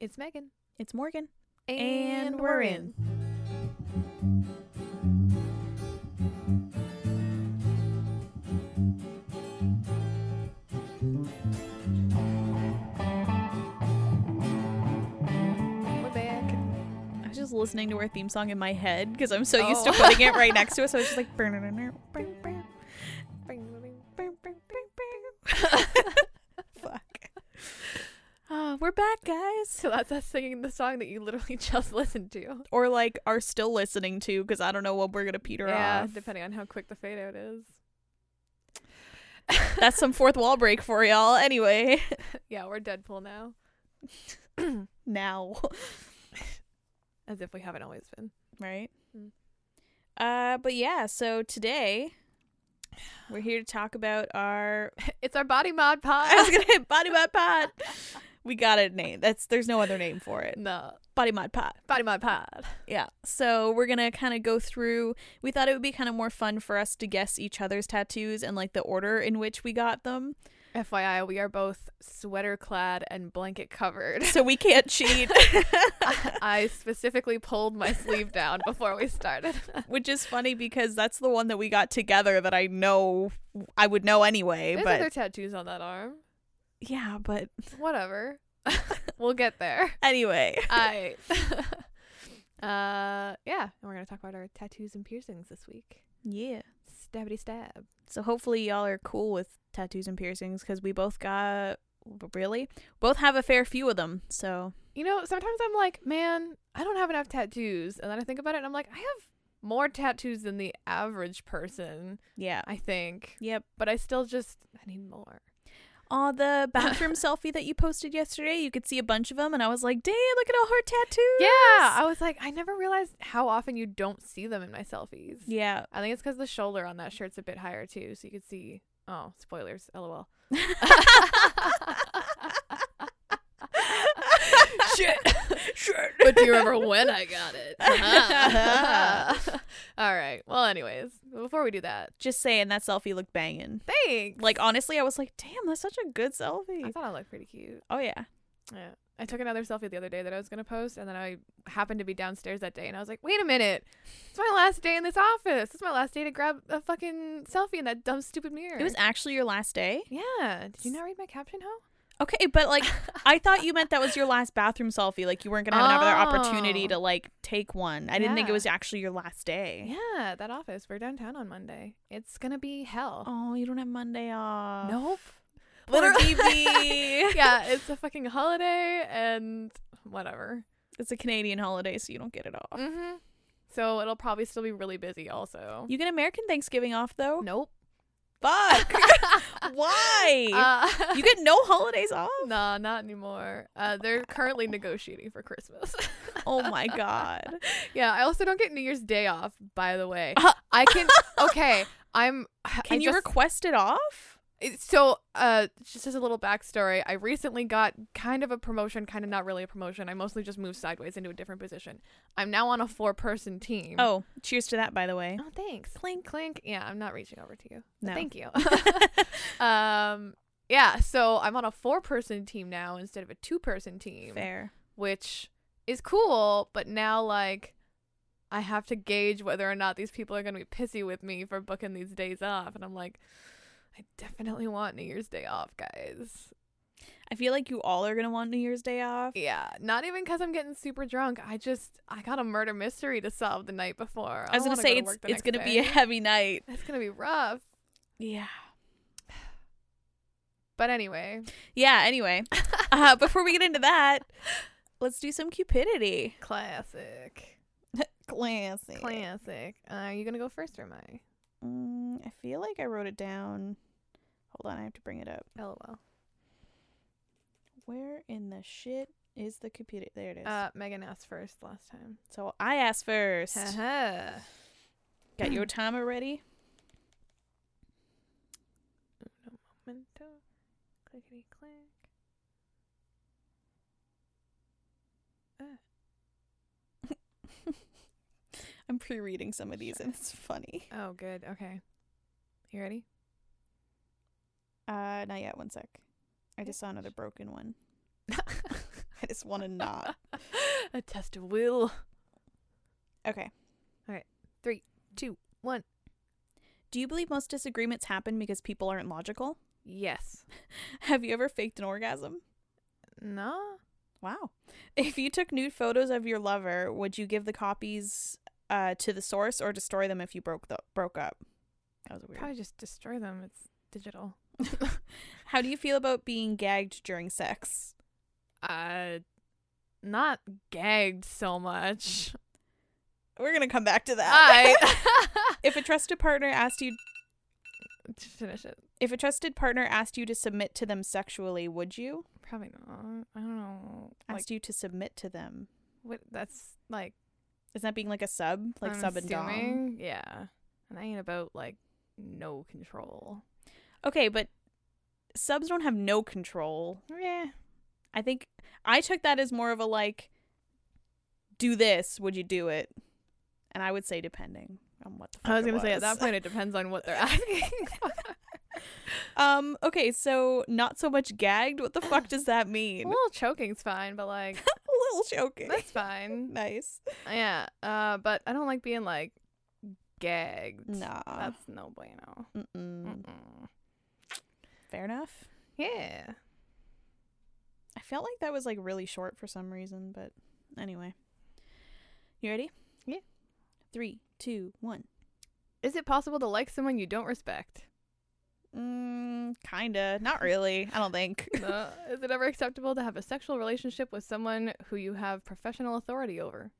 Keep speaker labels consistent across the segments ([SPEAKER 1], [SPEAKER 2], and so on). [SPEAKER 1] It's Megan.
[SPEAKER 2] It's Morgan.
[SPEAKER 1] And,
[SPEAKER 2] we're in.
[SPEAKER 1] We're back.
[SPEAKER 2] I was just listening to our theme song in my head because I'm so used to
[SPEAKER 1] Oh.
[SPEAKER 2] putting it right next to us. So I was just like, burn, burn, burn, burn, burn, burn, burn, burn, burn. Fuck. Uh, we're back, guys.
[SPEAKER 1] So that's us singing the song that you literally just listened to.
[SPEAKER 2] Or like, are still listening to because I don't know what we're gonna peter
[SPEAKER 1] Yeah,
[SPEAKER 2] off.
[SPEAKER 1] depending on how quick the fade out is.
[SPEAKER 2] That's some fourth wall break for y'all. Anyway,
[SPEAKER 1] Yeah, we're Deadpool now.
[SPEAKER 2] now,
[SPEAKER 1] As if we haven't always been.
[SPEAKER 2] right?
[SPEAKER 1] Mm.
[SPEAKER 2] Uh, but yeah. So today, we're here to talk about our
[SPEAKER 1] It's our body mod
[SPEAKER 2] I was
[SPEAKER 1] pod.
[SPEAKER 2] gonna hit body mod pod. We got a name. That's there's no other name for it.
[SPEAKER 1] no.
[SPEAKER 2] Body mod pod.
[SPEAKER 1] Body mod pod.
[SPEAKER 2] Yeah. So we're gonna kind of go through. We thought it would be kind of more fun for us to guess each other's tattoos and like the order in which we got them,
[SPEAKER 1] FYI, we are both sweater clad and blanket covered.
[SPEAKER 2] so we can't cheat,
[SPEAKER 1] I specifically pulled my sleeve down before we started.
[SPEAKER 2] which is funny because that's the one that we got together that I know I would know anyway.
[SPEAKER 1] There's
[SPEAKER 2] but
[SPEAKER 1] other tattoos on that arm.
[SPEAKER 2] yeah, but
[SPEAKER 1] Whatever. we'll get there.
[SPEAKER 2] anyway,
[SPEAKER 1] I. uh, yeah, and we're gonna talk about our tattoos and piercings this week.
[SPEAKER 2] yeah.
[SPEAKER 1] Stabby stab.
[SPEAKER 2] So hopefully y'all are cool with tattoos and piercings because we both got really both have a fair few of them. So
[SPEAKER 1] You know, sometimes I'm like, man, I don't have enough tattoos, and then I think about it, and I'm like, I have more tattoos than the average person.
[SPEAKER 2] Yeah.
[SPEAKER 1] I think,
[SPEAKER 2] Yep.
[SPEAKER 1] but I still just I need more.
[SPEAKER 2] On the bathroom selfie that you posted yesterday, you could see a bunch of them, and I was like, "Dang, look at all her tattoos!"
[SPEAKER 1] Yeah, I was like, I never realized how often you don't see them in my selfies.
[SPEAKER 2] Yeah.
[SPEAKER 1] I think it's because the shoulder on that shirt's a bit higher too, so you could see. Oh, spoilers! LOL. Shit.
[SPEAKER 2] Shit.
[SPEAKER 1] but do you remember when I got it? All right. Well, anyways, before we do that,
[SPEAKER 2] Just saying, that selfie looked banging.
[SPEAKER 1] thanks.
[SPEAKER 2] Like honestly, I was like, "Damn, that's such a good
[SPEAKER 1] I
[SPEAKER 2] selfie."
[SPEAKER 1] thought I looked pretty cute.
[SPEAKER 2] Oh yeah.
[SPEAKER 1] Yeah. I took another selfie the other day that I was gonna post, and then I happened to be downstairs that day, and I was like, "Wait a minute! It's my last day in this office. It's my last day to grab a fucking selfie in that dumb, stupid mirror."
[SPEAKER 2] It was actually your last day.
[SPEAKER 1] Yeah. Did you not read my caption? How?
[SPEAKER 2] Okay, but like, I thought you meant that was your last bathroom selfie. Like you weren't gonna have another opportunity
[SPEAKER 1] Oh.
[SPEAKER 2] to like take one. I didn't think it
[SPEAKER 1] Yeah.
[SPEAKER 2] was actually your last day.
[SPEAKER 1] Yeah, that office. We're downtown on Monday. It's gonna be hell.
[SPEAKER 2] Oh, you don't have Monday off.
[SPEAKER 1] Nope.
[SPEAKER 2] Poor
[SPEAKER 1] Literally-
[SPEAKER 2] BB.
[SPEAKER 1] yeah, it's a fucking holiday and whatever.
[SPEAKER 2] It's a Canadian holiday, so you don't get it off.
[SPEAKER 1] Mm-hmm. So it'll probably still be really busy also.
[SPEAKER 2] You get American Thanksgiving off though.
[SPEAKER 1] nope.
[SPEAKER 2] Fuck. Why?
[SPEAKER 1] Uh,
[SPEAKER 2] you get no holidays off.
[SPEAKER 1] nah, not anymore. Uh, they're currently negotiating for Christmas.
[SPEAKER 2] Oh my god.
[SPEAKER 1] yeah, I also don't get New Year's Day off, by the way.
[SPEAKER 2] Uh,
[SPEAKER 1] I can, okay, I'm.
[SPEAKER 2] Can
[SPEAKER 1] I
[SPEAKER 2] you
[SPEAKER 1] just-
[SPEAKER 2] request it off?
[SPEAKER 1] It- so uh just as a little backstory i recently got kind of a promotion kind of not really a promotion i mostly just moved sideways into a different position i'm now on a four person team
[SPEAKER 2] Oh, cheers to that, by the way.
[SPEAKER 1] Mm. oh thanks clink clink yeah i'm not reaching over to you
[SPEAKER 2] No.
[SPEAKER 1] thank you um yeah so i'm on a four person team now instead of a two person team
[SPEAKER 2] Fair.
[SPEAKER 1] which is cool but now like i have to gauge whether or not these people are going to be pissy with me for booking these days off and i'm like i definitely want new year's day off guys
[SPEAKER 2] I feel like you all are gonna want New Year's Day off.
[SPEAKER 1] Yeah, not even because I'm getting super drunk. I just I got a murder mystery to solve the night before.
[SPEAKER 2] I was
[SPEAKER 1] don't
[SPEAKER 2] gonna
[SPEAKER 1] wanna
[SPEAKER 2] say
[SPEAKER 1] go to
[SPEAKER 2] it's
[SPEAKER 1] work the next
[SPEAKER 2] it's gonna be a
[SPEAKER 1] day.
[SPEAKER 2] heavy night.
[SPEAKER 1] it's gonna be rough.
[SPEAKER 2] Yeah.
[SPEAKER 1] But anyway,
[SPEAKER 2] Yeah. Anyway, uh, before we get into that, let's do some cupidity.
[SPEAKER 1] classic,
[SPEAKER 2] Classic.
[SPEAKER 1] classic. Uh, are you gonna go first or am I?
[SPEAKER 2] Mm, I feel like I wrote it down. Hold on, I have to bring it up.
[SPEAKER 1] Lol.
[SPEAKER 2] Where in the shit is the computer? There it is.
[SPEAKER 1] Uh, Megan asked first last time.
[SPEAKER 2] so I asked first.
[SPEAKER 1] uh-huh. Haha.
[SPEAKER 2] Got your timer ready?
[SPEAKER 1] Uno momento. Clickety click.
[SPEAKER 2] I'm pre-reading some of these and it's funny.
[SPEAKER 1] Oh, good. Okay. You ready?
[SPEAKER 2] Uh, not yet. One sec. I just saw another broken one. I just want to not.
[SPEAKER 1] a test of will.
[SPEAKER 2] Okay.
[SPEAKER 1] One.
[SPEAKER 2] Do you believe most disagreements happen because people aren't logical?
[SPEAKER 1] Yes.
[SPEAKER 2] Have you ever faked an orgasm?
[SPEAKER 1] No.
[SPEAKER 2] Wow. If you took nude photos of your lover, would you give the copies uh, to the source or destroy them if you broke the broke up? That was weird.
[SPEAKER 1] Probably just destroy them. It's digital.
[SPEAKER 2] How do you feel about being gagged during sex?
[SPEAKER 1] Uh, not gagged so much.
[SPEAKER 2] We're gonna come back to that.
[SPEAKER 1] I
[SPEAKER 2] if a trusted partner asked you,
[SPEAKER 1] Just finish it.
[SPEAKER 2] if a trusted partner asked you to submit to them sexually, would you?
[SPEAKER 1] Probably not. I don't know. Like
[SPEAKER 2] Asked you to submit to them?
[SPEAKER 1] what? That's like
[SPEAKER 2] Isn't that being like a sub, like
[SPEAKER 1] I'm
[SPEAKER 2] sub and dom?
[SPEAKER 1] assuming, Yeah, and I ain't about like no control.
[SPEAKER 2] Okay, but subs don't have no control.
[SPEAKER 1] Yeah.
[SPEAKER 2] I think I took that as more of a like, do this, would you do it? And I would say depending on what the fuck
[SPEAKER 1] I was
[SPEAKER 2] it
[SPEAKER 1] gonna say at that
[SPEAKER 2] was.
[SPEAKER 1] point it depends on what they're asking.
[SPEAKER 2] Um, okay, so not so much gagged. What the fuck does that
[SPEAKER 1] a
[SPEAKER 2] mean?
[SPEAKER 1] little choking's fine, but like
[SPEAKER 2] a little choking.
[SPEAKER 1] that's fine.
[SPEAKER 2] nice.
[SPEAKER 1] Yeah. Uh, but I don't like being like gagged.
[SPEAKER 2] Nah. Mm.
[SPEAKER 1] That's Mm. no bueno.
[SPEAKER 2] Mm-mm.
[SPEAKER 1] Mm-mm.
[SPEAKER 2] Fair enough.
[SPEAKER 1] Yeah.
[SPEAKER 2] I felt like that was like really short for some reason, but anyway. You ready?
[SPEAKER 1] Yeah.
[SPEAKER 2] Three, two, one.
[SPEAKER 1] Is it possible to like someone you don't respect?
[SPEAKER 2] Mm, kinda. Not really. I don't think.
[SPEAKER 1] No. Uh, Is it ever acceptable to have a sexual relationship with someone who you have professional authority over?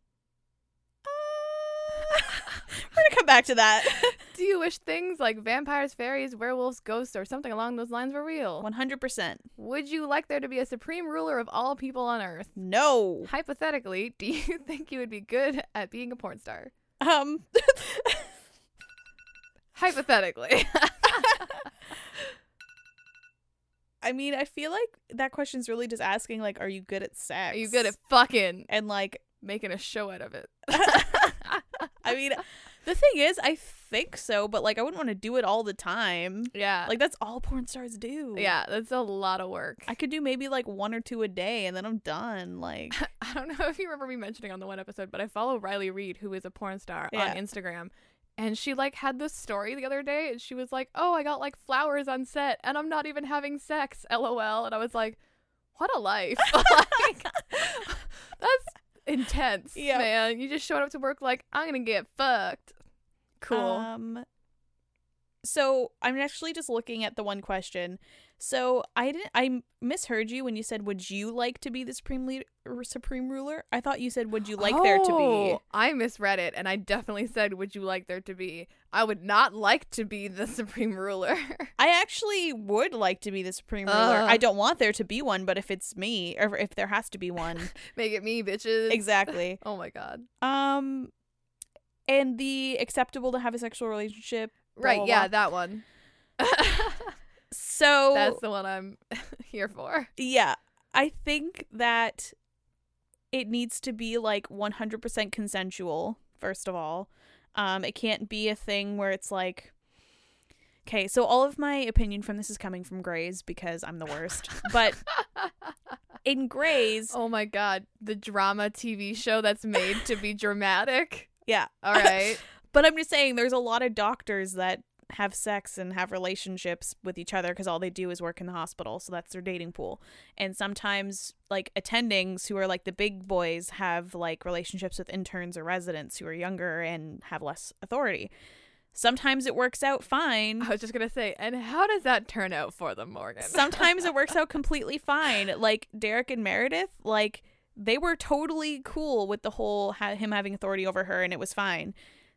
[SPEAKER 2] We're gonna come back to that.
[SPEAKER 1] Do you wish things like vampires, fairies, werewolves, ghosts, or something along those lines were real?
[SPEAKER 2] One hundred percent.
[SPEAKER 1] Would you like there to be a supreme ruler of all people on Earth?
[SPEAKER 2] No.
[SPEAKER 1] Hypothetically, do you think you would be good at being a porn star?
[SPEAKER 2] Um.
[SPEAKER 1] Hypothetically.
[SPEAKER 2] I mean, I feel like that question's really just asking, like, are you good at sex?
[SPEAKER 1] Are you good at fucking
[SPEAKER 2] And like,
[SPEAKER 1] making a show out of it?
[SPEAKER 2] I mean, the thing is, I think so, but like, I wouldn't want to do it all the time.
[SPEAKER 1] yeah.
[SPEAKER 2] Like, that's all porn stars do.
[SPEAKER 1] yeah, that's a lot of work.
[SPEAKER 2] I could do maybe like one or two a day, and then I'm done. Like,
[SPEAKER 1] I don't know if you remember me mentioning on the one episode, but I follow Riley Reed, who is a porn star
[SPEAKER 2] Yeah.
[SPEAKER 1] on Instagram. And she like had this story the other day and she was like, Oh, I got like flowers on set and I'm not even having sex, lol. And I was like, What a life. like, that's intense,
[SPEAKER 2] Yeah.
[SPEAKER 1] man. You just showed up to work like, I'm gonna get fucked. Cool.
[SPEAKER 2] Um, so I'm actually just looking at the one question. So I didn't. I misheard you when you said, "Would you like to be the supreme leader, supreme ruler?" I thought you said, "Would you like there to be?"
[SPEAKER 1] Oh, I misread it and I definitely said, Would you like there to be? I would not like to be the supreme ruler.
[SPEAKER 2] I actually would like to be the supreme ruler.
[SPEAKER 1] Ugh.
[SPEAKER 2] I don't want there to be one, but if it's me, or if there has to be one,
[SPEAKER 1] Make it me, bitches.
[SPEAKER 2] exactly.
[SPEAKER 1] Oh my god.
[SPEAKER 2] Um, and the acceptable to have a sexual relationship. blah,
[SPEAKER 1] Right,
[SPEAKER 2] blah,
[SPEAKER 1] yeah,
[SPEAKER 2] blah.
[SPEAKER 1] that one.
[SPEAKER 2] So
[SPEAKER 1] That's the one I'm here for.
[SPEAKER 2] Yeah. I think that it needs to be like 100% consensual, first of all. Um, it can't be a thing where it's like, okay, so all of my opinion from this is coming from Grays because I'm the worst. but in Grays,
[SPEAKER 1] Oh my god, the drama TV show that's made to be dramatic.
[SPEAKER 2] yeah.
[SPEAKER 1] All right.
[SPEAKER 2] But I'm just saying, there's a lot of doctors that have sex and have relationships with each other because all they do is work in the hospital. So that's their dating pool. And sometimes, like, attendings who are like the big boys have like relationships with interns or residents who are younger and have less authority. Sometimes it works out fine.
[SPEAKER 1] I was just going to say, and how does that turn out for them, Morgan?
[SPEAKER 2] Sometimes it works out completely fine. Like, Derek and Meredith, like, they were totally cool with the whole ha- him having authority over her and it was fine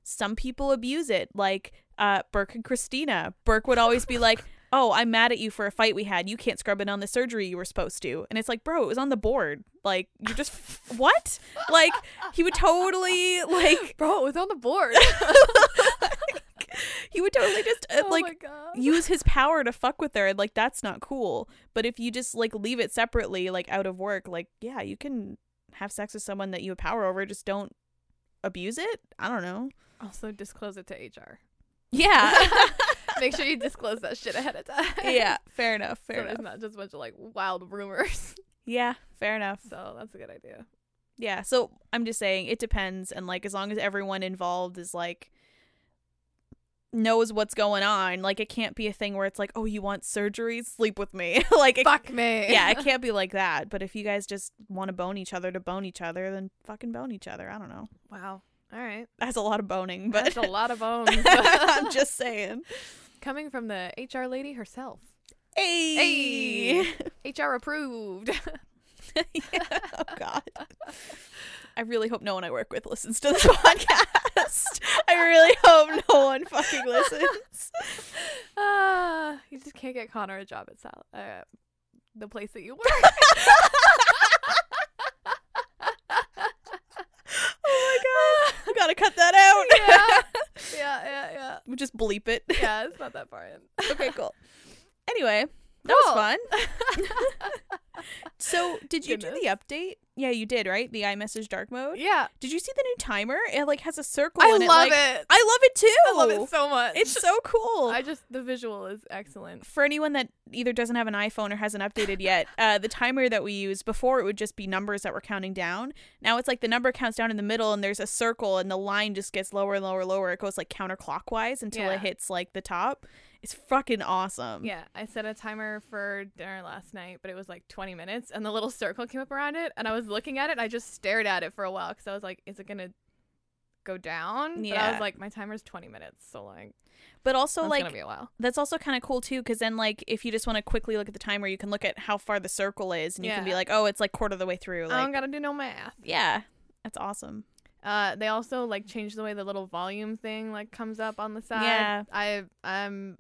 [SPEAKER 2] some people abuse it like uh burke and christina burke would always be like oh i'm mad at you for a fight we had you can't scrub in on the surgery you were supposed to and it's like bro it was on the board like you just what like he would totally like
[SPEAKER 1] Bro, it was on the board.
[SPEAKER 2] he would totally just uh,
[SPEAKER 1] oh
[SPEAKER 2] like
[SPEAKER 1] my god.
[SPEAKER 2] use his power to fuck with her and like that's not cool but if you just like leave it separately like out of work like yeah you can have sex with someone that you have power over just don't abuse it i don't know
[SPEAKER 1] also disclose it to HR.
[SPEAKER 2] yeah
[SPEAKER 1] Make sure you disclose that shit ahead of time.
[SPEAKER 2] yeah fair enough
[SPEAKER 1] So
[SPEAKER 2] fair
[SPEAKER 1] there's
[SPEAKER 2] enough
[SPEAKER 1] not just a bunch of like wild rumors.
[SPEAKER 2] Yeah, fair enough.
[SPEAKER 1] So that's a good idea.
[SPEAKER 2] Yeah, so I'm just saying it depends and like as long as everyone involved is like knows what's going on, like it can't be a thing where it's like, "Oh, you want surgery? Sleep with me." like it,
[SPEAKER 1] Fuck me.
[SPEAKER 2] yeah, it can't be like that, but if you guys just want to bone each other to bone each other, then fucking bone each other. I don't know.
[SPEAKER 1] wow. All right.
[SPEAKER 2] That's a lot of boning, but
[SPEAKER 1] That's a lot of bones.
[SPEAKER 2] I'm just saying.
[SPEAKER 1] Coming from the HR lady herself.
[SPEAKER 2] Hey.
[SPEAKER 1] HR approved.
[SPEAKER 2] oh god. I really hope no one I work with listens to this podcast. I really hope no one fucking listens.
[SPEAKER 1] Ah, you just can't get Connor a job at Sal- uh, the place that you work.
[SPEAKER 2] Oh my god. We gotta cut that out.
[SPEAKER 1] yeah. Yeah, yeah, yeah.
[SPEAKER 2] We just bleep it.
[SPEAKER 1] Yeah, it's not that far in.
[SPEAKER 2] Okay, cool. Anyway, that was
[SPEAKER 1] Cool.
[SPEAKER 2] fun. So did you do the
[SPEAKER 1] Goodness.
[SPEAKER 2] update? Yeah, you did, right? The iMessage dark mode.
[SPEAKER 1] yeah.
[SPEAKER 2] Did you see the new timer? It like has a circle
[SPEAKER 1] I
[SPEAKER 2] in
[SPEAKER 1] love
[SPEAKER 2] it. like-
[SPEAKER 1] it.
[SPEAKER 2] I love it too.
[SPEAKER 1] I love it so much.
[SPEAKER 2] It's so cool.
[SPEAKER 1] I just the visual is excellent.
[SPEAKER 2] for anyone that either doesn't have an iPhone or hasn't updated yet, uh, the timer that we use before it would just be numbers that were counting down. Now it's like the number counts down in the middle, and there's a circle, and the line just gets lower and lower and lower. It goes like counterclockwise until
[SPEAKER 1] Yeah.
[SPEAKER 2] it hits like the top. It's fucking awesome.
[SPEAKER 1] Yeah, I set a timer for dinner last night, but it was like 20 minutes, and the little circle came up around it, and I was looking at it. And I just stared at it for a while because I was like, "Is it gonna go down?" But I
[SPEAKER 2] Yeah.
[SPEAKER 1] was like, "My timer's 20 minutes, so like,
[SPEAKER 2] But also
[SPEAKER 1] that's
[SPEAKER 2] like
[SPEAKER 1] gonna be a while."
[SPEAKER 2] that's also kind of cool too, because then like if you just want to quickly look at the timer, you can look at how far the circle is, and you can be
[SPEAKER 1] Yeah.
[SPEAKER 2] like, oh, it's like quarter of the way through.
[SPEAKER 1] I
[SPEAKER 2] Like,
[SPEAKER 1] don't gotta do no math.
[SPEAKER 2] yeah, that's awesome.
[SPEAKER 1] Uh, they also like changed the way the little volume thing like comes up on the side.
[SPEAKER 2] Yeah.
[SPEAKER 1] I I'm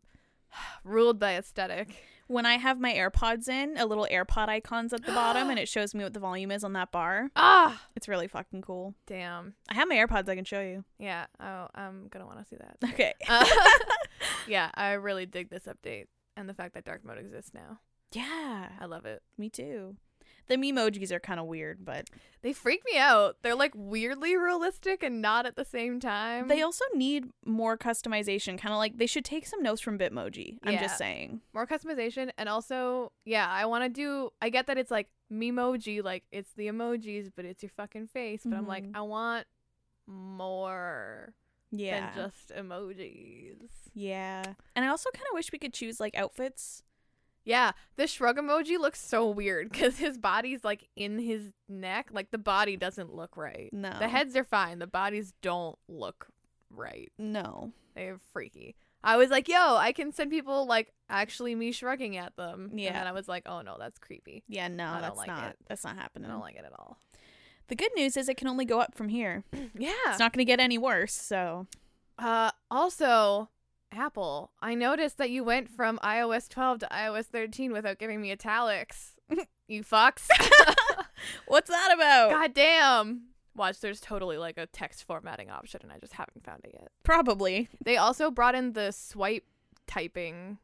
[SPEAKER 1] ruled by aesthetic.
[SPEAKER 2] When I have my AirPods in, a little AirPod icon's at the bottom, and it shows me what the volume is on that bar.
[SPEAKER 1] Ah,
[SPEAKER 2] It's really fucking cool.
[SPEAKER 1] damn.
[SPEAKER 2] I have my AirPods I can show you.
[SPEAKER 1] Yeah. Oh, I'm gonna want to see that.
[SPEAKER 2] Okay.
[SPEAKER 1] Uh, yeah, I really dig this update and the fact that dark mode exists now.
[SPEAKER 2] Yeah.
[SPEAKER 1] I love it.
[SPEAKER 2] Me too. The memojis are kind of weird, but
[SPEAKER 1] They freak me out. They're like weirdly realistic and not at the same time.
[SPEAKER 2] they also need more customization. Kind of like they should take some notes from Bitmoji. I'm
[SPEAKER 1] Yeah.
[SPEAKER 2] just saying.
[SPEAKER 1] more customization and also yeah, I want to do I get that it's like memoji like it's the emojis but it's your fucking face, but I'm like
[SPEAKER 2] Mhm.
[SPEAKER 1] I want more
[SPEAKER 2] Yeah.
[SPEAKER 1] than just emojis.
[SPEAKER 2] yeah. And I also kind of wish we could choose like outfits.
[SPEAKER 1] Yeah, the shrug emoji looks so weird cuz his body's like in his neck, like the body doesn't look right.
[SPEAKER 2] No.
[SPEAKER 1] The heads are fine. The bodies don't look right.
[SPEAKER 2] No.
[SPEAKER 1] They're freaky. I was like, yo, I can send people like actually me shrugging at them.
[SPEAKER 2] Yeah.
[SPEAKER 1] And then I was like, oh no, that's creepy.
[SPEAKER 2] Yeah. No.
[SPEAKER 1] I don't
[SPEAKER 2] that's
[SPEAKER 1] like
[SPEAKER 2] not.
[SPEAKER 1] it.
[SPEAKER 2] That's not happening.
[SPEAKER 1] I don't like it at all.
[SPEAKER 2] the good news is it can only go up from here.
[SPEAKER 1] yeah.
[SPEAKER 2] It's not going to get any worse. So.
[SPEAKER 1] Uh, also, Apple, I noticed that you went from iOS 12 to iOS 13 without giving me italics. you fucks.
[SPEAKER 2] What's that about?
[SPEAKER 1] God damn. Watch, there's totally like a text formatting option, and I just haven't found it yet.
[SPEAKER 2] Probably.
[SPEAKER 1] They also brought in the swipe typing.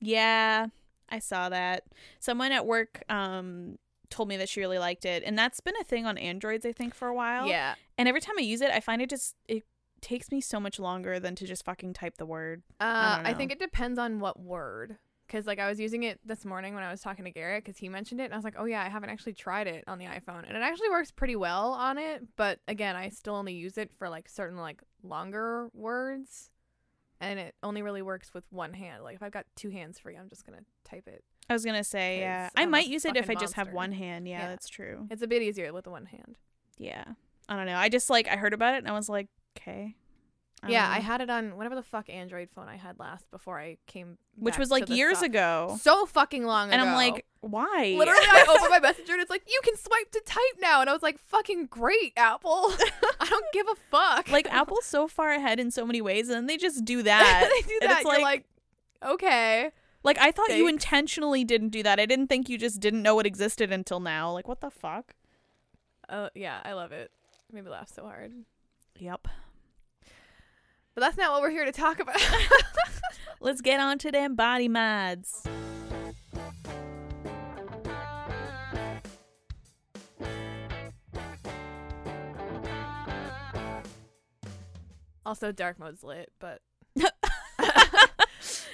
[SPEAKER 2] Yeah, I saw that. Someone at work um told me that she really liked it, and that's been a thing on Androids I think for a while.
[SPEAKER 1] Yeah.
[SPEAKER 2] And every time I use it, I find it just it takes me so much longer than to just fucking type the word.
[SPEAKER 1] Uh,
[SPEAKER 2] don't
[SPEAKER 1] I
[SPEAKER 2] know.
[SPEAKER 1] think it depends on what word. Because like I was using it this morning when I was talking to Garrett because he mentioned it and I was like, oh yeah, I haven't actually tried it on the iPhone and it actually works pretty well on it. But again, I still only use it for like certain like longer words, and it only really works with one hand. Like if I've got two hands free, I'm just gonna type it.
[SPEAKER 2] I was gonna say, yeah,
[SPEAKER 1] 'Cause
[SPEAKER 2] I
[SPEAKER 1] I'm a
[SPEAKER 2] might use it if I
[SPEAKER 1] fucking
[SPEAKER 2] just have
[SPEAKER 1] monster.
[SPEAKER 2] one hand. Yeah,
[SPEAKER 1] Yeah.
[SPEAKER 2] that's true.
[SPEAKER 1] It's a bit easier with the one hand.
[SPEAKER 2] Yeah, I don't know. I just like I heard about it and I was like, okay.
[SPEAKER 1] yeah,
[SPEAKER 2] Um,
[SPEAKER 1] I had it on whatever the fuck Android phone I had last before I came,
[SPEAKER 2] which
[SPEAKER 1] back
[SPEAKER 2] was
[SPEAKER 1] to
[SPEAKER 2] like
[SPEAKER 1] the
[SPEAKER 2] years
[SPEAKER 1] soft-
[SPEAKER 2] ago,
[SPEAKER 1] so fucking long ago.
[SPEAKER 2] and I'm like, why?
[SPEAKER 1] Literally, I opened my messenger and it's like, you can swipe to type now. And I was like, fucking great, Apple. I don't give a fuck.
[SPEAKER 2] like Apple's so far ahead in so many ways, and then they just do that.
[SPEAKER 1] they do
[SPEAKER 2] And
[SPEAKER 1] that.
[SPEAKER 2] it's
[SPEAKER 1] You're
[SPEAKER 2] like-
[SPEAKER 1] like, okay.
[SPEAKER 2] Like I thought you
[SPEAKER 1] Thanks.
[SPEAKER 2] intentionally didn't do that. I didn't think you just didn't know it existed until now. Like what the fuck?
[SPEAKER 1] Uh, yeah, I love it. It made me laugh so hard.
[SPEAKER 2] Yep.
[SPEAKER 1] But that's not what we're here to talk about.
[SPEAKER 2] Let's get on to them body mods.
[SPEAKER 1] also, dark mode's lit, but
[SPEAKER 2] It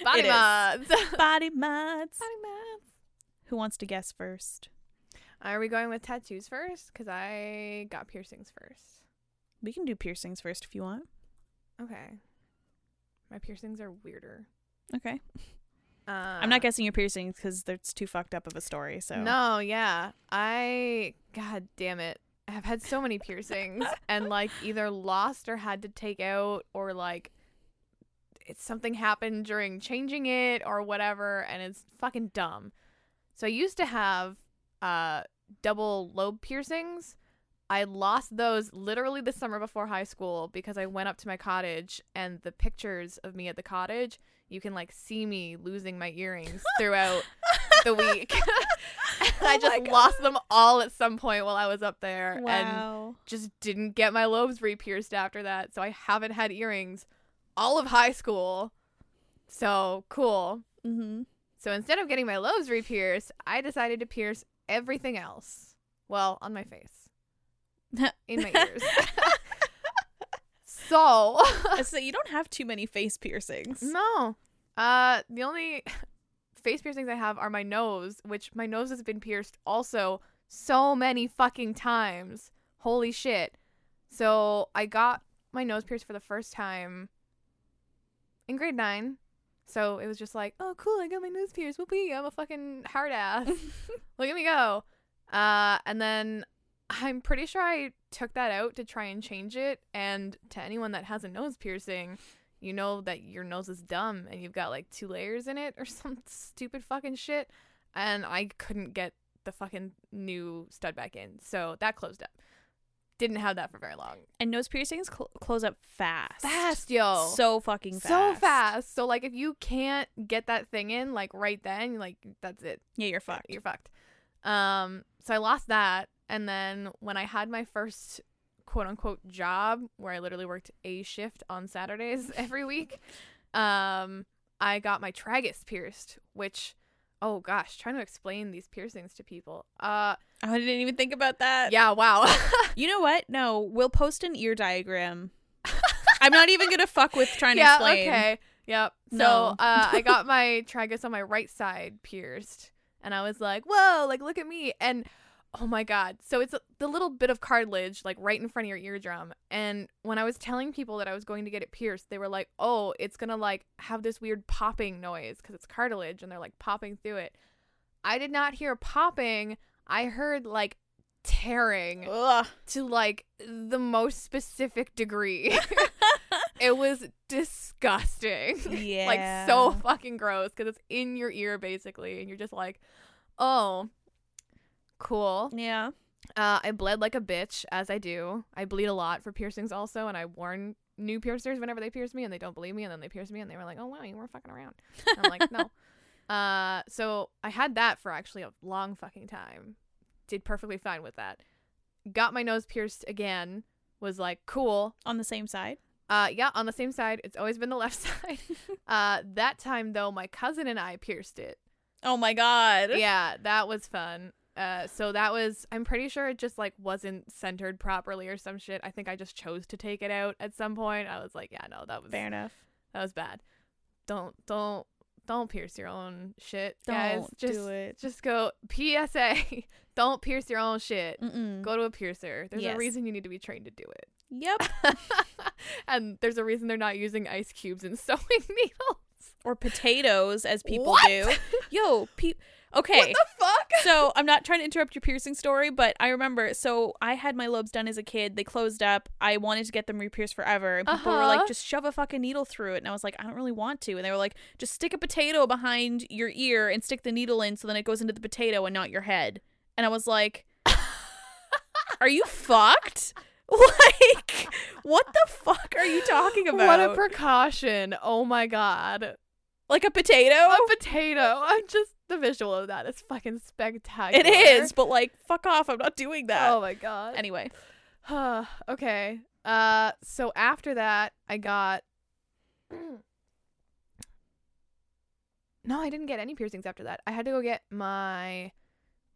[SPEAKER 1] body
[SPEAKER 2] is.
[SPEAKER 1] mods. body
[SPEAKER 2] Body mods.
[SPEAKER 1] mods.
[SPEAKER 2] Who wants to guess first?
[SPEAKER 1] Are we going with tattoos first? Because I got piercings first.
[SPEAKER 2] We can do piercings first if you want.
[SPEAKER 1] Okay. My piercings are weirder.
[SPEAKER 2] Okay.
[SPEAKER 1] Uh,
[SPEAKER 2] I'm not guessing your piercings because that's too fucked up of a story. So
[SPEAKER 1] No, yeah. I god damn it. I have had so many piercings and like either lost or had to take out or like it's something happened during changing it or whatever and it's fucking dumb. So I used to have uh double lobe piercings. I lost those literally the summer before high school because I went up to my cottage and the pictures of me at the cottage, you can like see me losing my earrings throughout the week. And I
[SPEAKER 2] Oh my
[SPEAKER 1] just lost them all at some point while I was up there and
[SPEAKER 2] Wow.
[SPEAKER 1] just didn't get my lobes re-pierced after that. So I haven't had earrings all of high school. So cool.
[SPEAKER 2] mm-hmm.
[SPEAKER 1] So instead of getting my lobes re-pierced, I decided to pierce everything else. Well, on my face. In my ears. so
[SPEAKER 2] so you don't have too many face piercings.
[SPEAKER 1] No. Uh, the only face piercings I have are my nose, which my nose has been pierced also so many fucking times. Holy shit. So I got my nose pierced for the first time in grade nine. So it was just like, oh, cool, I got my nose pierced. Whoopee, I'm a fucking hard ass. Look at me go. Uh, and then I'm pretty sure I took that out to try and change it. And to anyone that has a nose piercing, you know that your nose is dumb and you've got like two layers in it or some stupid fucking shit. And I couldn't get the fucking new stud back in. So that closed up. Didn't have that for very long.
[SPEAKER 2] and nose piercings cl- close up fast.
[SPEAKER 1] Fast, yo.
[SPEAKER 2] So fucking fast.
[SPEAKER 1] So fast. So like if you can't get that thing in like right then, like that's it.
[SPEAKER 2] Yeah, you're fucked.
[SPEAKER 1] You're fucked. Um, so I lost that, and then when I had my first quote unquote job, where I literally worked a shift on Saturdays every week, um, I got my tragus pierced, which, oh gosh, trying to explain these piercings to people. Uh,
[SPEAKER 2] Oh, I didn't even think about that.
[SPEAKER 1] yeah, wow.
[SPEAKER 2] You know what? No, we'll post an ear diagram. I'm not even gonna fuck with trying
[SPEAKER 1] yeah,
[SPEAKER 2] to explain.
[SPEAKER 1] okay. Yep.
[SPEAKER 2] No.
[SPEAKER 1] So uh, I got my tragus on my right side pierced, and I was like, "Whoa! Like, look at me!" And oh my god! So it's the little bit of cartilage, like right in front of your eardrum. And when I was telling people that I was going to get it pierced, they were like, "Oh, it's gonna like have this weird popping noise because it's cartilage, and they're like popping through it." I did not hear popping. I heard like tearing
[SPEAKER 2] Ugh.
[SPEAKER 1] to like the most specific degree. it was disgusting.
[SPEAKER 2] Yeah.
[SPEAKER 1] like so fucking gross because it's in your ear basically, and you're just like, oh, cool.
[SPEAKER 2] Yeah.
[SPEAKER 1] Uh, I bled like a bitch, as I do. I bleed a lot for piercings also, and I warn new piercers whenever they pierce me, and they don't believe me, and then they pierce me, and they were like, "Oh wow, you were fucking around." And I'm like, no. Uh, so I had that for actually a long fucking time. Did perfectly fine with that. Got my nose pierced again. Was like, cool.
[SPEAKER 2] On the same side.
[SPEAKER 1] Uh, yeah, on the same side. It's always been the left side. uh, that time though, my cousin and I pierced it
[SPEAKER 2] Oh my god.
[SPEAKER 1] yeah, that was fun. Uh, so that was I'm pretty sure it just like wasn't centered properly or some shit. I think I just chose to take it out at some point. I was like, yeah, no, that was
[SPEAKER 2] Fair enough.
[SPEAKER 1] that was bad. Don't don't don't pierce your own shit, guys. Just
[SPEAKER 2] it.
[SPEAKER 1] just go PSA. don't pierce your own shit.
[SPEAKER 2] Mm-mm.
[SPEAKER 1] Go to a piercer. There's
[SPEAKER 2] Mm-hmm. Yes.
[SPEAKER 1] a reason you need to be trained to do it.
[SPEAKER 2] Yep.
[SPEAKER 1] and there's a reason they're not using ice cubes and sewing needles.
[SPEAKER 2] or potatoes, as people
[SPEAKER 1] What?
[SPEAKER 2] do. Yo, pe- okay.
[SPEAKER 1] What the fuck?
[SPEAKER 2] so I'm not trying to interrupt your piercing story, but I remember. So I had my lobes done as a kid. They closed up. I wanted to get them re-pierced forever, and people were
[SPEAKER 1] Uh-huh.
[SPEAKER 2] like, "Just shove a fucking needle through it." And I was like, "I don't really want to." And they were like, "Just stick a potato behind your ear and stick the needle in, so then it goes into the potato and not your head." And I was like, "Are you fucked?" Like, what the fuck are you talking about?
[SPEAKER 1] What a precaution. Oh my god.
[SPEAKER 2] like a potato?
[SPEAKER 1] a potato. I'm just the visual of that is fucking spectacular.
[SPEAKER 2] It is, but like, fuck off. I'm not doing that.
[SPEAKER 1] Oh my god.
[SPEAKER 2] Anyway,
[SPEAKER 1] Huh, okay. Uh so after that I got No, I didn't get any piercings after that. I had to go get my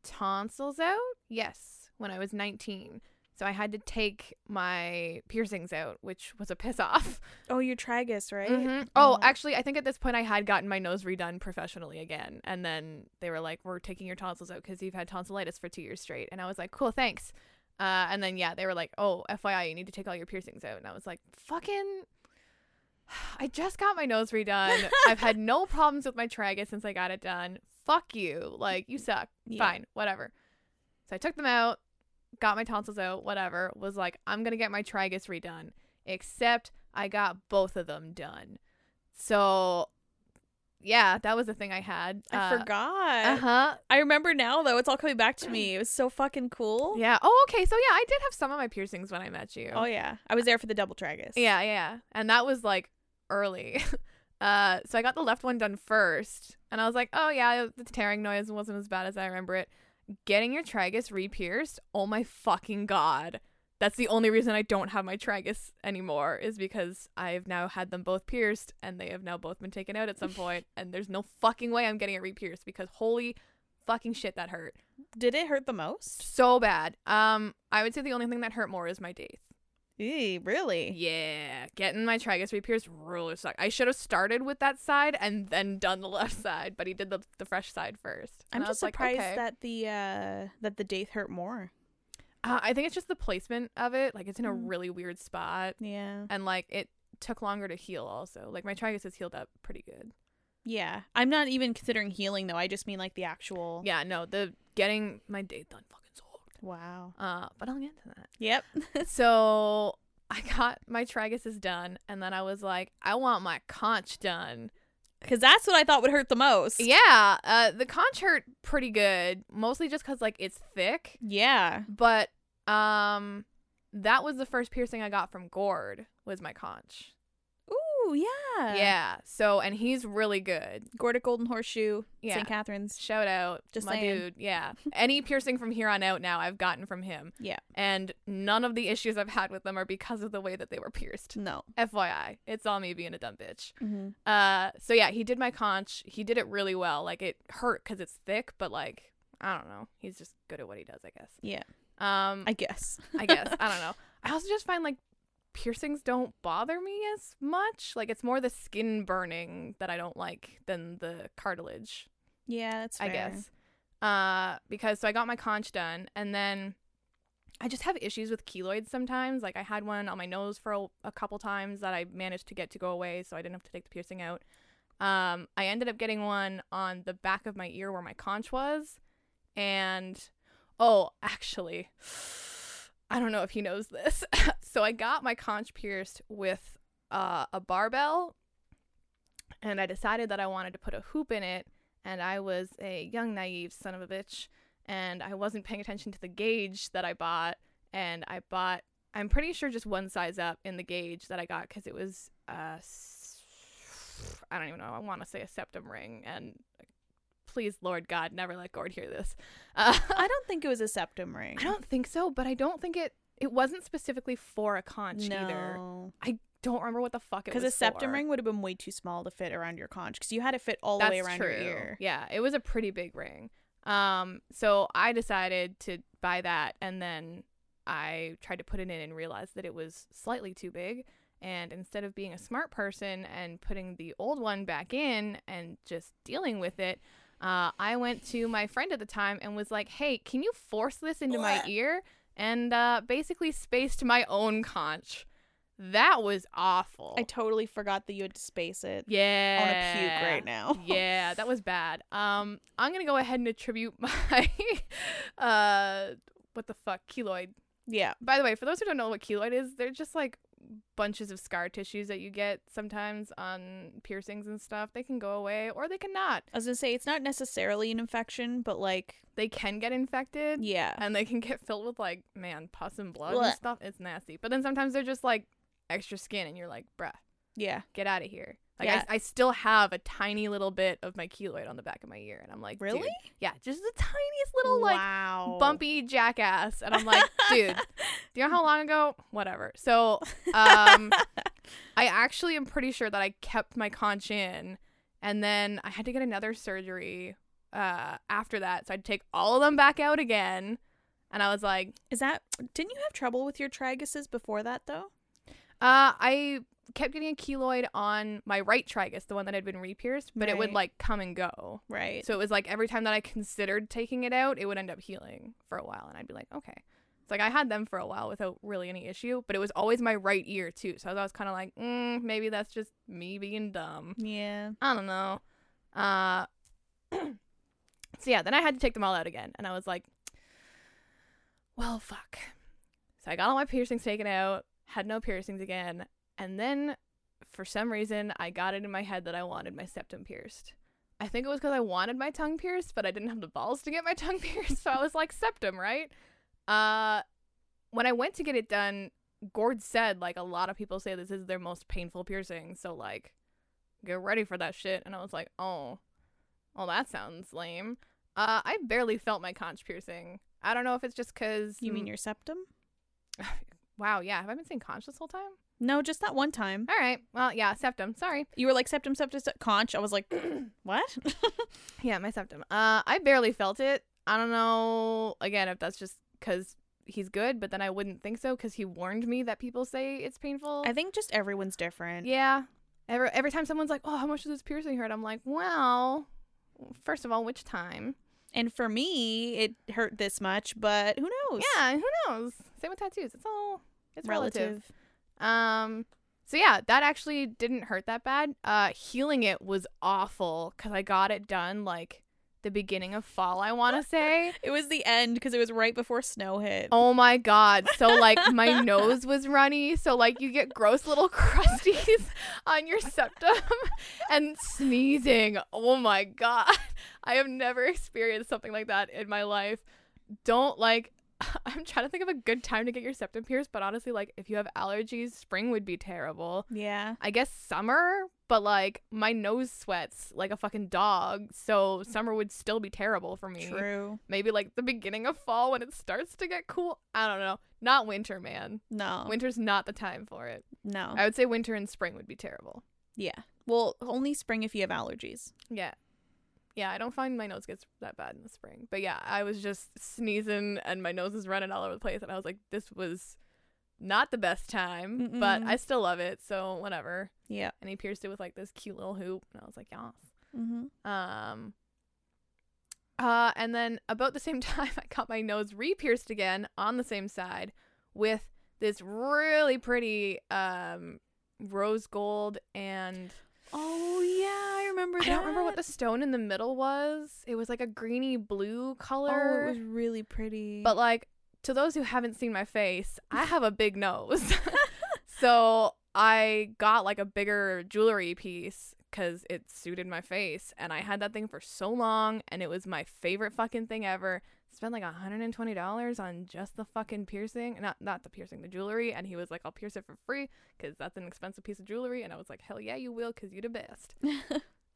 [SPEAKER 1] tonsils out. Yes, when I was 19. So I had to take my piercings out, which was a piss off.
[SPEAKER 2] Oh, your tragus, right?
[SPEAKER 1] Mhm. Oh,
[SPEAKER 2] Oh.
[SPEAKER 1] actually, I think at this point I had gotten my nose redone professionally again, and then they were like, "We're taking your tonsils out because you've had tonsillitis for two years straight," and I was like, "Cool, thanks." Uh, and then yeah, they were like, "Oh, FYI, you need to take all your piercings out," and I was like, "Fucking." I just got my nose redone. I've had no problems with my tragus since I got it done. Fuck you. Like, you suck.
[SPEAKER 2] Yeah.
[SPEAKER 1] Fine, whatever. So I took them out, got my tonsils out, whatever. Was like, I'm going to get my tragus redone. Except I got both of them done. So, yeah, that was the thing I had.
[SPEAKER 2] I forgot.
[SPEAKER 1] Uh huh.
[SPEAKER 2] I remember now though. It's all coming back to me. It was so fucking cool.
[SPEAKER 1] Yeah. Oh, okay. So, yeah, I did have some of my piercings when I met you.
[SPEAKER 2] Oh yeah. I was there for the double tragus.
[SPEAKER 1] Yeah, yeah. And that was like early. Uh, so I got the left one done first, and I was like, "Oh yeah, the tearing noise wasn't as bad as I remember it." Getting your tragus re-pierced, oh my fucking god! That's the only reason I don't have my tragus anymore is because I've now had them both pierced, and they have now both been taken out at some point, and there's no fucking way I'm getting it re-pierced because holy fucking shit that hurt
[SPEAKER 2] Did it hurt the most?
[SPEAKER 1] so bad. Um, I would say the only thing that hurt more is my teeth.
[SPEAKER 2] Eee, really?
[SPEAKER 1] Yeah, getting my tragus re-pierced ruler suck. I should have started with that side and then done the left side, but he did the, the fresh side first.
[SPEAKER 2] I'm
[SPEAKER 1] And I
[SPEAKER 2] just
[SPEAKER 1] was like,
[SPEAKER 2] surprised
[SPEAKER 1] okay.
[SPEAKER 2] that the uh that the date hurt more.
[SPEAKER 1] uh, I think it's just the placement of it. Like it's in a
[SPEAKER 2] Mm.
[SPEAKER 1] really weird spot,
[SPEAKER 2] Yeah.
[SPEAKER 1] and like it took longer to heal. Also, like my tragus has healed up pretty good.
[SPEAKER 2] Yeah. I'm not even considering healing though. I just mean like the actual
[SPEAKER 1] Yeah, no, the getting my date done fucking sucked.
[SPEAKER 2] Wow.
[SPEAKER 1] Uh, but I'll get to that.
[SPEAKER 2] Yep.
[SPEAKER 1] so I got my tragus is done, and then I was like, I want my conch done.
[SPEAKER 2] Cuz that's what I thought would hurt the most.
[SPEAKER 1] Yeah, uh, the conch hurt pretty good, mostly just because like it's thick.
[SPEAKER 2] Yeah.
[SPEAKER 1] But um, that was the first piercing I got from Gord was my conch.
[SPEAKER 2] Ooh, yeah.
[SPEAKER 1] yeah. So and he's really good.
[SPEAKER 2] Gordic Golden Horseshoe,
[SPEAKER 1] Yeah.
[SPEAKER 2] St. Catherine's.
[SPEAKER 1] Shout out,
[SPEAKER 2] Just
[SPEAKER 1] my
[SPEAKER 2] saying.
[SPEAKER 1] dude. Yeah. Any piercing from here on out now, I've gotten from him.
[SPEAKER 2] Yeah.
[SPEAKER 1] And none of the issues I've had with them are because of the way that they were pierced.
[SPEAKER 2] No.
[SPEAKER 1] FYI, it's all me being a dumb bitch. Uh, so yeah, he did my conch. He did it really well. Like it hurt because it's thick, but like I don't know. He's just good at what he does, I guess.
[SPEAKER 2] Yeah.
[SPEAKER 1] Um,
[SPEAKER 2] I
[SPEAKER 1] I,
[SPEAKER 2] guess.
[SPEAKER 1] guess I don't know. I also just find like piercings don't bother me as much. Like it's more the skin burning that I don't like than the cartilage.
[SPEAKER 2] Yeah, that's
[SPEAKER 1] I
[SPEAKER 2] fair.
[SPEAKER 1] guess. Uh, because so I got my conch done, and then I just have issues with keloids sometimes. Like I had one on my nose for a, a couple times that I managed to get to go away, so I didn't have to take the piercing out. Um, I ended up getting one on the back of my ear where my conch was, and oh, actually, I don't know if he knows this. so I got my conch pierced with uh, a barbell, and I decided that I wanted to put a hoop in it and I was a young, naive son of a bitch, and I wasn't paying attention to the gauge that I bought, and I bought, I'm pretty sure just one size up in the gauge that I got because it was, uh, s- I don't even know, I want to say a septum ring, and please, Lord God, never let Gord hear this. Uh,
[SPEAKER 2] I don't think it was a septum ring.
[SPEAKER 1] I don't think so, but I don't think it, it wasn't specifically for a conch either.
[SPEAKER 2] no.
[SPEAKER 1] Don't remember what the fuck it was
[SPEAKER 2] Because a septum
[SPEAKER 1] for.
[SPEAKER 2] ring would have been way too small to fit around your conch because you had it fit all the way around your ear.
[SPEAKER 1] Yeah, it was a pretty big ring. Um, so I decided to buy that, and then I tried to put it in and realized that it was slightly too big. And instead of being a smart person and putting the old one back in and just dealing with it, uh, I went to my friend at the time and was like, "Hey, can you force this into my ear?" And uh, basically spaced my own conch. That was awful.
[SPEAKER 2] I totally forgot that you had to space it.
[SPEAKER 1] yeah,
[SPEAKER 2] I want to puke right now.
[SPEAKER 1] yeah, that was bad. Um, I'm gonna go ahead and attribute my, uh, what the fuck, keloid.
[SPEAKER 2] yeah.
[SPEAKER 1] By the way, for those who don't know what keloid is, they're just like bunches of scar tissues that you get sometimes on piercings and stuff. They can go away or they cannot.
[SPEAKER 2] I was going to say, it's not necessarily an infection, but like,
[SPEAKER 1] They can get infected
[SPEAKER 2] yeah.
[SPEAKER 1] and they can get filled with like man pus and blood
[SPEAKER 2] Blech.
[SPEAKER 1] and stuff. It's nasty. But then sometimes they're just like extra skin, and you're like, bruh,
[SPEAKER 2] Yeah.
[SPEAKER 1] get out of here. Like
[SPEAKER 2] Yeah.
[SPEAKER 1] I, I still have a tiny little bit of my keloid on the back of my ear, and I'm like,
[SPEAKER 2] Really?
[SPEAKER 1] dude, Yeah, just the tiniest little like
[SPEAKER 2] wow.
[SPEAKER 1] bumpy jackass. And I'm like, dude, do you know how long ago? Whatever. So um I actually am pretty sure that I kept my conch in and then I had to get another surgery uh after that. So I'd take all of them back out again. And I was like,
[SPEAKER 2] Is that didn't you have trouble with your triguses before that though?
[SPEAKER 1] uh, I kept getting a keloid on my right tragus, the one that had been re-pierced, but it would
[SPEAKER 2] Right.
[SPEAKER 1] like come and go.
[SPEAKER 2] Right.
[SPEAKER 1] So it was like every time that I considered taking it out, it would end up healing for a while, and I'd be like, okay. It's like I had them for a while without really any issue, but it was always my right ear too. So I was always kind of like, mm, maybe that's just me being dumb.
[SPEAKER 2] yeah.
[SPEAKER 1] I don't know. Uh, so yeah, then I had to take them all out again, and I was like, well, fuck. So I got all my piercings taken out, had no piercings again, and then for some reason I got it in my head that I wanted my septum pierced. I think it was because I wanted my tongue pierced, but I didn't have the balls to get my tongue pierced, so I was like, septum, right? Uh, when I went to get it done, Gord said like a lot of people say this is their most painful piercing, so like get ready for that shit. And I was like, oh, well, that sounds lame. Uh, I barely felt my conch piercing. I don't know if it's just because
[SPEAKER 2] You mean your septum?
[SPEAKER 1] wow, yeah. Have I been saying conch this whole time?
[SPEAKER 2] No, just that one time.
[SPEAKER 1] All right. Well, yeah, septum. Sorry.
[SPEAKER 2] You were like septum, septum, se- conch. I was like, what?
[SPEAKER 1] Yeah, my septum. Uh, I barely felt it. I don't know again if that's just because he's good, but then I wouldn't think so because he warned me that people say it's painful.
[SPEAKER 2] I think just everyone's different.
[SPEAKER 1] Yeah. Every every time someone's like, "Oh, how much does this piercing hurt?" I'm like, "Well, first of all, which time?"
[SPEAKER 2] And for me, it hurt this much, but who knows?
[SPEAKER 1] Yeah, who knows? Same with tattoos. It's all it's relative. Um. So yeah, that actually didn't hurt that bad. Uh, healing it was awful because I got it done like the beginning of fall. I want to say.
[SPEAKER 2] It was the end because it was right before snow hit.
[SPEAKER 1] Oh my god. So like my nose was runny, so like you get gross little crusties on your septum and sneezing. Oh my god. I have never experienced something like that in my life. Don't like I'm trying to think of a good time to get your septum pierced, but honestly like if you have allergies, spring would be terrible.
[SPEAKER 2] Yeah.
[SPEAKER 1] I guess summer, but like my nose sweats like a fucking dog, so summer would still be terrible for me
[SPEAKER 2] True.
[SPEAKER 1] maybe like the beginning of fall when it starts to get cool. I don't know. Not winter, man.
[SPEAKER 2] No.
[SPEAKER 1] Winter's not the time for it.
[SPEAKER 2] no.
[SPEAKER 1] I would say winter and spring would be terrible.
[SPEAKER 2] yeah. Well, only spring if you have allergies.
[SPEAKER 1] Yeah. Yeah, I don't find my nose gets that bad in the spring. But yeah, I was just sneezing and my nose is running all over the place. And I was like, this was not the best time, but
[SPEAKER 2] Mm-mm.
[SPEAKER 1] I still love it. So whatever.
[SPEAKER 2] Yeah.
[SPEAKER 1] And he pierced it with like this cute little hoop. And I was like, yeah.
[SPEAKER 2] Mm-hmm.
[SPEAKER 1] Um uh and then about the same time I got my nose re-pierced again on the same side with this really pretty um rose gold and
[SPEAKER 2] Oh yeah, I remember.
[SPEAKER 1] I don't remember what the stone in the middle was. It was like a greeny blue color.
[SPEAKER 2] Oh, it was really pretty.
[SPEAKER 1] But like to those who haven't seen my face, I have a big nose. so I got like a bigger jewelry piece cuz it suited my face and I had that thing for so long and it was my favorite fucking thing ever. Spent like $120 on just the fucking piercing, not not the piercing, the jewelry and he was like I'll pierce it for free cuz that's an expensive piece of jewelry and I was like hell yeah you will cuz you the best.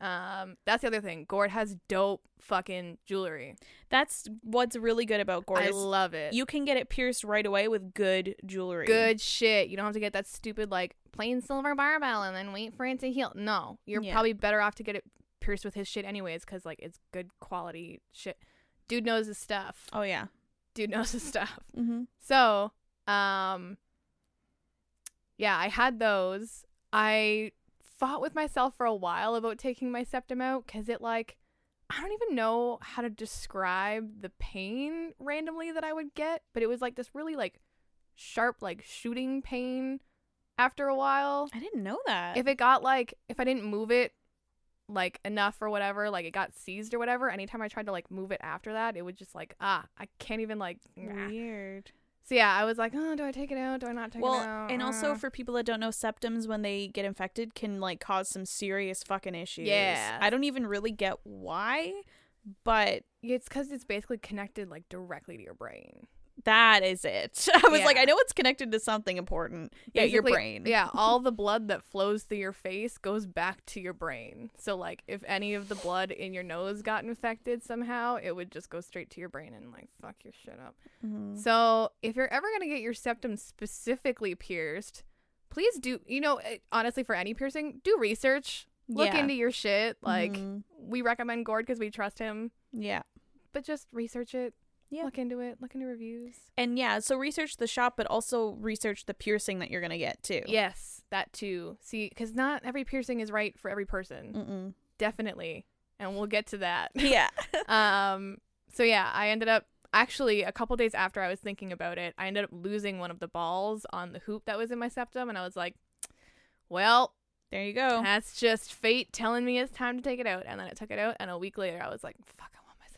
[SPEAKER 1] Um that's the other thing. Gord has dope fucking jewelry.
[SPEAKER 2] that's what's really good about
[SPEAKER 1] I
[SPEAKER 2] Gord. is
[SPEAKER 1] love it.
[SPEAKER 2] You can get it pierced right away with good jewelry.
[SPEAKER 1] Good shit. You don't have to get that stupid like plain silver barbell and then wait for it to heal. No, you're
[SPEAKER 2] Yeah.
[SPEAKER 1] probably better off to get it pierced with his shit anyways because like it's good quality shit. Dude knows his stuff.
[SPEAKER 2] Oh yeah.
[SPEAKER 1] Dude knows his stuff.
[SPEAKER 2] Mm-hmm.
[SPEAKER 1] So, um, yeah, I had those. I fought with myself for a while about taking my septum out because it like I don't even know how to describe the pain randomly that I would get, but it was like this really like sharp like shooting pain after a while.
[SPEAKER 2] I didn't know that.
[SPEAKER 1] If it got like if I didn't move it like enough or whatever, like it got seized or whatever, anytime I tried to like move it after that, it would just like ah, I can't even like ah.
[SPEAKER 2] Weird.
[SPEAKER 1] So yeah, I was like, oh, do I take it out? Do I not take
[SPEAKER 2] Well,
[SPEAKER 1] it out?
[SPEAKER 2] and also
[SPEAKER 1] Uh,
[SPEAKER 2] for people that don't know, septums when they get infected can like cause some serious fucking issues.
[SPEAKER 1] Yeah.
[SPEAKER 2] I don't even really get why, but
[SPEAKER 1] it's because it's basically connected like directly to your brain.
[SPEAKER 2] that is it. I was like,
[SPEAKER 1] Yeah.
[SPEAKER 2] I know it's connected to something important. Yeah,
[SPEAKER 1] Basically,
[SPEAKER 2] your brain.
[SPEAKER 1] Yeah, all the blood that flows through your face goes back to your brain. So like, if any of the blood in your nose got infected somehow, it would just go straight to your brain and like fuck your shit up.
[SPEAKER 2] Mhm.
[SPEAKER 1] So if you're ever gonna get your septum specifically pierced, please do. You know, it, honestly, for any piercing, do research. Look
[SPEAKER 2] Yeah.
[SPEAKER 1] into your shit. Like,
[SPEAKER 2] Mhm.
[SPEAKER 1] we recommend Gord because we trust him.
[SPEAKER 2] yeah.
[SPEAKER 1] but just research it.
[SPEAKER 2] Yeah.
[SPEAKER 1] Look into it. Look into reviews.
[SPEAKER 2] And yeah, so research the shop, but also research the piercing that you're gonna get too.
[SPEAKER 1] Yes, that too. See, because not every piercing is right for every person.
[SPEAKER 2] Mm-mm.
[SPEAKER 1] Definitely. And we'll get to that.
[SPEAKER 2] Mm. Yeah.
[SPEAKER 1] um so yeah i ended up actually a couple days after i was thinking about it i ended up losing one of the balls on the hoop that was in my septum and i was like well
[SPEAKER 2] there you go.
[SPEAKER 1] that's just fate telling me it's time to take it out and then i took it out and a week later i was like fuck i want my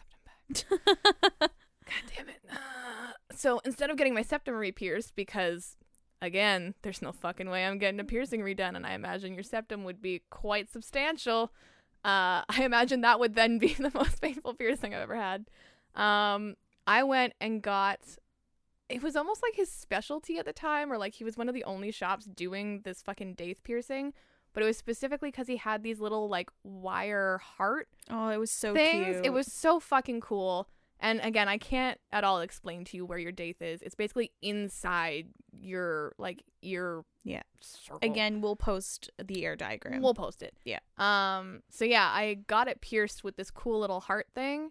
[SPEAKER 1] septum back god damn it Ah. so instead of getting my septum re-pierced because again there's no fucking way i'm getting a piercing redone and i imagine your septum would be quite substantial uh, i imagine that would then be the most painful piercing i've ever had um, i went and got it was almost like his specialty at the time or like he was one of the only shops doing this fucking daith piercing but it was specifically because he had these little like wire heart
[SPEAKER 2] oh, it was so
[SPEAKER 1] things.
[SPEAKER 2] cute.
[SPEAKER 1] It was so fucking cool. And again, I can't at all explain to you where your daith is. It's basically inside your like ear.
[SPEAKER 2] Yeah.
[SPEAKER 1] Circle.
[SPEAKER 2] again. We'll post the air diagram.
[SPEAKER 1] we'll post it.
[SPEAKER 2] Yeah.
[SPEAKER 1] Um. So yeah, I got it pierced with this cool little heart thing.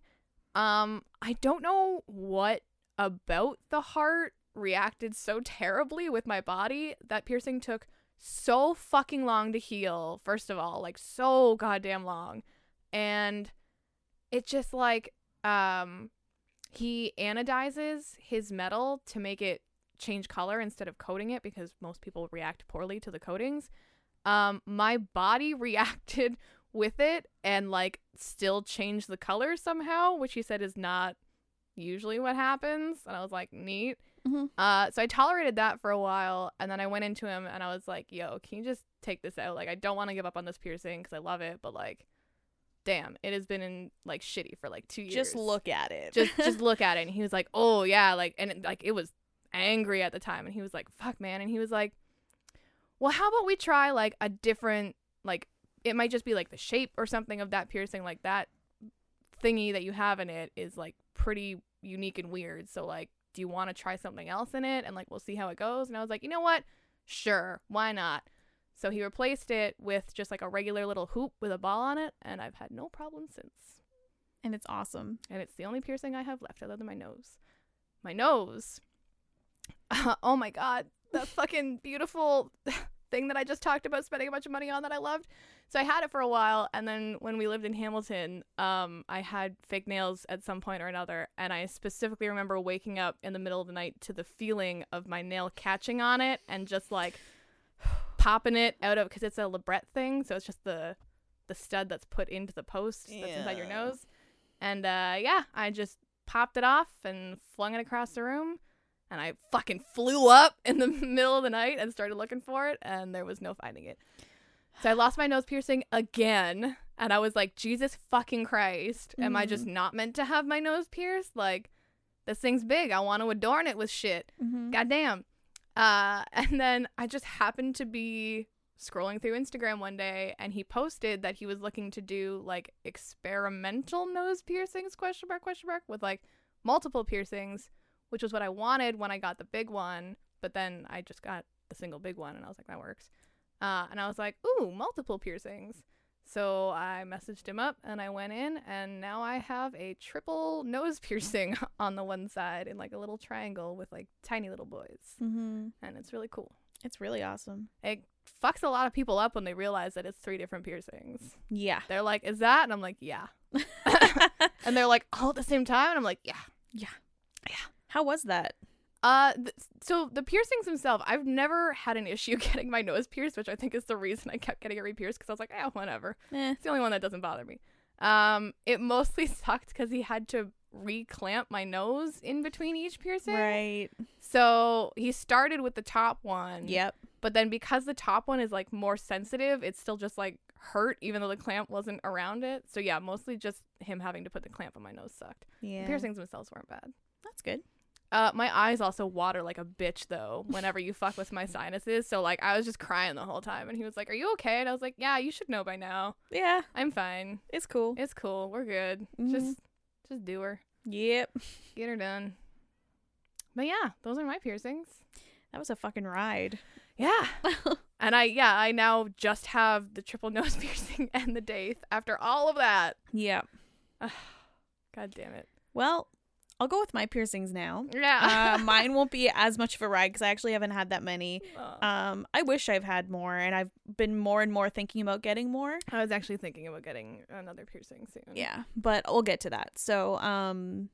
[SPEAKER 1] Um. I don't know what about the heart reacted so terribly with my body. That piercing took so fucking long to heal, first of all, like so goddamn long. And it just like um he anodizes his metal to make it change color instead of coating it because most people react poorly to the coatings. Um my body reacted with it and like still changed the color somehow, which he said is not usually what happens. And I was like, neat.
[SPEAKER 2] Mhm.
[SPEAKER 1] Uh, so I tolerated that for a while, and then I went into him and I was like, "Yo, can you just take this out? Like, I don't want to give up on this piercing because I love it, but like, damn, it has been in like shitty for like two years.
[SPEAKER 2] Just look at it.
[SPEAKER 1] just just look at it." And he was like, "Oh yeah," like, and it, like it was angry at the time, and he was like, "Fuck, man," and he was like, "Well, how about we try like a different like it might just be like the shape or something of that piercing, like that thingy that you have in it is like pretty unique and weird. So like, do you want to try something else in it? And like, we'll see how it goes. And I was like, you know what? Sure, why not? So he replaced it with just like a regular little hoop with a ball on it, and I've had no problem since.
[SPEAKER 2] and it's awesome.
[SPEAKER 1] And it's the only piercing I have left other than my nose. My nose. oh my god, the fucking beautiful thing that I just talked about spending a bunch of money on that I loved. So I had it for a while, and then when we lived in Hamilton, um, I had fake nails at some point or another, and I specifically remember waking up in the middle of the night to the feeling of my nail catching on it and just like popping it out of because it's a librette thing, so it's just the the stud that's put into the post that's inside your
[SPEAKER 2] Yeah.
[SPEAKER 1] nose, and uh, yeah, I just popped it off and flung it across the room. And I fucking flew up in the middle of the night and started looking for it, and there was no finding it. So I lost my nose piercing again, and I was like, Jesus fucking Christ, am I just not meant to have my nose pierced? Like, this thing's big. I want to adorn it with shit.
[SPEAKER 2] Mhm.
[SPEAKER 1] Goddamn. Uh, and then I just happened to be scrolling through Instagram one day, and he posted that he was looking to do like experimental nose piercings? Question mark? Question mark? With like multiple piercings, which was what I wanted when I got the big one. But then I just got the single big one, and I was like, that works. Uh, and I was like, ooh, multiple piercings. So I messaged him up and I went in, and now I have a triple nose piercing on the one side in like a little triangle with like tiny little boys.
[SPEAKER 2] Mhm.
[SPEAKER 1] And it's really cool.
[SPEAKER 2] It's really awesome.
[SPEAKER 1] It fucks a lot of people up when they realize that it's three different piercings.
[SPEAKER 2] Yeah.
[SPEAKER 1] They're like, is that? And I'm like, yeah. and they're like, all at the same time? And I'm like, yeah.
[SPEAKER 2] How was that?
[SPEAKER 1] Uh, th- so the piercings themselves, I've never had an issue getting my nose pierced, which I think is the reason I kept getting it re-pierced because I was like, eh, whatever.
[SPEAKER 2] Eh.
[SPEAKER 1] It's the only one that doesn't bother me. Um, it mostly sucked because he had to re-clamp my nose in between each piercing.
[SPEAKER 2] Right.
[SPEAKER 1] So he started with the top one.
[SPEAKER 2] Yep.
[SPEAKER 1] But then because the top one is like more sensitive, it's still just like hurt even though the clamp wasn't around it. So yeah, mostly just him having to put the clamp on my nose sucked. The
[SPEAKER 2] Yeah.
[SPEAKER 1] piercings themselves weren't bad.
[SPEAKER 2] That's good.
[SPEAKER 1] Uh, my eyes also water like a bitch though. Whenever you fuck with my sinuses, so like I was just crying the whole time, and he was like, "Are you okay?" And I was like, "Yeah, you should know by now.
[SPEAKER 2] Yeah.
[SPEAKER 1] I'm fine.
[SPEAKER 2] It's cool.
[SPEAKER 1] It's cool. We're good.
[SPEAKER 2] Mhm.
[SPEAKER 1] Just, just do her.
[SPEAKER 2] Yep.
[SPEAKER 1] Get her done." But yeah, those are my piercings.
[SPEAKER 2] That was a fucking ride.
[SPEAKER 1] Yeah. and I yeah I now just have the triple nose piercing and the daith after all of that.
[SPEAKER 2] Yeah.
[SPEAKER 1] God damn it.
[SPEAKER 2] Well, I'll go with my piercings now.
[SPEAKER 1] Yeah. Um,
[SPEAKER 2] uh, mine won't be as much of a ride because I actually haven't had that many.
[SPEAKER 1] Oh.
[SPEAKER 2] Um, I wish I've had more, and I've been more and more thinking about getting more.
[SPEAKER 1] I was actually thinking about getting another piercing soon.
[SPEAKER 2] Yeah, but we'll get to that. So, um,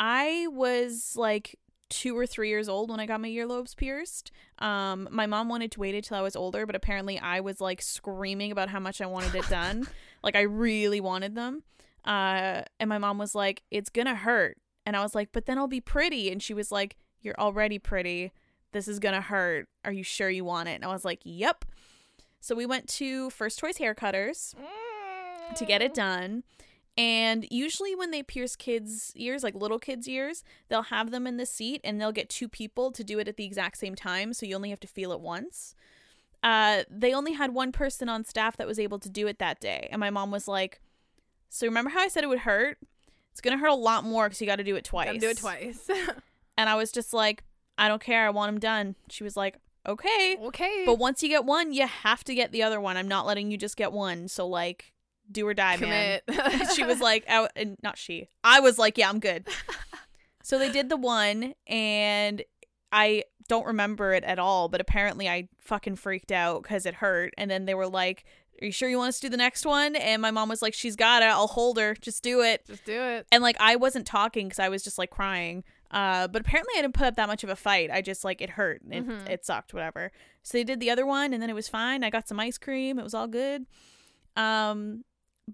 [SPEAKER 2] I was like two or three years old when I got my earlobes pierced. Um, my mom wanted to wait until I was older, but apparently I was like screaming about how much I wanted it done. like I really wanted them. Uh, and my mom was like, "It's gonna hurt," and I was like, "But then I'll be pretty." And she was like, "You're already pretty. This is gonna hurt. Are you sure you want it?" And I was like, "Yep." So we went to First Choice Haircutters
[SPEAKER 1] Mm.
[SPEAKER 2] to get it done. And usually, when they pierce kids' ears, like little kids' ears, they'll have them in the seat and they'll get two people to do it at the exact same time. So you only have to feel it once. Uh, they only had one person on staff that was able to do it that day. And my mom was like, So remember how I said it would hurt? It's going to hurt a lot more because you got to do it twice.
[SPEAKER 1] Gotta do it twice.
[SPEAKER 2] And I was just like, I don't care. I want them done. She was like, Okay.
[SPEAKER 1] okay.
[SPEAKER 2] But once you get one, you have to get the other one. I'm not letting you just get one. So like, do or die, man.
[SPEAKER 1] commit.
[SPEAKER 2] she was like, I, and not she. I was like, yeah, I'm good. so they did the one, and I don't remember it at all. But apparently, I fucking freaked out because it hurt. And then they were like, "Are you sure you want us to do the next one?" And my mom was like, "She's got it. I'll hold her. Just do it."
[SPEAKER 1] just do it.
[SPEAKER 2] and like I wasn't talking because I was just like crying. Uh, but apparently I didn't put up that much of a fight. I just like it hurt. It,
[SPEAKER 1] Mhm.
[SPEAKER 2] it sucked, whatever. So they did the other one, and then it was fine. I got some ice cream. It was all good. Um,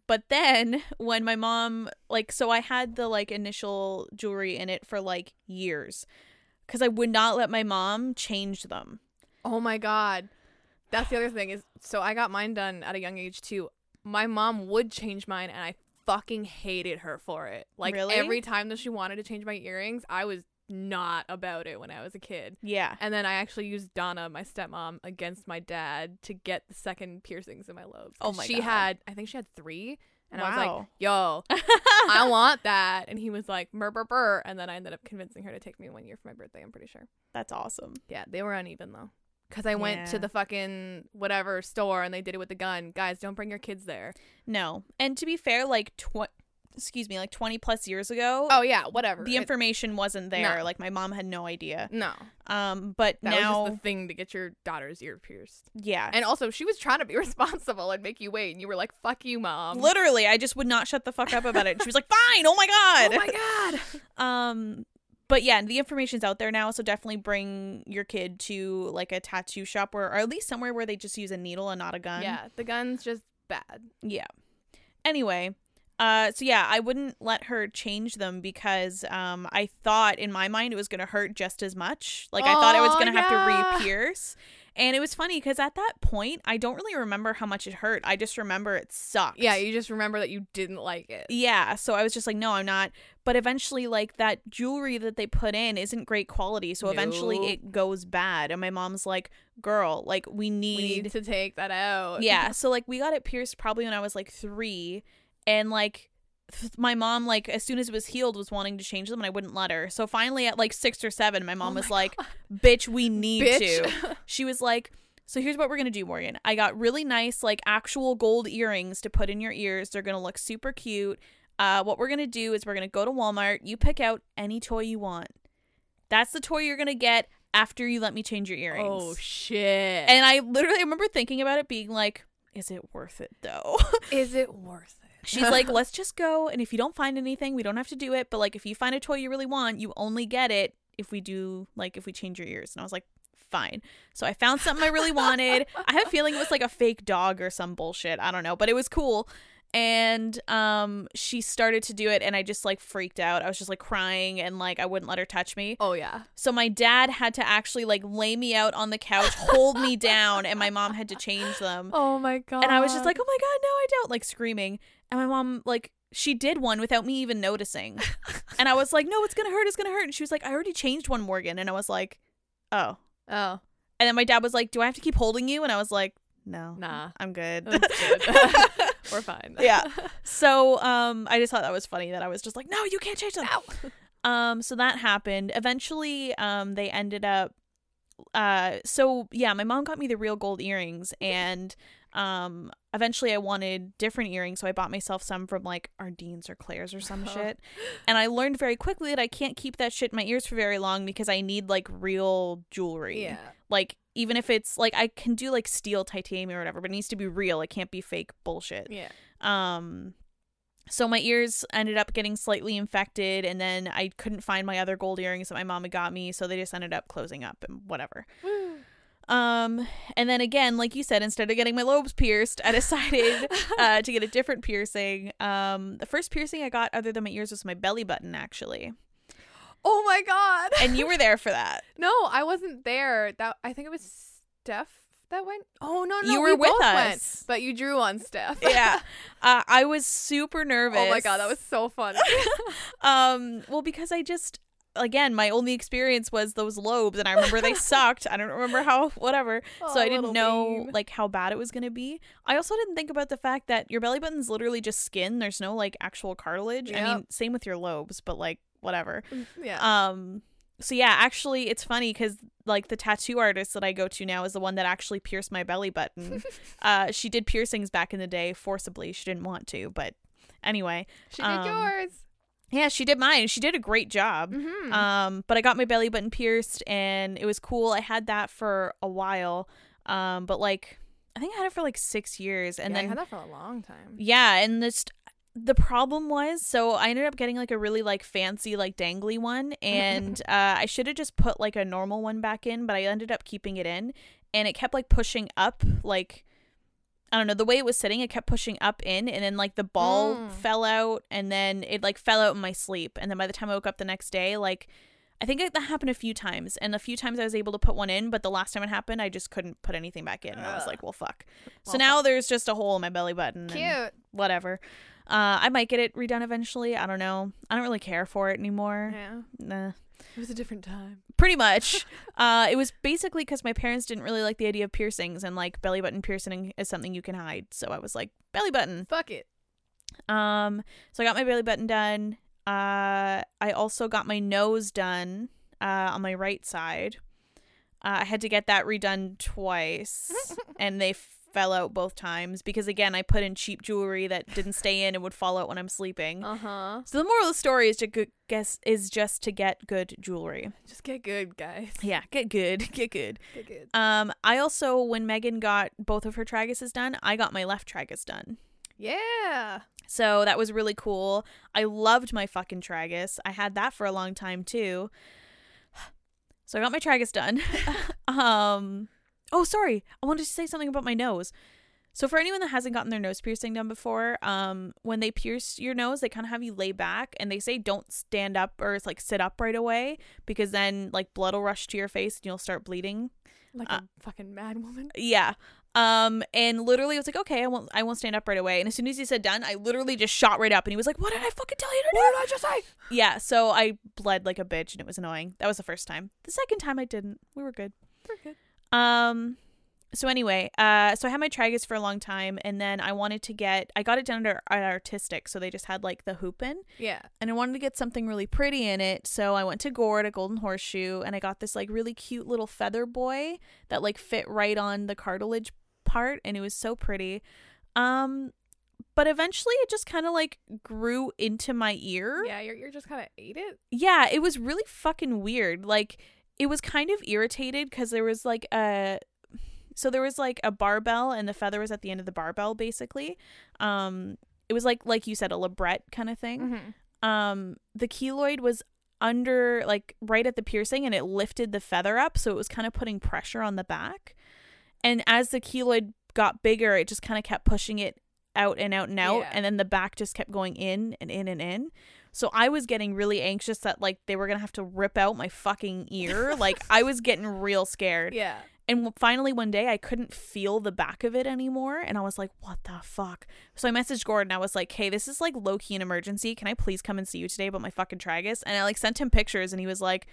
[SPEAKER 2] but then when my mom like, so I had the like initial jewelry in it for like years because I would not let my mom change them.
[SPEAKER 1] Oh my god. That's the other thing is so I got mine done at a young age too. My mom would change mine and I fucking hated her for it. Like
[SPEAKER 2] Really?
[SPEAKER 1] every time that she wanted to change my earrings, I was not about it when I was a kid.
[SPEAKER 2] Yeah.
[SPEAKER 1] And then I actually used Donna, my stepmom, against my dad to get the second piercings in my lobes. 'Cause
[SPEAKER 2] Oh my
[SPEAKER 1] she
[SPEAKER 2] God.
[SPEAKER 1] had I think she had 3 and I was like,
[SPEAKER 2] Wow.
[SPEAKER 1] "Yo, I want that." And he was like, "Mer burr, burr." And then I ended up convincing her to take me one year for my birthday, I'm pretty sure.
[SPEAKER 2] That's awesome.
[SPEAKER 1] Yeah, they were uneven though. Cause I went to
[SPEAKER 2] Yeah.
[SPEAKER 1] the fucking whatever store and they did it with the gun. Guys, don't bring your kids there.
[SPEAKER 2] No, and to be fair, like tw- excuse me, like twenty plus years ago,
[SPEAKER 1] Oh yeah, whatever.
[SPEAKER 2] the
[SPEAKER 1] It-
[SPEAKER 2] information wasn't there.
[SPEAKER 1] No.
[SPEAKER 2] Like my mom had no idea.
[SPEAKER 1] no,
[SPEAKER 2] Um, but
[SPEAKER 1] that
[SPEAKER 2] now,
[SPEAKER 1] was just the thing to get your daughter's ear pierced.
[SPEAKER 2] yeah,
[SPEAKER 1] And also, she was trying to be responsible and make you wait, and you were like, "Fuck you, mom."
[SPEAKER 2] literally, I just would not shut the fuck up about it. She was like, "Fine, oh my god."
[SPEAKER 1] oh my god.
[SPEAKER 2] um, but yeah, the information's out there now, so definitely bring your kid to like a tattoo shop or, or at least somewhere where they just use a needle and not a gun.
[SPEAKER 1] yeah, the gun's just bad.
[SPEAKER 2] Yeah. Anyway, uh so yeah, I wouldn't let her change them because um I thought in my mind it was going to hurt just as much. Like I thought I was
[SPEAKER 1] Oh,
[SPEAKER 2] going to have
[SPEAKER 1] yeah.
[SPEAKER 2] to re-pierce. And it was funny cuz at that point I don't really remember how much it hurt. I just remember it sucked.
[SPEAKER 1] Yeah, you just remember that you didn't like it.
[SPEAKER 2] yeah, so I was just like, no, I'm not. But eventually, like that jewelry that they put in isn't great quality, so
[SPEAKER 1] No.
[SPEAKER 2] eventually it goes bad. And my mom's like, "Girl, like
[SPEAKER 1] We
[SPEAKER 2] we
[SPEAKER 1] need to take that out.
[SPEAKER 2] yeah. So like we got it pierced probably when I was like three, and like th- my mom like as soon as it was healed was wanting to change them and I wouldn't let her. So finally at like six or seven, my mom
[SPEAKER 1] Oh my
[SPEAKER 2] was like, "Bitch, we need to."
[SPEAKER 1] bitch.
[SPEAKER 2] She was like. So here's what we're gonna do, Morgan. I got really nice, like actual gold earrings to put in your ears. They're gonna look super cute. Uh, what we're gonna do is we're gonna go to Walmart. You pick out any toy you want. That's the toy you're gonna get after you let me change your earrings.
[SPEAKER 1] oh shit.
[SPEAKER 2] And I literally remember thinking about it being like, is it worth it though?
[SPEAKER 1] is it worth it?
[SPEAKER 2] She's like, let's just go. And if you don't find anything, we don't have to do it. But like, if you find a toy you really want, you only get it if we do, like, if we change your ears. And I was like, fine. So I found something I really wanted. I have a feeling it was like a fake dog or some bullshit. I don't know, but it was cool. And um, she started to do it, and I just like freaked out. I was just like crying, and like I wouldn't let her touch me.
[SPEAKER 1] oh yeah.
[SPEAKER 2] So my dad had to actually like lay me out on the couch, hold me down, and my mom had to change them.
[SPEAKER 1] Oh my god.
[SPEAKER 2] And I was just like, "Oh my god, no, I don't!" Like screaming. And my mom like she did one without me even noticing. and I was like, "No, it's gonna hurt. It's gonna hurt." And she was like, "I already changed one, Morgan." And I was like, "Oh."
[SPEAKER 1] oh
[SPEAKER 2] And then my dad was like, "Do I have to keep holding you?" And I was like, "No,
[SPEAKER 1] nah,
[SPEAKER 2] I'm good."
[SPEAKER 1] that's good. we're fine.
[SPEAKER 2] Yeah. so um, I just thought that was funny that I was just like, "No, you can't change them." Um, so that happened. Eventually, um, they ended up. Uh, so yeah, my mom got me the real gold earrings, and Um, eventually, I wanted different earrings, so I bought myself some from like Ardennes or Claire's or some shit. And I learned very quickly that I can't keep that shit in my ears for very long because I need like real jewelry.
[SPEAKER 1] Yeah.
[SPEAKER 2] Like even if it's like I can do like steel, titanium, or whatever, but it needs to be real. It can't be fake bullshit.
[SPEAKER 1] Yeah.
[SPEAKER 2] Um, so my ears ended up getting slightly infected, and then I couldn't find my other gold earrings that my mom had got me, so they just ended up closing up and whatever. Um, and then again, like you said, instead of getting my lobes pierced, I decided uh, to get a different piercing. Um, the first piercing I got other than my ears was my belly button, actually.
[SPEAKER 1] oh my god.
[SPEAKER 2] And you were there for that.
[SPEAKER 1] No, I wasn't there. That I think it was Steph that went. Oh no, no,
[SPEAKER 2] You
[SPEAKER 1] we
[SPEAKER 2] were with
[SPEAKER 1] both went,
[SPEAKER 2] us.
[SPEAKER 1] but you drew on Steph.
[SPEAKER 2] yeah, uh, I was super nervous.
[SPEAKER 1] oh my god, that was so funny.
[SPEAKER 2] um well because i just again my only experience was those lobes and i remember they sucked i don't remember how whatever so
[SPEAKER 1] Aw,
[SPEAKER 2] i didn't
[SPEAKER 1] Oh, little
[SPEAKER 2] know
[SPEAKER 1] babe.
[SPEAKER 2] like how bad it was going to be i also didn't think about the fact that your belly button's literally just skin there's no like actual cartilage i
[SPEAKER 1] Yep.
[SPEAKER 2] mean same with your lobes but like whatever
[SPEAKER 1] Mm, yeah.
[SPEAKER 2] um so yeah actually it's funny because like the tattoo artist that i go to now is the one that actually pierced my belly button uh she did piercings back in the day forcibly she didn't want to but anyway
[SPEAKER 1] she did
[SPEAKER 2] um,
[SPEAKER 1] yours.
[SPEAKER 2] yeah, she did mine. She did a great job.
[SPEAKER 1] Mm-hmm.
[SPEAKER 2] Um, but I got my belly button pierced, and it was cool. I had that for a while. Um, but like, I think I had it for like six years, and
[SPEAKER 1] yeah,
[SPEAKER 2] then
[SPEAKER 1] I had that for a long time.
[SPEAKER 2] yeah, and this the problem was so I ended up getting like a really like fancy like dangly one, and uh, I should have just put like a normal one back in, but I ended up keeping it in, and it kept like pushing up like. I don't know the way it was sitting. It kept pushing up in, and then like the ball
[SPEAKER 1] Mm.
[SPEAKER 2] fell out, and then it like fell out in my sleep. And then by the time I woke up the next day, like I think that happened a few times, and a few times I was able to put one in, but the last time it happened, I just couldn't put anything back in, and I was
[SPEAKER 1] Ugh.
[SPEAKER 2] like, "Well, fuck." so
[SPEAKER 1] Well,
[SPEAKER 2] now
[SPEAKER 1] fuck.
[SPEAKER 2] there's just a hole in my belly button.
[SPEAKER 1] Cute.
[SPEAKER 2] And whatever. Uh, I might get it redone eventually. I don't know. I don't really care for it anymore.
[SPEAKER 1] Yeah.
[SPEAKER 2] Nah.
[SPEAKER 1] It was a different time.
[SPEAKER 2] Pretty much. uh, it was basically because my parents didn't really like the idea of piercings, and like belly button piercing is something you can hide. So I was like, belly button.
[SPEAKER 1] Fuck it.
[SPEAKER 2] Um, so I got my belly button done. Uh, I also got my nose done uh, on my right side. Uh, I had to get that redone twice, and they fell out both times because again, I put in cheap jewelry that didn't stay in and would fall out when I'm sleeping.
[SPEAKER 1] Uh huh.
[SPEAKER 2] So the moral of the story is to go- guess is just to get good jewelry.
[SPEAKER 1] Just get good, guys.
[SPEAKER 2] Yeah, get good, get good.
[SPEAKER 1] Get good.
[SPEAKER 2] Um, I also when Megan got both of her traguses done, I got my left tragus done.
[SPEAKER 1] Yeah.
[SPEAKER 2] So that was really cool. I loved my fucking tragus. I had that for a long time too. So I got my tragus done. um Oh, sorry. I wanted to say something about my nose. So for anyone that hasn't gotten their nose piercing done before, um when they pierce your nose, they kind of have you lay back and they say don't stand up or like sit up right away because then like blood will rush to your face and you'll start bleeding.
[SPEAKER 1] Like
[SPEAKER 2] Uh,
[SPEAKER 1] a fucking mad woman.
[SPEAKER 2] Yeah. Um and literally it was like, okay, I won't I won't stand up right away. And as soon as he said done, I literally just shot right up and he was like, What did I fucking tell you to do?
[SPEAKER 1] What did I just say?
[SPEAKER 2] Yeah, so I bled like a bitch and it was annoying. That was the first time. The second time I didn't. We were good.
[SPEAKER 1] We're good.
[SPEAKER 2] Um so anyway, uh so I had my tragus for a long time and then I wanted to get I got it done at at artistic, so they just had like the hoop in
[SPEAKER 1] Yeah.
[SPEAKER 2] and I wanted to get something really pretty in it. So I went to Gord at Golden Horseshoe and I got this like really cute little feather boy that like fit right on the cartilage part and it was so pretty. Um but eventually it just kind of like grew into my ear.
[SPEAKER 1] Yeah. Your ear just kind of ate it.
[SPEAKER 2] Yeah, it was really fucking weird. Like it was kind of irritated because there was like a so there was like a barbell and the feather was at the end of the barbell basically. Um it was like like you said a librette kind of thing.
[SPEAKER 1] Mm-hmm.
[SPEAKER 2] Um the keloid was under like right at the piercing and it lifted the feather up so it was kind of putting pressure on the back. And as the keloid got bigger, it just kind of kept pushing it out and out and out
[SPEAKER 1] Yeah.
[SPEAKER 2] and then the back just kept going in and in and in. So I was getting really anxious that like they were gonna have to rip out my fucking ear. like I was getting real scared.
[SPEAKER 1] Yeah.
[SPEAKER 2] And w- finally one day I couldn't feel the back of it anymore, and I was like, "What the fuck?" So I messaged Gordon. I was like, "Hey, this is like low key an emergency. Can I please come and see you today about my fucking tragus?" And I like sent him pictures, and he was like,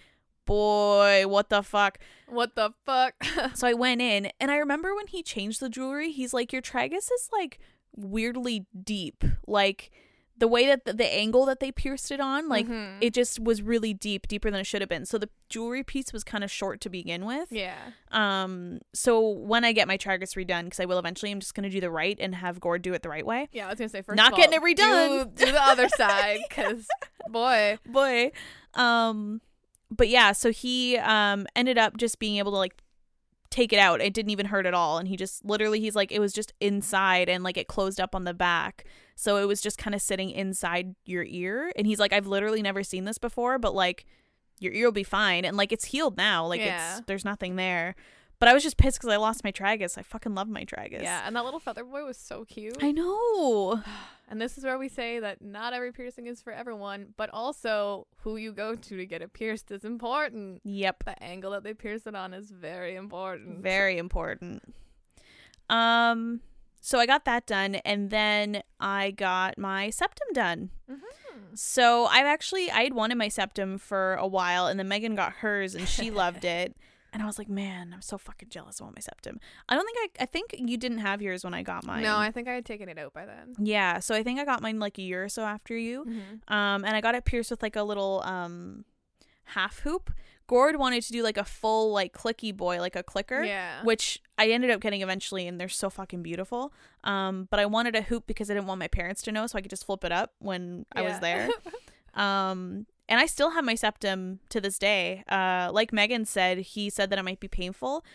[SPEAKER 2] "Boy, what the fuck?"
[SPEAKER 1] What the fuck?
[SPEAKER 2] So I went in, and I remember when he changed the jewelry, he's like, Your tragus is like weirdly deep. Like, the way that the, the angle that they pierced it on, like
[SPEAKER 1] Mhm.
[SPEAKER 2] it just was really deep, deeper than it should have been. So the jewelry piece was kind of short to begin with.
[SPEAKER 1] Yeah.
[SPEAKER 2] Um, so when I get my tragus redone, because I will eventually, I'm just gonna do the right and have Gord do it the right way.
[SPEAKER 1] Yeah, I was gonna say first.
[SPEAKER 2] Not
[SPEAKER 1] of all,
[SPEAKER 2] getting it redone.
[SPEAKER 1] Do, do the other side, because boy,
[SPEAKER 2] boy um but yeah so he um ended up just being able to like take it out it didn't even hurt at all and he just literally he's like it was just inside and like it closed up on the back so it was just kind of sitting inside your ear and he's like i've literally never seen this before but like your ear will be fine and like it's healed now like
[SPEAKER 1] Yeah.
[SPEAKER 2] it's there's nothing there but i was just pissed because i lost my tragus i fucking love my tragus
[SPEAKER 1] yeah. And that little feather boy was so cute.
[SPEAKER 2] i know
[SPEAKER 1] And this is where we say that not every piercing is for everyone, but also who you go to to get it pierced is important.
[SPEAKER 2] yep
[SPEAKER 1] The angle that they pierce it on is very important.
[SPEAKER 2] Very important. Um, so I got that done, and then I got my septum done. So I've actually I had wanted my septum for a while, and then Megan got hers, and she loved it. And I was like, man, I'm so fucking jealous of my septum. I don't think I I think you didn't have yours when I got mine.
[SPEAKER 1] No, I think I had taken it out by then.
[SPEAKER 2] yeah. So I think I got mine like a year or so after you.
[SPEAKER 1] Mhm.
[SPEAKER 2] Um, and I got it pierced with like a little um half hoop. Gord wanted to do like a full like clicky boy, like a clicker
[SPEAKER 1] Yeah.
[SPEAKER 2] which I ended up getting eventually, and they're so fucking beautiful. Um, but I wanted a hoop because I didn't want my parents to know, so I could just flip it up when I was
[SPEAKER 1] Yeah.
[SPEAKER 2] there. Um, and I still have my septum to this day. Uh, like Megan said, he said that it might be painful.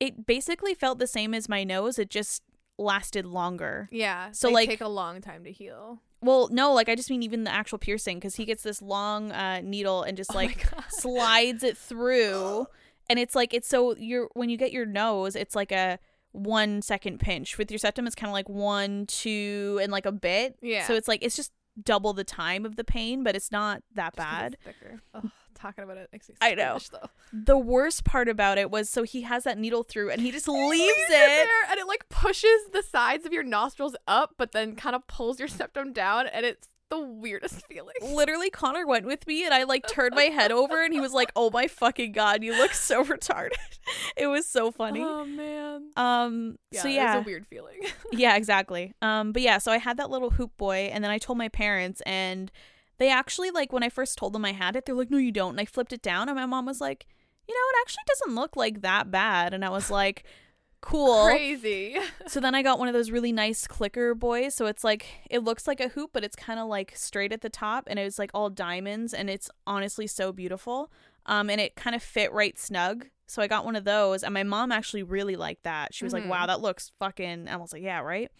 [SPEAKER 2] It basically felt the same as my nose. It just lasted longer.
[SPEAKER 1] yeah.
[SPEAKER 2] So,
[SPEAKER 1] they
[SPEAKER 2] like-
[SPEAKER 1] take a long time to heal.
[SPEAKER 2] Well, no, like I just mean even the actual piercing because he gets this long uh, needle and just
[SPEAKER 1] Oh my
[SPEAKER 2] like
[SPEAKER 1] God.
[SPEAKER 2] slides it through and it's like it's so you're when you get your nose it's like a one second pinch with your septum it's kind of like one two and like a bit
[SPEAKER 1] Yeah.
[SPEAKER 2] so it's like it's just double the time of the pain but it's not that
[SPEAKER 1] Just 'cause
[SPEAKER 2] bad
[SPEAKER 1] it's Thicker. Ugh, talking about it makes me.
[SPEAKER 2] I know.
[SPEAKER 1] squeamish, though.
[SPEAKER 2] the worst part about it was so he has that needle through and he just leaves
[SPEAKER 1] leaves
[SPEAKER 2] it
[SPEAKER 1] there and it like pushes the sides of your nostrils up, but then kind of pulls your septum down, and it's the weirdest feeling.
[SPEAKER 2] literally connor went with me and i like turned my head over and he was like oh my fucking god you look so retarded it was so funny
[SPEAKER 1] Oh man.
[SPEAKER 2] um so yeah
[SPEAKER 1] it's a weird feeling.
[SPEAKER 2] yeah, exactly. Um, but yeah, so I had that little hoop boy, and then I told my parents, and they actually like when I first told them I had it, they're like, "No, you don't." And I flipped it down, and my mom was like, "You know, it actually doesn't look like that bad." And I was like, "Cool."
[SPEAKER 1] Crazy.
[SPEAKER 2] So then I got one of those really nice clicker boys. So it's like it looks like a hoop, but it's kind of like straight at the top, and it's like all diamonds, and it's honestly so beautiful. Um, and it kind of fit right snug. So I got one of those, and my mom actually really liked that. She was
[SPEAKER 1] Mhm.
[SPEAKER 2] like, "Wow, that looks fucking." I was like, "Yeah, right."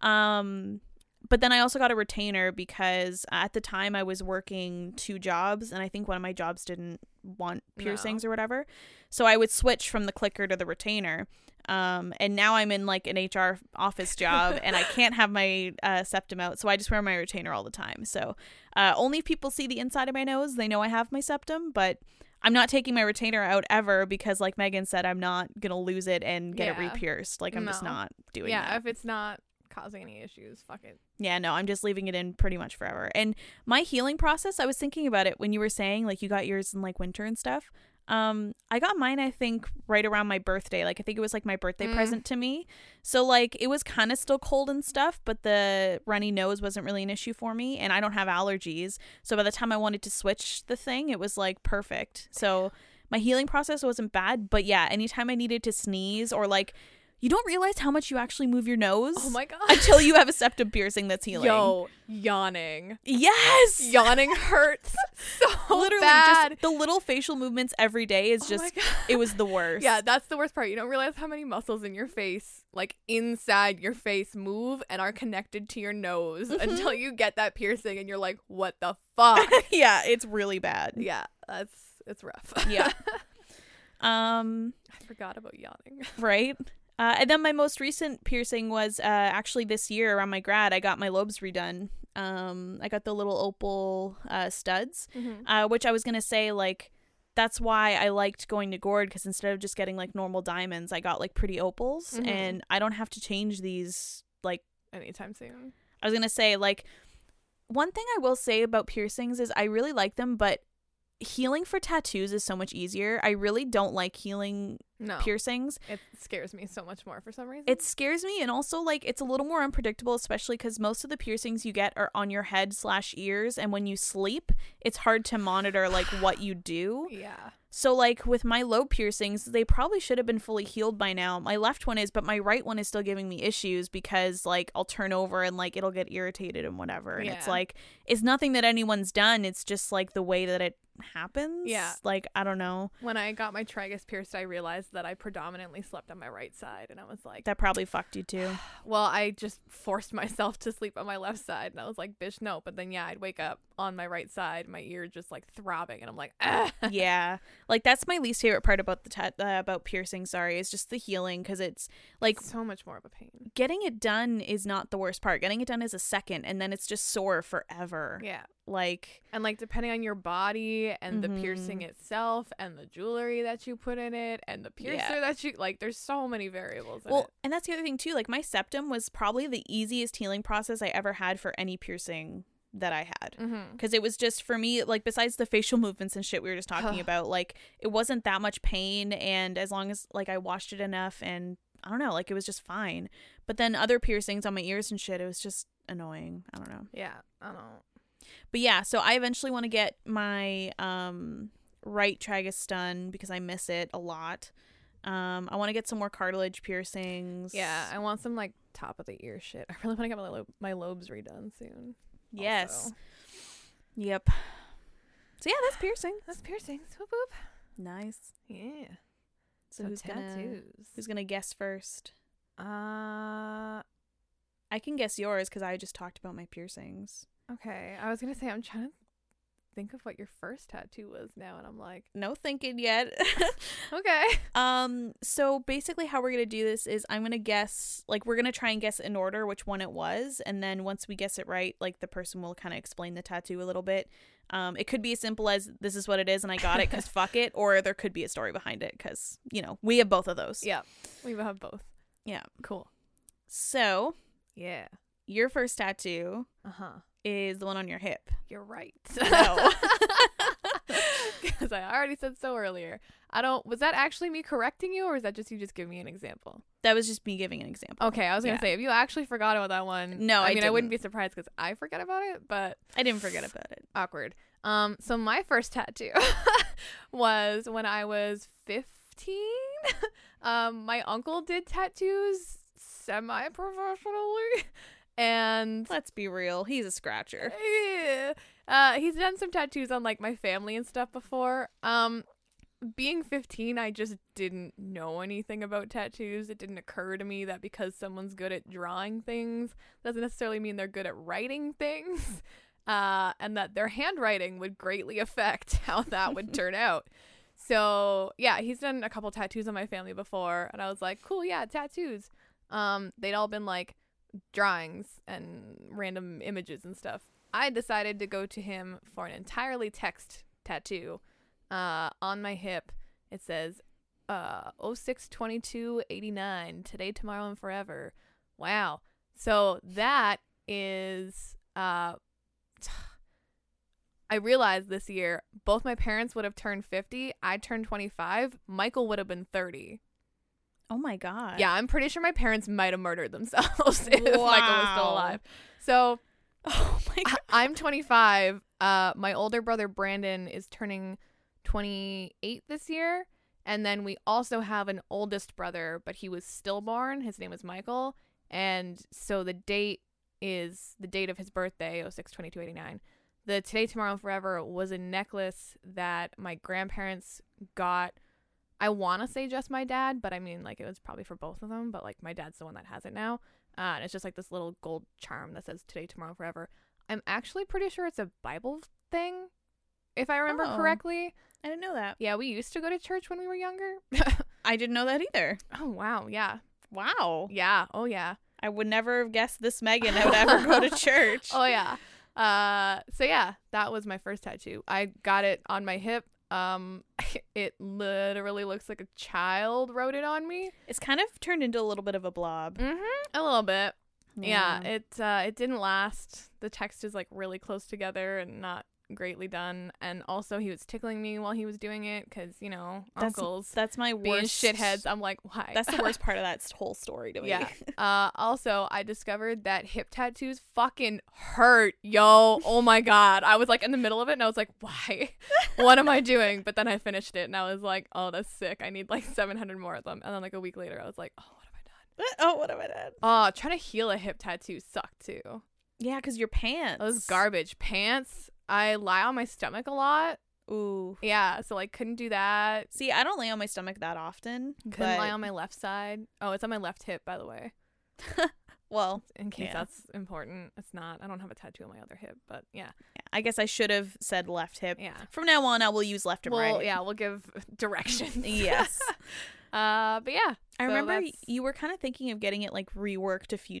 [SPEAKER 2] Um, but then I also got a retainer because at the time I was working two jobs, and I think one of my jobs didn't want
[SPEAKER 1] No.
[SPEAKER 2] piercings or whatever. So I would switch from the clicker to the retainer. Um, and now I'm in like an HR office job and I can't have my uh, septum out. So I just wear my retainer all the time. So uh, only if people see the inside of my nose, they know I have my septum, but I'm not taking my retainer out ever because, like Megan said, I'm not going to lose it and get
[SPEAKER 1] Yeah.
[SPEAKER 2] it repierced. Like, I'm just
[SPEAKER 1] No.
[SPEAKER 2] not doing
[SPEAKER 1] yeah,
[SPEAKER 2] that.
[SPEAKER 1] if it's not causing any issues, fuck it.
[SPEAKER 2] Yeah, no, I'm just leaving it in pretty much forever. And my healing process, I was thinking about it when you were saying like you got yours in like winter and stuff. Um, I got mine I think right around my birthday. Like I think it was like my birthday
[SPEAKER 1] Mm.
[SPEAKER 2] present to me. So like it was kind of still cold and stuff, but the runny nose wasn't really an issue for me and I don't have allergies. So by the time I wanted to switch the thing, it was like perfect. So my healing process wasn't bad, but yeah, anytime I needed to sneeze or like you don't realize how much you actually move your nose
[SPEAKER 1] Oh my god.
[SPEAKER 2] until you have a septum piercing that's healing.
[SPEAKER 1] Yo, yawning.
[SPEAKER 2] Yes.
[SPEAKER 1] Yawning hurts so
[SPEAKER 2] Literally
[SPEAKER 1] bad.
[SPEAKER 2] just the little facial movements every day is
[SPEAKER 1] Oh my
[SPEAKER 2] just
[SPEAKER 1] God.
[SPEAKER 2] it was the worst.
[SPEAKER 1] yeah, that's the worst part. You don't realize how many muscles in your face, like inside your face, move and are connected to your nose
[SPEAKER 2] Mm-hmm.
[SPEAKER 1] until you get that piercing and you're like, what the fuck?
[SPEAKER 2] yeah, it's really bad.
[SPEAKER 1] yeah, that's it's rough.
[SPEAKER 2] Yeah. um
[SPEAKER 1] I forgot about yawning.
[SPEAKER 2] right? Uh, and then my most recent piercing was uh, actually this year around my grad. I got my lobes redone. Um, I got the little opal uh, studs, uh, which I was gonna say like that's why I liked going to Gord because instead of just getting like normal diamonds, I got like pretty opals,
[SPEAKER 1] Mhm.
[SPEAKER 2] and I don't have to change these like
[SPEAKER 1] Anytime soon.
[SPEAKER 2] I was gonna say like one thing I will say about piercings is I really like them, but healing for tattoos is so much easier. I really don't like healing
[SPEAKER 1] No.
[SPEAKER 2] piercings.
[SPEAKER 1] It scares me so much more for some reason.
[SPEAKER 2] It scares me, and also like it's a little more unpredictable, especially because most of the piercings you get are on your head slash ears, and when you sleep, it's hard to monitor like what you do.
[SPEAKER 1] yeah.
[SPEAKER 2] So like with my lobe piercings, they probably should have been fully healed by now. My left one is, but my right one is still giving me issues because like I'll turn over and like it'll get irritated and whatever. And it's
[SPEAKER 1] Yeah.
[SPEAKER 2] like it's nothing that anyone's done. It's just like the way that it happens.
[SPEAKER 1] Yeah.
[SPEAKER 2] Like I don't know.
[SPEAKER 1] When I got my tragus pierced, I realized that I predominantly slept on my right side, and I was like,
[SPEAKER 2] That probably fucked you too.
[SPEAKER 1] "Well, I just forced myself to sleep on my left side," and I was like, "Bitch, no." But then, yeah, I'd wake up on my right side, my ear just like throbbing, and I'm like, "Ah."
[SPEAKER 2] yeah. Like that's my least favorite part about the tat uh, about piercing. Sorry, is just the healing because it's like
[SPEAKER 1] so much more of a pain.
[SPEAKER 2] getting it done is not the worst part. Getting it done is a second, and then it's just sore forever.
[SPEAKER 1] Yeah.
[SPEAKER 2] Like.
[SPEAKER 1] And like depending on your body and the piercing
[SPEAKER 2] Mhm.
[SPEAKER 1] itself and the jewelry that you put in it and the piercer
[SPEAKER 2] Yeah.
[SPEAKER 1] that you like there's so many variables in
[SPEAKER 2] Well,
[SPEAKER 1] it.
[SPEAKER 2] and that's the other thing too. Like my septum was probably the easiest healing process I ever had for any piercing that I had.
[SPEAKER 1] Mm-hmm.
[SPEAKER 2] Because it was just for me, like besides the facial movements and shit we were just talking
[SPEAKER 1] Ugh.
[SPEAKER 2] about, like it wasn't that much pain, and as long as like I washed it enough, and I don't know, like it was just fine. But then other piercings on my ears and shit, it was just annoying. I don't know.
[SPEAKER 1] Yeah, I don't.
[SPEAKER 2] But yeah, so I eventually want to get my um right tragus done because I miss it a lot. Um, I want to get some more cartilage piercings.
[SPEAKER 1] Yeah, I want some like top of the ear shit. I really want to get my lo- my lobes redone soon.
[SPEAKER 2] Yes.
[SPEAKER 1] also.
[SPEAKER 2] Yep. So yeah, that's piercing.
[SPEAKER 1] That's piercings. Whoop whoop.
[SPEAKER 2] Nice.
[SPEAKER 1] Yeah.
[SPEAKER 2] So, who's gonna who's gonna guess first?
[SPEAKER 1] Uh
[SPEAKER 2] I can guess yours because I just talked about my piercings.
[SPEAKER 1] okay. I was gonna say I'm trying to think of what your first tattoo was now and I'm like,
[SPEAKER 2] No thinking yet.
[SPEAKER 1] okay.
[SPEAKER 2] um. So basically, how we're gonna do this is I'm gonna guess like we're gonna try and guess in order which one it was, and then once we guess it right, like the person will kind of explain the tattoo a little bit. Um, it could be as simple as this is what it is and I got it because fuck it, or there could be a story behind it because you know we have both of those.
[SPEAKER 1] Yeah. We have both.
[SPEAKER 2] Yeah.
[SPEAKER 1] Cool.
[SPEAKER 2] So
[SPEAKER 1] Yeah.
[SPEAKER 2] your first tattoo
[SPEAKER 1] Uh-huh.
[SPEAKER 2] is the one on your hip.
[SPEAKER 1] You're right.
[SPEAKER 2] No.
[SPEAKER 1] Because I already said so earlier. I don't. Was that actually me correcting you, or is that just you just giving me an example?
[SPEAKER 2] That was just me giving an example.
[SPEAKER 1] Okay, I was gonna
[SPEAKER 2] Yeah.
[SPEAKER 1] say if you actually forgot about that one.
[SPEAKER 2] No,
[SPEAKER 1] I
[SPEAKER 2] I
[SPEAKER 1] mean I wouldn't be surprised because I forget about it, but
[SPEAKER 2] I didn't forget about it.
[SPEAKER 1] awkward. Um, so my first tattoo was when I was fifteen. um, my uncle did tattoos semi-professionally, and
[SPEAKER 2] Let's be real. He's a scratcher.
[SPEAKER 1] Yeah. Uh, he's done some tattoos on like my family and stuff before. Um, being 15, I just didn't know anything about tattoos. It didn't occur to me that because someone's good at drawing things doesn't necessarily mean they're good at writing things, uh, and that their handwriting would greatly affect how that would turn out. So yeah, he's done a couple tattoos on my family before, and I was like, cool, yeah, tattoos. Um, they'd all been like drawings and random images and stuff. I decided to go to him for an entirely text tattoo. Uh, on my hip, it says, uh, 062289, today, tomorrow, and forever. Wow. So that is, uh, I realized this year both my parents would have turned 50. I turned 25. Michael would have been 30.
[SPEAKER 2] Oh my god.
[SPEAKER 1] Yeah, I'm pretty sure my parents might have murdered themselves if Michael was still
[SPEAKER 2] Wow.
[SPEAKER 1] alive. So
[SPEAKER 2] Oh my god.
[SPEAKER 1] I- I'm 25. Uh, my older brother Brandon is turning 28 this year, and then we also have an oldest brother, but he was stillborn. His name is Michael, and so the date is the date of his birthday, 062289. The today, tomorrow, and forever was a necklace that my grandparents got. I want to say just my dad, but I mean like it was probably for both of them. But like my dad's the one that has it now, uh, and it's just like this little gold charm that says today, tomorrow, and forever. I'm actually pretty sure it's a Bible thing, if I remember
[SPEAKER 2] Oh.
[SPEAKER 1] correctly.
[SPEAKER 2] I didn't know that.
[SPEAKER 1] Yeah, we used to go to church when we were younger.
[SPEAKER 2] I didn't know that either.
[SPEAKER 1] oh wow, yeah,
[SPEAKER 2] Wow.
[SPEAKER 1] yeah, oh yeah,
[SPEAKER 2] I would never have guessed this Megan I would ever go to church.
[SPEAKER 1] oh yeah. Uh, so yeah, that was my first tattoo. I got it on my hip. Um, it literally looks like a child wrote it on me.
[SPEAKER 2] It's kind of turned into a little bit of a blob.
[SPEAKER 1] Mm-hmm. A little bit. Yeah, it uh, it didn't last. The text is like really close together and not greatly done. And also, he was tickling me while he was doing it because you know
[SPEAKER 2] That's-
[SPEAKER 1] uncles
[SPEAKER 2] That's my
[SPEAKER 1] being
[SPEAKER 2] worst
[SPEAKER 1] shitheads. I'm like, why?
[SPEAKER 2] That's the worst part of that s- whole story to me.
[SPEAKER 1] Yeah. Uh, also, I discovered that hip tattoos fucking hurt, yo. Oh my god. I was like in the middle of it and I was like, why? What am I doing? But then I finished it and I was like, oh, that's sick. I need like 700 more of them. And then like a week later, I was like, oh, what have I done?
[SPEAKER 2] oh, what have I done?
[SPEAKER 1] Oh, trying to heal a hip tattoo sucked too.
[SPEAKER 2] Yeah, because your pants.
[SPEAKER 1] Those garbage pants. I lie on my stomach a lot.
[SPEAKER 2] Ooh.
[SPEAKER 1] Yeah, so like couldn't do that.
[SPEAKER 2] See, I don't lay on my stomach that often.
[SPEAKER 1] Couldn't
[SPEAKER 2] but,
[SPEAKER 1] lie on my left side. Oh, it's on my left hip, by the way.
[SPEAKER 2] Well,
[SPEAKER 1] in case
[SPEAKER 2] Yeah.
[SPEAKER 1] that's important. It's not. I don't have a tattoo on my other hip, but yeah,
[SPEAKER 2] I guess I should have said left hip.
[SPEAKER 1] yeah.
[SPEAKER 2] From now on, I will use left and
[SPEAKER 1] Well,
[SPEAKER 2] right.
[SPEAKER 1] yeah, we'll give directions.
[SPEAKER 2] Yes.
[SPEAKER 1] uh, but yeah,
[SPEAKER 2] I
[SPEAKER 1] So
[SPEAKER 2] remember y-
[SPEAKER 1] that's-
[SPEAKER 2] you were kind of thinking of getting it like reworked a few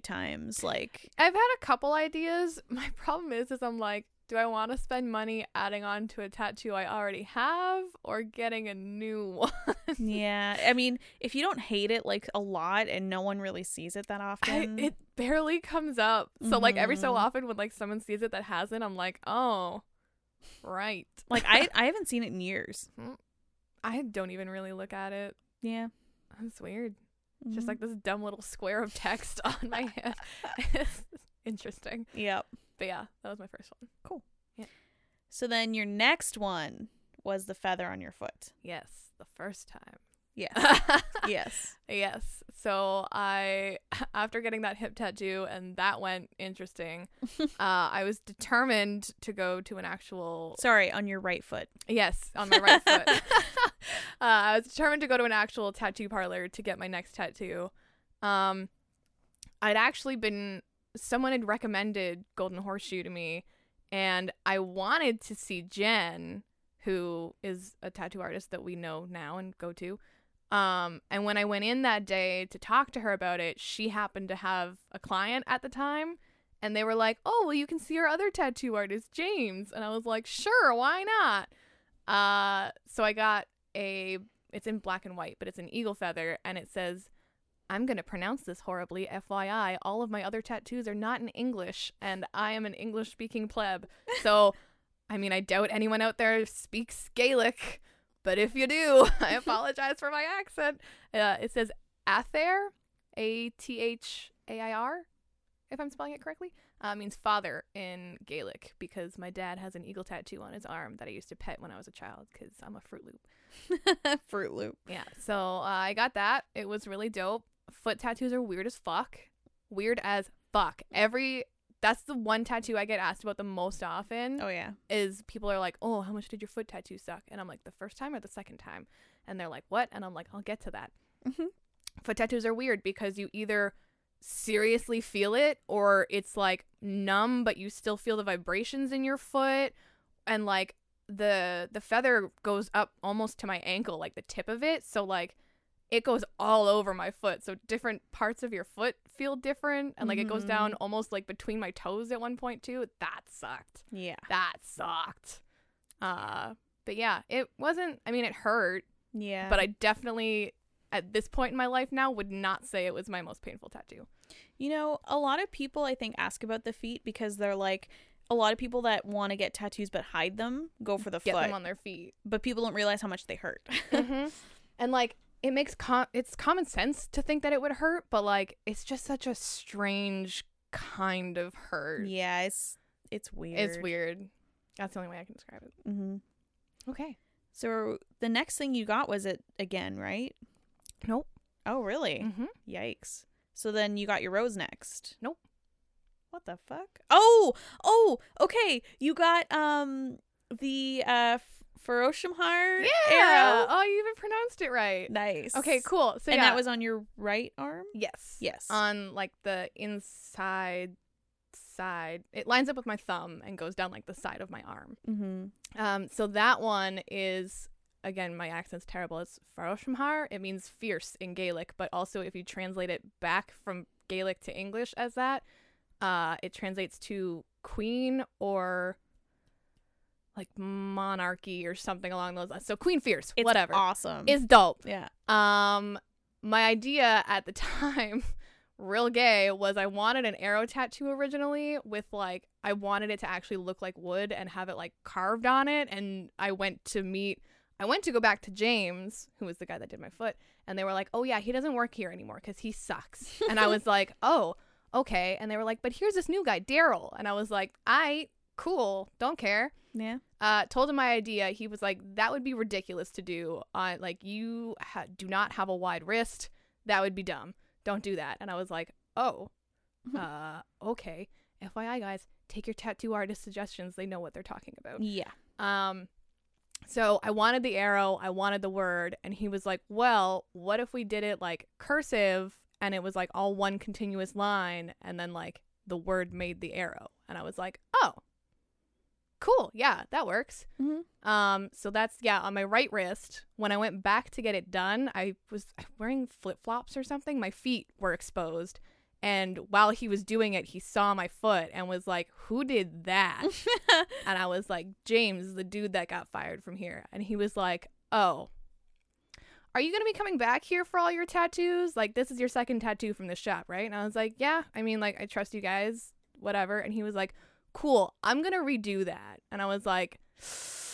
[SPEAKER 2] times. Like,
[SPEAKER 1] I've had a couple ideas. My problem is, is I'm like, do I want to spend money adding on to a tattoo I already have, or getting a new one?
[SPEAKER 2] yeah. I mean, if you don't hate it like a lot and no one really sees it that
[SPEAKER 1] I,
[SPEAKER 2] often.
[SPEAKER 1] it barely comes up. So like every so
[SPEAKER 2] Mhm.
[SPEAKER 1] often, when like someone sees it that hasn't, I'm like, oh, right.
[SPEAKER 2] like I, I haven't seen it in years.
[SPEAKER 1] I don't even really look at it.
[SPEAKER 2] Yeah.
[SPEAKER 1] That's weird.
[SPEAKER 2] Mm-hmm.
[SPEAKER 1] just like this dumb little square of text on my hand. Interesting.
[SPEAKER 2] Yep.
[SPEAKER 1] But yeah, that was my first one.
[SPEAKER 2] So then your next one was the feather on your foot.
[SPEAKER 1] Yes, the first time.
[SPEAKER 2] Yeah. yes.
[SPEAKER 1] yes. So I, after getting that hip tattoo and that went interesting, uh, I was determined to go to an actual
[SPEAKER 2] Sorry, on your right foot.
[SPEAKER 1] Yes, on my right foot. uh, I was determined to go to an actual tattoo parlor to get my next tattoo. Um, I'd actually been someone had recommended Golden Horseshoe to me, and I wanted to see Jen, who is a tattoo artist that we know now and go to. Um, and when I went in that day to talk to her about it, she happened to have a client at the time. And they were like, oh, well, you can see our other tattoo artist, James. And I was like, sure, why not? Uh, so I got a. It's in black and white, but it's an eagle feather, and it says, "I'm gonna pronounce this horribly." FYI, all of my other tattoos are not in English, and I am an English-speaking pleb. So, I mean, I doubt anyone out there speaks Gaelic, but if you do, I apologize for my accent. Uh, it says Athair, A T H A I R, if I'm spelling it correctly uh, means father in Gaelic because my dad has an eagle tattoo on his arm that I used to pet when I was a child because I'm a Fruit Loop.
[SPEAKER 2] Fruit Loop.
[SPEAKER 1] Yeah. So uh, I got that. It was really dope. Foot tattoos are weird as fuck. Weird as fuck. Every that's the one tattoo I get asked about the most often
[SPEAKER 2] Oh yeah.
[SPEAKER 1] is people are like, "Oh, how much did your foot tattoo suck?" And I'm like, "The first time or the second time?" And they're like, "What?" And I'm like, "I'll get to that."
[SPEAKER 2] Mhm.
[SPEAKER 1] Foot tattoos are weird because you either seriously feel it or it's like numb, but you still feel the vibrations in your foot, and like the the feather goes up almost to my ankle, like the tip of it. So like it goes all over my foot. So different parts of your foot feel different, and like it goes
[SPEAKER 2] Mhm.
[SPEAKER 1] down almost like between my toes at one point too. That sucked
[SPEAKER 2] Yeah.
[SPEAKER 1] that sucked. Uh, but yeah, it wasn't. I mean, it hurt,
[SPEAKER 2] Yeah.
[SPEAKER 1] but I definitely at this point in my life now would not say it was my most painful tattoo.
[SPEAKER 2] You know, a lot of people I think ask about the feet because they're like a lot of people that want to get tattoos but hide them go for the
[SPEAKER 1] Get
[SPEAKER 2] foot.
[SPEAKER 1] them on their feet,
[SPEAKER 2] but people don't realize how much they hurt.
[SPEAKER 1] and like it makes com- it's common sense to think that it would hurt, but like it's just such a strange kind of hurt.
[SPEAKER 2] yeah, it's it's weird.
[SPEAKER 1] It's weird. That's the only way I can describe it.
[SPEAKER 2] hmm
[SPEAKER 1] Okay.
[SPEAKER 2] So the next thing you got was it again, right?
[SPEAKER 1] Nope.
[SPEAKER 2] Oh, really?
[SPEAKER 1] Mm-hmm.
[SPEAKER 2] Yikes. So then you got your rose next.
[SPEAKER 1] Nope.
[SPEAKER 2] What the fuck? Oh, oh, okay. You got um the uh Feroshamhar
[SPEAKER 1] Yeah.
[SPEAKER 2] arrow.
[SPEAKER 1] Oh, you even pronounced it right.
[SPEAKER 2] Nice.
[SPEAKER 1] Okay. Cool. So
[SPEAKER 2] and
[SPEAKER 1] yeah.
[SPEAKER 2] that was on your right arm?
[SPEAKER 1] Yes.
[SPEAKER 2] Yes.
[SPEAKER 1] On like the inside side. It lines up with my thumb and goes down like the side of my arm.
[SPEAKER 2] Mm-hmm.
[SPEAKER 1] Um, so that one is again my accent's terrible. It's Faroshmhar. It means fierce in Gaelic, but also if you translate it back from Gaelic to English as that, uh, it translates to queen or like monarchy or something along those lines. So queen fierce,
[SPEAKER 2] It's
[SPEAKER 1] whatever.
[SPEAKER 2] Awesome.
[SPEAKER 1] Is dope.
[SPEAKER 2] yeah.
[SPEAKER 1] Um, my idea at the time real gay was I wanted an arrow tattoo originally with like I wanted it to actually look like wood and have it like carved on it and I went to meet I went to go back to James, who was the guy that did my foot, and they were like, "Oh yeah, he doesn't work here anymore cuz he sucks." and I was like, "Oh, okay." And they were like, "But here's this new guy, Daryl." And I was like, "I cool, don't care."
[SPEAKER 2] Yeah.
[SPEAKER 1] uh, told him my idea. He was like, "That would be ridiculous to do. Uh, like, you ha- do not have a wide wrist. That would be dumb. Don't do that." And I was like, "Oh, uh, okay." FYI, guys, take your tattoo artist suggestions. They know what they're talking about.
[SPEAKER 2] Yeah.
[SPEAKER 1] Um, so I wanted the arrow, I wanted the word, and he was like, "Well, what if we did it like cursive, and it was like all one continuous line, and then like the word made the arrow?" And I was like, "Oh, cool, yeah, that works."
[SPEAKER 2] Mhm.
[SPEAKER 1] Um, so that's yeah, on my right wrist. When I went back to get it done, I was wearing flip flops or something. My feet were exposed. And while he was doing it, he saw my foot and was like, Who did that? And I was like, James, the dude that got fired from here. And he was like, Oh, are you going to be coming back here for all your tattoos? Like, this is your second tattoo from the shop, right? And I was like, Yeah. I mean, like, I trust you guys, whatever. And he was like, Cool. I'm going to redo that. And I was like,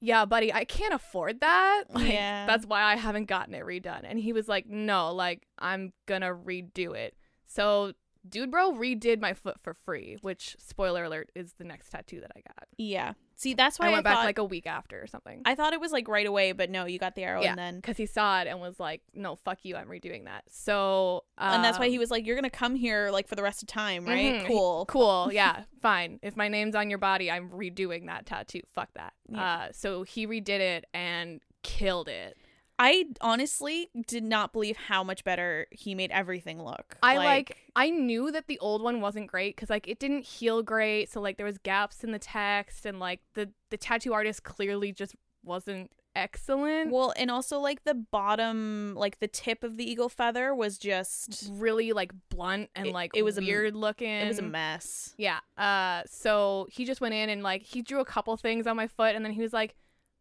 [SPEAKER 1] yeah, buddy, I can't afford that. Like,
[SPEAKER 2] Yeah.
[SPEAKER 1] That's why I haven't gotten it redone. And he was like, no, like, I'm gonna redo it. So, dude, bro redid my foot for free, which, spoiler alert, is the next tattoo that I got.
[SPEAKER 2] yeah. See, that's why
[SPEAKER 1] I
[SPEAKER 2] I,
[SPEAKER 1] went back
[SPEAKER 2] thought,
[SPEAKER 1] like a week after or something.
[SPEAKER 2] I thought it was like right away, but no, you got the arrow
[SPEAKER 1] Yeah.
[SPEAKER 2] and then
[SPEAKER 1] Because he saw it and was like, no, fuck you, I'm redoing that. So, um,
[SPEAKER 2] and that's why he was like, "You're gonna come here like for the rest of time, right?
[SPEAKER 1] Mhm. He-
[SPEAKER 2] Cool."
[SPEAKER 1] cool yeah fine if my name's on your body i'm redoing that tattoo fuck that
[SPEAKER 2] Yeah.
[SPEAKER 1] uh so he redid it and killed it
[SPEAKER 2] I honestly did not believe how much better he made everything look.
[SPEAKER 1] I like, I knew that the old one wasn't great cuz like it didn't heal great so like there was gaps in the text and like the the tattoo artist clearly just wasn't excellent
[SPEAKER 2] well, and also like the bottom, like the tip of the eagle feather was just
[SPEAKER 1] really like blunt and
[SPEAKER 2] It-
[SPEAKER 1] like
[SPEAKER 2] it was a m-
[SPEAKER 1] weird looking
[SPEAKER 2] it was a mess.
[SPEAKER 1] yeah uh so he just went in and like he drew a couple things on my foot and then he was like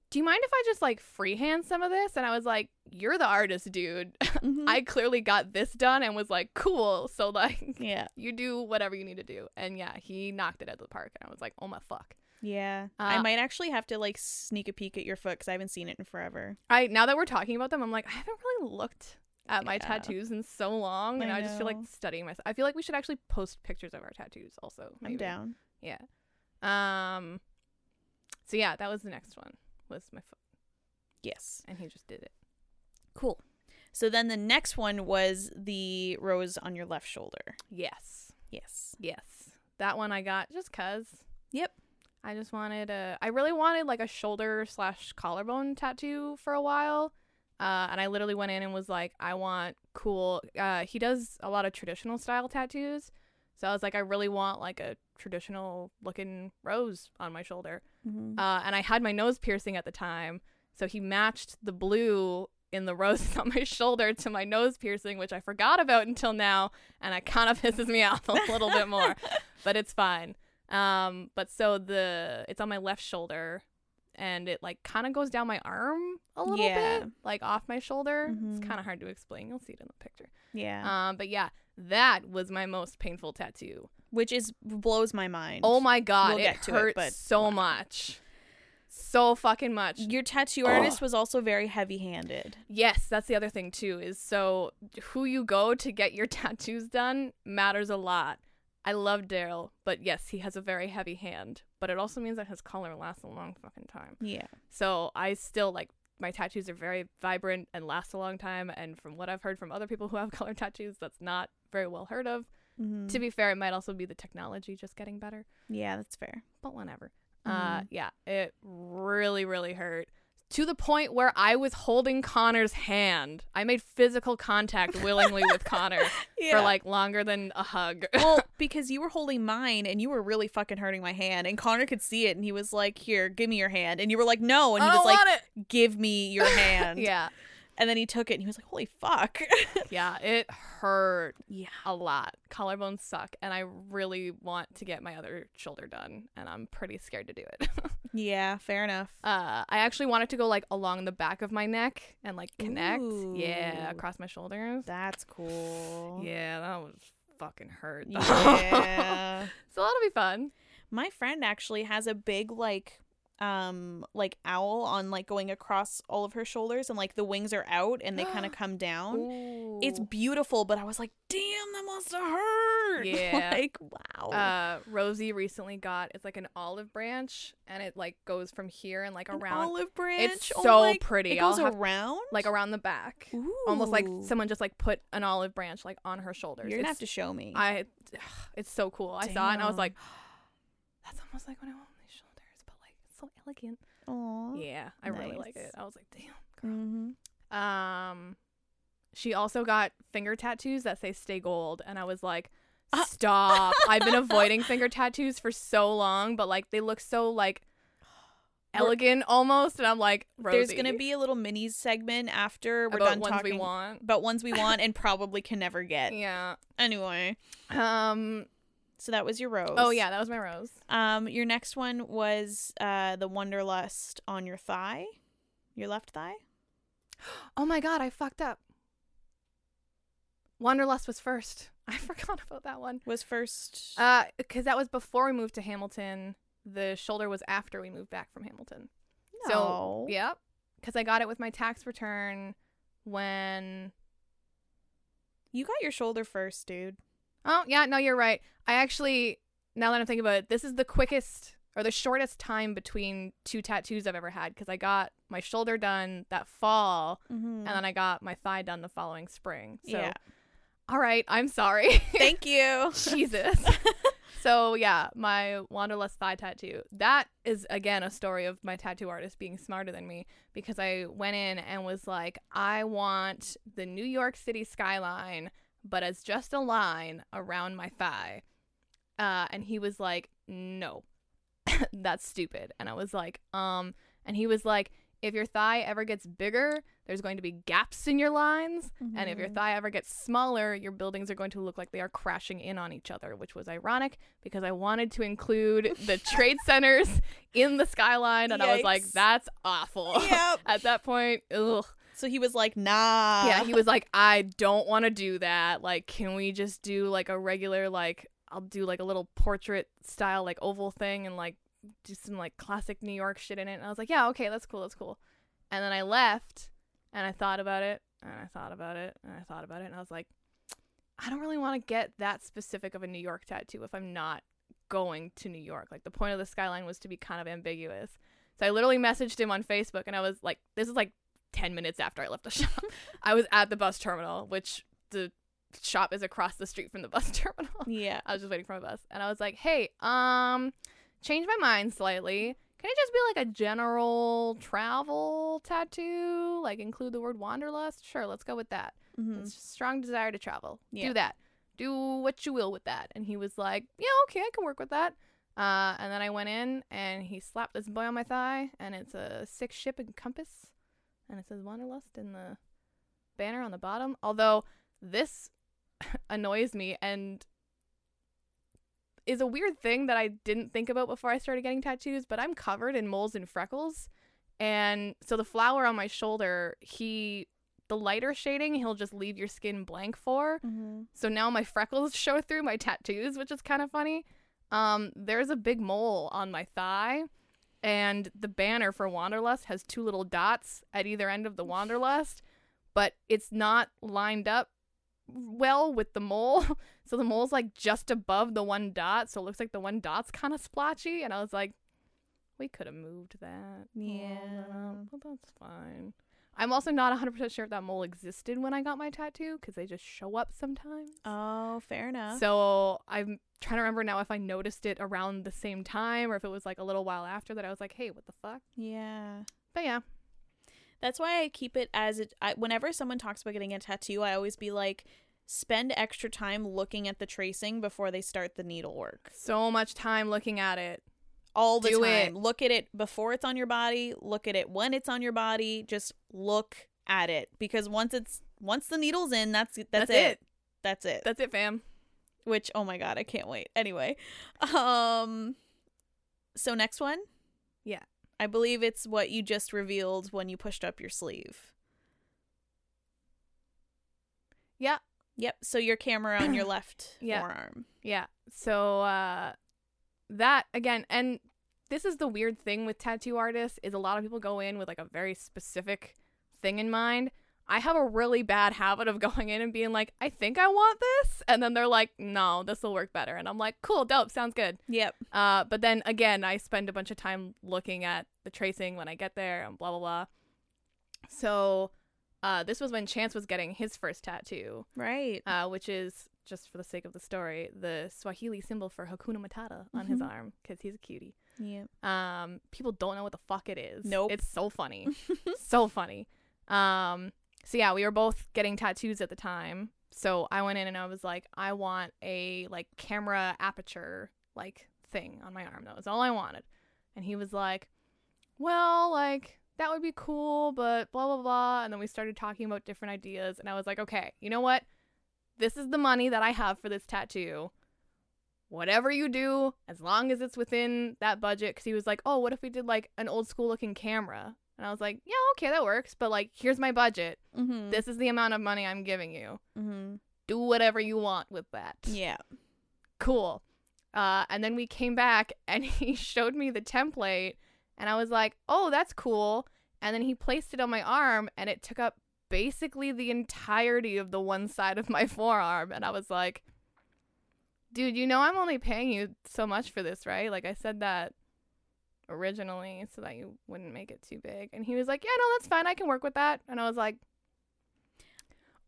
[SPEAKER 1] do you mind if I just like freehand some of this? And I was like, You're the artist, dude.
[SPEAKER 2] Mhm.
[SPEAKER 1] I clearly got this done and was like, Cool. So, like,
[SPEAKER 2] yeah,
[SPEAKER 1] you do whatever you need to do. And yeah, he knocked it out of the park. And I was like, oh my fuck.
[SPEAKER 2] yeah.
[SPEAKER 1] Uh,
[SPEAKER 2] I might actually have to like sneak a peek at your foot because I haven't seen it in forever.
[SPEAKER 1] I now that we're talking about them, I'm like, I haven't really looked at my
[SPEAKER 2] Yeah.
[SPEAKER 1] tattoos in so long. And
[SPEAKER 2] I
[SPEAKER 1] I, just feel like
[SPEAKER 2] know.
[SPEAKER 1] studying myself. I feel like we should actually post pictures of our tattoos also. maybe.
[SPEAKER 2] I'm down.
[SPEAKER 1] Yeah. Um so yeah, that was the next one was my foot.
[SPEAKER 2] Yes.
[SPEAKER 1] And he just did it.
[SPEAKER 2] Cool. So then the next one was the rose on your left shoulder.
[SPEAKER 1] Yes.
[SPEAKER 2] Yes.
[SPEAKER 1] Yes. That one I got just cuz.
[SPEAKER 2] Yep.
[SPEAKER 1] I just wanted a. I really wanted like a shoulder slash collarbone tattoo for a while, uh, and I literally went in and was like, I want cool. Uh, he does a lot of traditional style tattoos, so I was like, I really want like a traditional looking rose on my shoulder.
[SPEAKER 2] Mm-hmm.
[SPEAKER 1] Uh, and I had my nose piercing at the time, so he matched the blue in the roses on my shoulder to my nose piercing, which I forgot about until now, and it kind of pisses me off a little bit more, but it's fine. Um, but so the it's on my left shoulder, and it like kind of goes down my arm a little
[SPEAKER 2] Yeah.
[SPEAKER 1] bit, like off my shoulder. It's
[SPEAKER 2] Mhm.
[SPEAKER 1] kind of hard to explain. You'll see it in the picture.
[SPEAKER 2] Yeah.
[SPEAKER 1] Um, but yeah, that was my most painful tattoo.
[SPEAKER 2] Which is blows my mind.
[SPEAKER 1] Oh my god,
[SPEAKER 2] We'll
[SPEAKER 1] it
[SPEAKER 2] get to it,
[SPEAKER 1] hurts
[SPEAKER 2] but-
[SPEAKER 1] so much, so fucking much.
[SPEAKER 2] Your tattoo
[SPEAKER 1] Ugh.
[SPEAKER 2] artist was also very heavy-handed.
[SPEAKER 1] Yes, that's the other thing too is so who you go to get your tattoos done matters a lot. I love Daryl, but yes, he has a very heavy hand, but it also means that his collar lasts a long fucking time.
[SPEAKER 2] Yeah.
[SPEAKER 1] So I still like my tattoos are very vibrant and last a long time and from what I've heard from other people who have color tattoos that's not very well heard of.
[SPEAKER 2] Mm.
[SPEAKER 1] To be fair, it might also be the technology just getting better
[SPEAKER 2] Mm-hmm. yeah, that's fair.
[SPEAKER 1] but whatever. Uh, yeah, it really, really hurt to the point where I was holding Connor's hand. I made physical contact willingly with Connor
[SPEAKER 2] Yeah.
[SPEAKER 1] for like longer than a hug.
[SPEAKER 2] well, because you were holding mine and you were really fucking hurting my hand, and Connor could see it, and he was like, "Here, give me your hand," and you were like, "No," and he
[SPEAKER 1] I
[SPEAKER 2] was
[SPEAKER 1] don't
[SPEAKER 2] like,
[SPEAKER 1] want it.
[SPEAKER 2] "Give me your hand."
[SPEAKER 1] Yeah.
[SPEAKER 2] And then he took it and he was like, holy fuck.
[SPEAKER 1] Yeah, it hurt
[SPEAKER 2] yeah.
[SPEAKER 1] a lot. Collarbones suck, and I really want to get my other shoulder done, and I'm pretty scared to do it.
[SPEAKER 2] Yeah, fair enough.
[SPEAKER 1] uh, I actually wanted to go like along the back of my neck and like connect.
[SPEAKER 2] Ooh.
[SPEAKER 1] Yeah, across my shoulders.
[SPEAKER 2] That's cool.
[SPEAKER 1] Yeah, that was fucking hurt. though.
[SPEAKER 2] Yeah.
[SPEAKER 1] so that'll be fun.
[SPEAKER 2] My friend actually has a big like um like owl on like going across all of her shoulders and like the wings are out and they kind of come down. It's
[SPEAKER 1] Ooh.
[SPEAKER 2] beautiful, but I was like, damn, that must have hurt.
[SPEAKER 1] Yeah.
[SPEAKER 2] like, wow.
[SPEAKER 1] uh Rosie recently got it's like an olive branch and it like goes from here and like
[SPEAKER 2] An
[SPEAKER 1] around
[SPEAKER 2] olive branch. Oh
[SPEAKER 1] so
[SPEAKER 2] my-
[SPEAKER 1] pretty.
[SPEAKER 2] It
[SPEAKER 1] I'll
[SPEAKER 2] goes
[SPEAKER 1] have-
[SPEAKER 2] around?
[SPEAKER 1] like around the back. Almost like
[SPEAKER 2] Ooh.
[SPEAKER 1] someone just like put an olive branch like on her shoulders.
[SPEAKER 2] You're gonna have
[SPEAKER 1] It's-
[SPEAKER 2] to show me.
[SPEAKER 1] I it's so cool. I saw it and I was
[SPEAKER 2] Damn.
[SPEAKER 1] like that's almost like when I want my shoulders, but like it's so elegant.
[SPEAKER 2] Aw.
[SPEAKER 1] Yeah, I really like
[SPEAKER 2] Nice.
[SPEAKER 1] it. I was like, damn. girl.
[SPEAKER 2] Mhm.
[SPEAKER 1] Um she also got finger tattoos that say stay gold and I was like
[SPEAKER 2] Ah.
[SPEAKER 1] stop. I've been avoiding finger tattoos for so long, but like they look so like
[SPEAKER 2] We're-
[SPEAKER 1] elegant almost and I'm like Rosie,
[SPEAKER 2] There's gonna be a little mini segment after we're
[SPEAKER 1] about
[SPEAKER 2] done
[SPEAKER 1] ones
[SPEAKER 2] talking
[SPEAKER 1] we want.
[SPEAKER 2] about ones we want and probably can never get.
[SPEAKER 1] Yeah.
[SPEAKER 2] Anyway,
[SPEAKER 1] Um
[SPEAKER 2] so that was your rose.
[SPEAKER 1] oh yeah, that was my rose.
[SPEAKER 2] Um, your next one was uh the wanderlust on your thigh, your left thigh.
[SPEAKER 1] Oh my god, I fucked up. Wanderlust was first. I forgot about that one.
[SPEAKER 2] Was first.
[SPEAKER 1] Uh, because that was before we moved to Hamilton. The shoulder was after we moved back from Hamilton.
[SPEAKER 2] no.
[SPEAKER 1] So, yep. Because I got it with my tax return when.
[SPEAKER 2] You got your shoulder first, dude.
[SPEAKER 1] Oh yeah, no, you're right. I actually, now that I'm thinking about it, this is the quickest or the shortest time between two tattoos I've ever had. Because I got my shoulder done that fall,
[SPEAKER 2] Mm-hmm.
[SPEAKER 1] and then I got my thigh done the following spring. So,
[SPEAKER 2] Yeah.
[SPEAKER 1] all right, I'm sorry.
[SPEAKER 2] Thank you.
[SPEAKER 1] Jesus. so yeah, my wanderlust thigh tattoo. That is again a story of my tattoo artist being smarter than me because I went in and was like, I want the New York City skyline, but as just a line around my thigh. Uh, and he was like, No, that's stupid. And I was like, Um, and he was like, If your thigh ever gets bigger, there's going to be gaps in your lines. And if your
[SPEAKER 2] Mhm.
[SPEAKER 1] thigh ever gets smaller, your buildings are going to look like they are crashing in on each other, which was ironic because I wanted to include the trade centers in the skyline. And I was like,
[SPEAKER 2] Yikes.
[SPEAKER 1] that's awful.
[SPEAKER 2] Yep.
[SPEAKER 1] At that point, ugh.
[SPEAKER 2] So he was like, nah.
[SPEAKER 1] yeah, he was like, I don't want to do that. Like, can we just do like a regular, like, I'll do like a little portrait style, like oval thing and like do some like classic New York shit in it. And I was like, yeah, okay, that's cool, that's cool. And then I left and I thought about it and I thought about it and I thought about it and I was like, I don't really want to get that specific of a New York tattoo if I'm not going to New York. Like the point of the skyline was to be kind of ambiguous. So I literally messaged him on Facebook and I was like, this is like 10 minutes after I left the shop. I was at the bus terminal, which the shop is across the street from the bus terminal.
[SPEAKER 2] yeah.
[SPEAKER 1] I was just waiting for my bus, and I was like, "Hey, um, change my mind slightly. Can it just be like a general travel tattoo? Like include the word wanderlust? Sure, let's go with that.
[SPEAKER 2] Mhm.
[SPEAKER 1] It's just strong desire to travel.
[SPEAKER 2] Yeah.
[SPEAKER 1] Do that. Do what you will with that." And he was like, "Yeah, okay, I can work with that." Uh, and then I went in, and he slapped this boy on my thigh, and it's a six ship and compass, and it says wanderlust in the banner on the bottom. Although this annoys me and is a weird thing that I didn't think about before I started getting tattoos, but I'm covered in moles and freckles. And so the flower on my shoulder, he the lighter shading, he'll just leave your skin blank for.
[SPEAKER 2] Mhm.
[SPEAKER 1] So now my freckles show through my tattoos, which is kind of funny. Um there's a big mole on my thigh and the banner for Wanderlust has two little dots at either end of the Wanderlust, but it's not lined up well with the mole. So the mole's like just above the one dot, so it looks like the one dot's kind of splotchy. And I was like, we could have moved that. mole
[SPEAKER 2] Yeah.
[SPEAKER 1] up, but that's fine. I'm also not 100% sure if that mole existed when I got my tattoo because they just show up sometimes.
[SPEAKER 2] Oh, fair enough.
[SPEAKER 1] So I'm trying to remember now if I noticed it around the same time or if it was like a little while after that I was like, hey, what the fuck?
[SPEAKER 2] yeah.
[SPEAKER 1] But yeah.
[SPEAKER 2] That's why I keep it as it. I, whenever someone talks about getting a tattoo, I always be like, spend extra time looking at the tracing before they start the needlework.
[SPEAKER 1] So much time looking at it.
[SPEAKER 2] All the
[SPEAKER 1] Do
[SPEAKER 2] time.
[SPEAKER 1] it.
[SPEAKER 2] Look at it before it's on your body. Look at it when it's on your body. Just look at it because once it's once the needle's in, that's that's,
[SPEAKER 1] That's
[SPEAKER 2] it.
[SPEAKER 1] it.
[SPEAKER 2] That's it.
[SPEAKER 1] That's it, fam.
[SPEAKER 2] Which oh my god, I can't wait. Anyway, um so next one?
[SPEAKER 1] Yeah.
[SPEAKER 2] I believe it's what you just revealed when you pushed up your sleeve.
[SPEAKER 1] Yeah.
[SPEAKER 2] Yep, so your camera on your left
[SPEAKER 1] Yeah.
[SPEAKER 2] forearm.
[SPEAKER 1] Yeah. So uh that again and this is the weird thing with tattoo artists is a lot of people go in with like a very specific thing in mind. I have a really bad habit of going in and being like, "I think I want this." And then they're like, "No, this will work better." And I'm like, "Cool, dope, sounds good."
[SPEAKER 2] Yep.
[SPEAKER 1] Uh, but then again, I spend a bunch of time looking at the tracing when I get there and blah blah blah. So, uh, this was when Chance was getting his first tattoo,
[SPEAKER 2] Right.
[SPEAKER 1] uh, which is just for the sake of the story, the Swahili symbol for Hakuna Matata on his
[SPEAKER 2] Mhm.
[SPEAKER 1] arm because he's a cutie.
[SPEAKER 2] yep.
[SPEAKER 1] Um, people don't know what the fuck it is.
[SPEAKER 2] Nope.
[SPEAKER 1] it's so funny, so funny. Um, so yeah, we were both getting tattoos at the time. So I went in and I was like, I want a like camera aperture like thing on my arm. That was all I wanted. And he was like, well, like that would be cool, but blah blah blah. And then we started talking about different ideas, and I was like, okay, you know what? This is the money that I have for this tattoo. Whatever you do, as long as it's within that budget. Because he was like, oh, what if we did like an old school looking camera? And I was like, yeah, okay, that works. But like, here's my budget.
[SPEAKER 2] Mm-hmm.
[SPEAKER 1] This is the amount of money I'm giving you.
[SPEAKER 2] mm-hmm.
[SPEAKER 1] Do whatever you want with that
[SPEAKER 2] Yeah.
[SPEAKER 1] cool. Uh, and then we came back and he showed me the template and I was like, oh, that's cool. And then he placed it on my arm and it took up basically the entirety of the one side of my forearm. And I was like, dude, you know, I'm only paying you so much for this, right? Like, I said that originally so that you wouldn't make it too big. And he was like, yeah, no, that's fine. I can work with that. And I was like,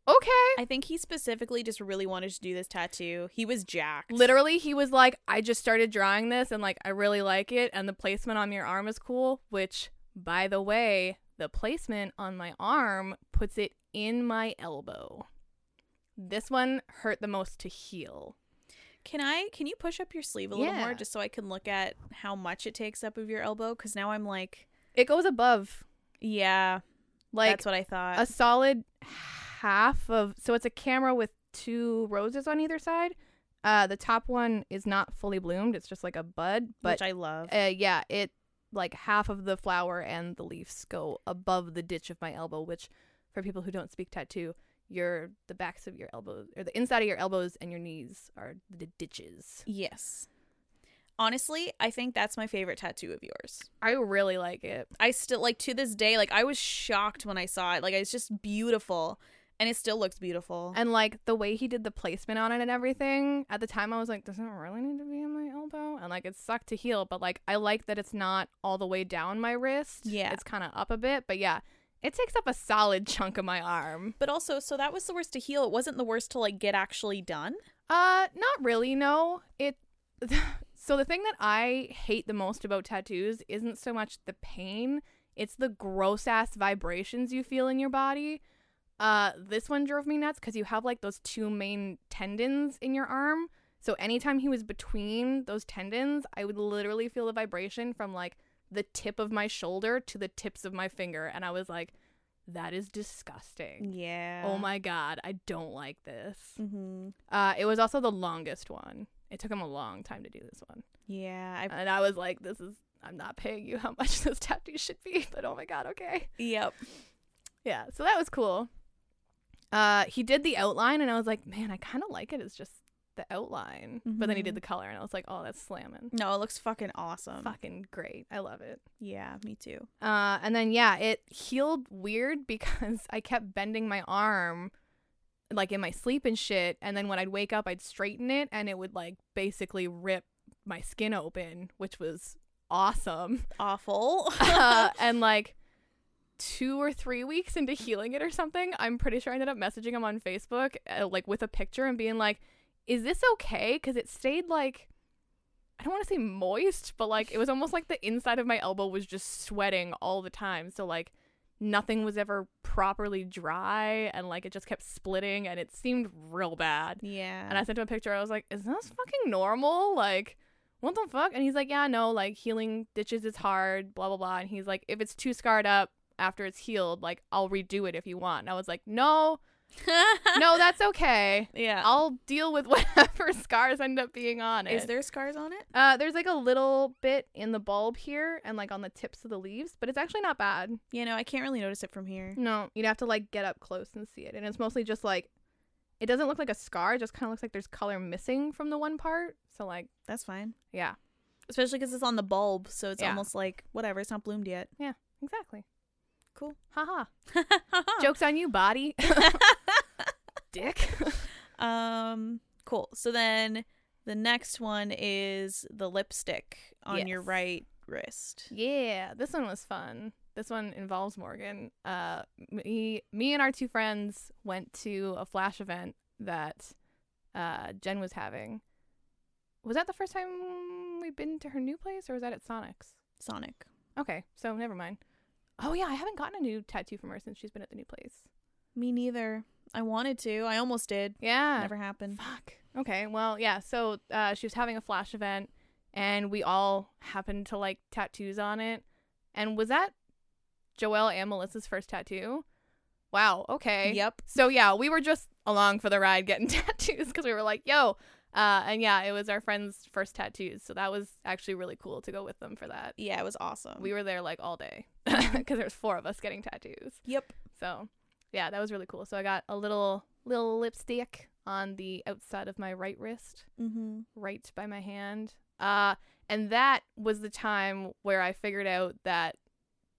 [SPEAKER 1] okay.
[SPEAKER 2] I think he specifically just really wanted to do this tattoo. He was jacked.
[SPEAKER 1] Literally, he was like, I just started drawing this and like I really like it, and the placement on your arm is cool. Which, by the way, the placement on my arm puts it in my elbow. This one hurt the most to heal.
[SPEAKER 2] Can I? Can you push up your sleeve a little
[SPEAKER 1] Yeah.
[SPEAKER 2] more just so I can look at how much it takes up of your elbow? Because now I'm like,
[SPEAKER 1] It goes above,
[SPEAKER 2] yeah,
[SPEAKER 1] like
[SPEAKER 2] that's what I thought.
[SPEAKER 1] a solid half of. So it's a camera with two roses on either side. Uh, the top one is not fully bloomed; it's just like a bud, but
[SPEAKER 2] which I love.
[SPEAKER 1] uh, yeah, it like half of the flower and the leaves go above the ditch of my elbow, which for people who don't speak tattoo, your the backs of your elbows or the inside of your elbows and your knees are the ditches.
[SPEAKER 2] yes. Honestly, I think that's my favorite tattoo of yours.
[SPEAKER 1] I really like it.
[SPEAKER 2] I still like to this day. Like I was shocked when I saw it. Like it's just beautiful, and it still looks beautiful.
[SPEAKER 1] And like the way he did the placement on it and everything, at the time I was like, doesn't it really need to be on my elbow? And like it sucked to heal, but like I like that it's not all the way down my wrist.
[SPEAKER 2] Yeah.
[SPEAKER 1] It's kinda up a bit. But yeah, it takes up a solid chunk of my arm.
[SPEAKER 2] but also, so that was the worst to heal. It wasn't the worst to like get actually done.
[SPEAKER 1] Uh, not really. No, it. So the thing that I hate the most about tattoos isn't so much the pain; it's the gross ass vibrations you feel in your body. Uh, this one drove me nuts because you have like those two main tendons in your arm. So anytime he was between those tendons, I would literally feel the vibration from like the tip of my shoulder to the tips of my finger, and I was like, "That is disgusting."
[SPEAKER 2] Yeah.
[SPEAKER 1] Oh my god, I don't like this.
[SPEAKER 2] Mm-hmm.
[SPEAKER 1] Uh, it was also the longest one. It took him a long time to do this one.
[SPEAKER 2] Yeah. I.
[SPEAKER 1] And I was like, this is, I'm not paying you how much this tattoo should be, but oh my God, okay.
[SPEAKER 2] Yep.
[SPEAKER 1] Yeah, so that was cool. Uh, he did the outline, and I was like, man, I kind of like it. It's just the outline. But then he
[SPEAKER 2] Mhm.
[SPEAKER 1] did the color, and I was like, oh, that's slamming.
[SPEAKER 2] No, it looks fucking awesome.
[SPEAKER 1] Fucking great. I love it.
[SPEAKER 2] Yeah, me too.
[SPEAKER 1] Uh, and then yeah, it healed weird because I kept bending my arm, like in my sleep and shit. And then when I'd wake up, I'd straighten it, and it would like basically rip my skin open, which was awesome.
[SPEAKER 2] Awful.
[SPEAKER 1] uh, and like two or three weeks into healing it or something, I'm pretty sure I ended up messaging him on Facebook, uh, like with a picture and being like, "Is this okay?" Because it stayed like. I don't want to say moist, but like it was almost like the inside of my elbow was just sweating all the time. So like nothing was ever properly dry and like it just kept splitting and it seemed real bad.
[SPEAKER 2] yeah.
[SPEAKER 1] And I sent him a picture. I was like, "Is this fucking normal? Like, what the fuck?" And he's like, "Yeah, no. Like, healing ditches is hard. Blah blah blah." And he's like, "If it's too scarred up, after it's healed, like I'll redo it if you want. And I was like, no, no, that's okay.
[SPEAKER 2] yeah.
[SPEAKER 1] I'll deal with whatever scars end up being on it.
[SPEAKER 2] Is there scars on it?
[SPEAKER 1] Uh, there's like a little bit in the bulb here and like on the tips of the leaves, but it's actually not bad.
[SPEAKER 2] You know, I can't really notice it from here.
[SPEAKER 1] No, you'd have to like get up close and see it. And it's mostly just like, it doesn't look like a scar. It just kind of looks like there's color missing from the one part. So like,
[SPEAKER 2] That's fine.
[SPEAKER 1] yeah,
[SPEAKER 2] Especially because it's on the bulb, so it's
[SPEAKER 1] Yeah.
[SPEAKER 2] almost like whatever. It's not bloomed yet.
[SPEAKER 1] exactly.
[SPEAKER 2] Cool.
[SPEAKER 1] Haha. Jokes on you, body. Dick.
[SPEAKER 2] Um, cool. So then the next one is the lipstick on your
[SPEAKER 1] Yes.
[SPEAKER 2] right wrist.
[SPEAKER 1] Yeah, this one was fun. This one involves Morgan. Uh, me, me and our two friends went to a flash event that uh, Jen was having. Was that the first time we've been to her new place, or was that at Sonic's?
[SPEAKER 2] Sonic.
[SPEAKER 1] Okay, so never mind. Oh yeah, I haven't gotten a new tattoo from her since she's been at the new place.
[SPEAKER 2] Me neither. I wanted to. I almost did.
[SPEAKER 1] Yeah,
[SPEAKER 2] Never happened.
[SPEAKER 1] Fuck. Okay. Well, yeah. So uh, she was having a flash event, and we all happened to like tattoos on it. And was that Joelle and Melissa's first tattoo? Wow. Okay.
[SPEAKER 2] Yep.
[SPEAKER 1] So yeah, we were just along for the ride getting tattoos because we were like, yo. Uh, and yeah, it was our friend's first tattoos, so that was actually really cool to go with them for that.
[SPEAKER 2] Yeah, it was awesome.
[SPEAKER 1] We were there like all day because there's four of us getting tattoos.
[SPEAKER 2] Yep.
[SPEAKER 1] So, yeah, that was really cool. So I got a little little lipstick on the outside of my right wrist,
[SPEAKER 2] Mm-hmm.
[SPEAKER 1] right by my hand. Uh, and that was the time where I figured out that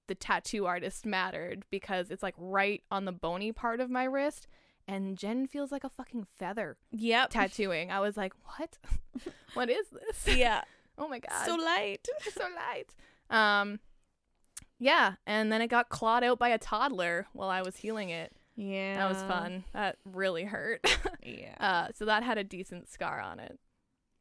[SPEAKER 1] the tattoo artist mattered because it's like right on the bony part of my wrist and Jen feels like a fucking feather
[SPEAKER 2] Yep.
[SPEAKER 1] tattooing. I was like, "What? what is this?"
[SPEAKER 2] yeah.
[SPEAKER 1] Oh my god.
[SPEAKER 2] So light.
[SPEAKER 1] so light. Um yeah, and then it got clawed out by a toddler while I was healing it.
[SPEAKER 2] Yeah.
[SPEAKER 1] That was fun. That really hurt.
[SPEAKER 2] Yeah.
[SPEAKER 1] uh, so that had a decent scar on it.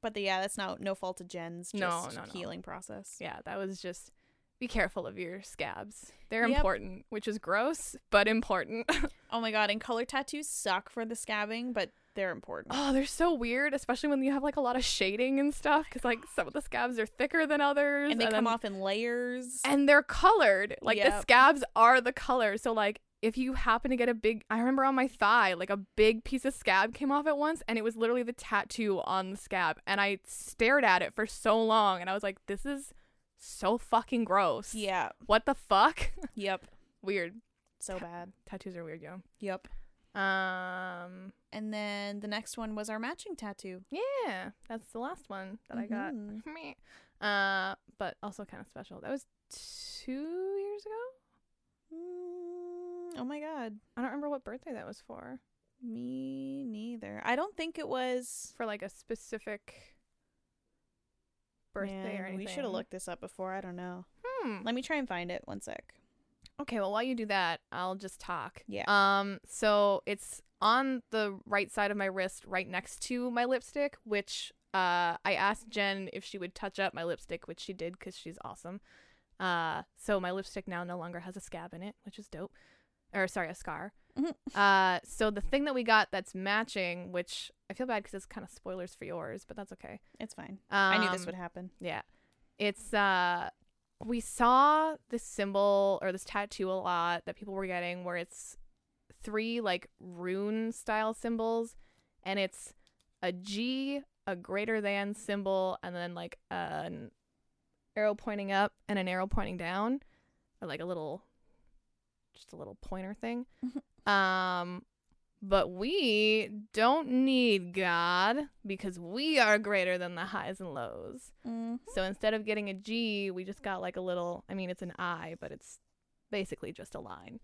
[SPEAKER 2] But the, yeah, that's not no fault of Jen's
[SPEAKER 1] No,
[SPEAKER 2] just
[SPEAKER 1] no, no.
[SPEAKER 2] healing process.
[SPEAKER 1] Yeah, that was just be careful of your scabs. They're
[SPEAKER 2] Yep.
[SPEAKER 1] important, which is gross, but important.
[SPEAKER 2] Oh my god, and color tattoos suck for the scabbing, but they're important.
[SPEAKER 1] oh, they're so weird, especially when you have like a lot of shading and stuff cuz like some of the scabs are thicker than others
[SPEAKER 2] and they come
[SPEAKER 1] then-
[SPEAKER 2] off in layers.
[SPEAKER 1] and they're colored. Like the
[SPEAKER 2] Yep.
[SPEAKER 1] scabs are the color. So like if you happen to get a big I remember on my thigh, like a big piece of scab came off at once and it was literally the tattoo on the scab and I stared at it for so long and I was like this is so fucking gross.
[SPEAKER 2] yeah.
[SPEAKER 1] What the fuck?
[SPEAKER 2] Yep.
[SPEAKER 1] weird.
[SPEAKER 2] So bad.
[SPEAKER 1] Tattoos are weird, yo.
[SPEAKER 2] Yep.
[SPEAKER 1] Um
[SPEAKER 2] And then the next one was our matching tattoo
[SPEAKER 1] yeah, that's the last one that I got.
[SPEAKER 2] Mhm.
[SPEAKER 1] Meh. Uh but also kind of special. That was 2 years ago.
[SPEAKER 2] Mm, oh my god.
[SPEAKER 1] I don't remember what birthday that was for.
[SPEAKER 2] Me neither. I don't think it was
[SPEAKER 1] for like a specific birthday or
[SPEAKER 2] Man,
[SPEAKER 1] anything.
[SPEAKER 2] We should have looked this up before. I don't know.
[SPEAKER 1] Hmm.
[SPEAKER 2] Let me try and find it. One sec.
[SPEAKER 1] Okay, well while you do that, I'll just talk.
[SPEAKER 2] Yeah.
[SPEAKER 1] Um so it's on the right side of my wrist right next to my lipstick, which uh I asked Jen if she would touch up my lipstick, which she did cuz she's awesome. Uh so my lipstick now no longer has a scab in it, which is dope. Or sorry, a scar.
[SPEAKER 2] Mhm.
[SPEAKER 1] Uh so the thing that we got that's matching, which I feel bad cuz it's kind of spoilers for yours, but that's okay.
[SPEAKER 2] It's fine.
[SPEAKER 1] Um,
[SPEAKER 2] I knew this would happen.
[SPEAKER 1] Yeah. It's uh we saw this symbol or this tattoo a lot that people were getting where it's three like rune style symbols and it's a G, a greater than symbol, and then like an arrow pointing up and an arrow pointing down. Or like a little just a little pointer thing. um but we don't need God because we are greater than the highs and lows.
[SPEAKER 2] Mm.
[SPEAKER 1] So instead of getting a G, we just got like a little, I mean, it's an I, but it's basically just a line.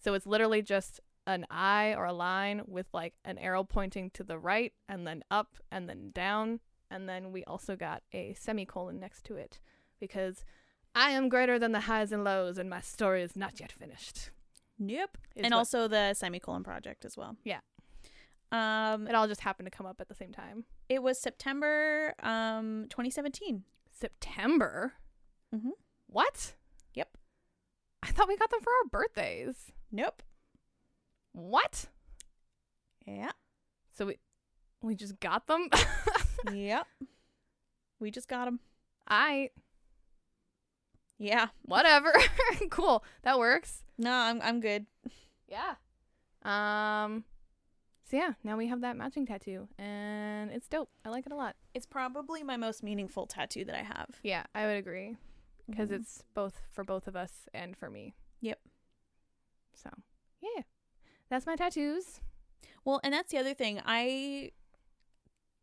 [SPEAKER 1] So it's literally just an I or a line with like an arrow pointing to the right and then up and then down. And then we also got a semicolon next to it because I am greater than the highs and lows and my story is not yet finished.
[SPEAKER 2] Yep.
[SPEAKER 1] is
[SPEAKER 2] and
[SPEAKER 1] what-
[SPEAKER 2] also the semicolon project as well.
[SPEAKER 1] Yeah.
[SPEAKER 2] Um,
[SPEAKER 1] it all just happened to come up at the same time.
[SPEAKER 2] it was September um 2017.
[SPEAKER 1] September?
[SPEAKER 2] Mhm.
[SPEAKER 1] What?
[SPEAKER 2] Yep.
[SPEAKER 1] I thought we got them for our birthdays.
[SPEAKER 2] Nope.
[SPEAKER 1] What?
[SPEAKER 2] Yeah.
[SPEAKER 1] So we we just got them.
[SPEAKER 2] yep. We just got him.
[SPEAKER 1] I
[SPEAKER 2] Yeah.
[SPEAKER 1] Whatever. cool. That works.
[SPEAKER 2] No, I'm I'm good.
[SPEAKER 1] Yeah. Um so yeah, now we have that matching tattoo and it's dope. I like it a lot.
[SPEAKER 2] It's probably my most meaningful tattoo that I have
[SPEAKER 1] Yeah, I would agree because
[SPEAKER 2] Mhm.
[SPEAKER 1] it's both for both of us and for me.
[SPEAKER 2] Yep.
[SPEAKER 1] So, yeah. That's my tattoos.
[SPEAKER 2] Well, and that's the other thing. I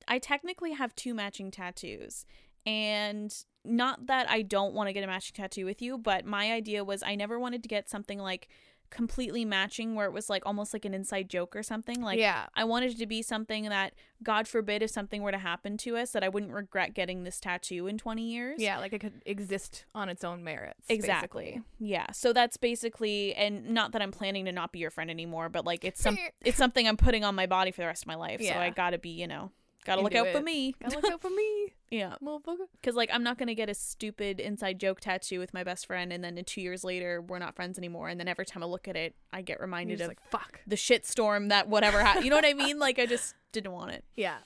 [SPEAKER 2] I technically have two matching tattoos. And not that I don't want to get a matching tattoo with you, but my idea was I never wanted to get something like completely matching where it was like almost like an inside joke or something. Like
[SPEAKER 1] yeah.
[SPEAKER 2] I wanted it to be something that God forbid if something were to happen to us that I wouldn't regret getting this tattoo in 20 years.
[SPEAKER 1] Yeah, like it could exist on its own merits.
[SPEAKER 2] Exactly. Yeah. So that's basically and not that I'm planning to not be your friend anymore, but like it's some
[SPEAKER 1] basically.
[SPEAKER 2] it's something I'm putting on my body for the rest of my life. So I
[SPEAKER 1] Yeah.
[SPEAKER 2] gotta be, you know, gotta look
[SPEAKER 1] Into
[SPEAKER 2] out for
[SPEAKER 1] it.
[SPEAKER 2] me.
[SPEAKER 1] Gotta look out for me,
[SPEAKER 2] Yeah.
[SPEAKER 1] motherfucker.
[SPEAKER 2] Cause like I'm not gonna get a stupid inside joke tattoo with my best friend and then in two years later we're not friends anymore and then every time I look at it I get
[SPEAKER 1] I
[SPEAKER 2] reminded
[SPEAKER 1] just
[SPEAKER 2] of
[SPEAKER 1] like, fuck.
[SPEAKER 2] the shit storm that whatever happened. You know what I mean? Like I just didn't want it.
[SPEAKER 1] Yeah.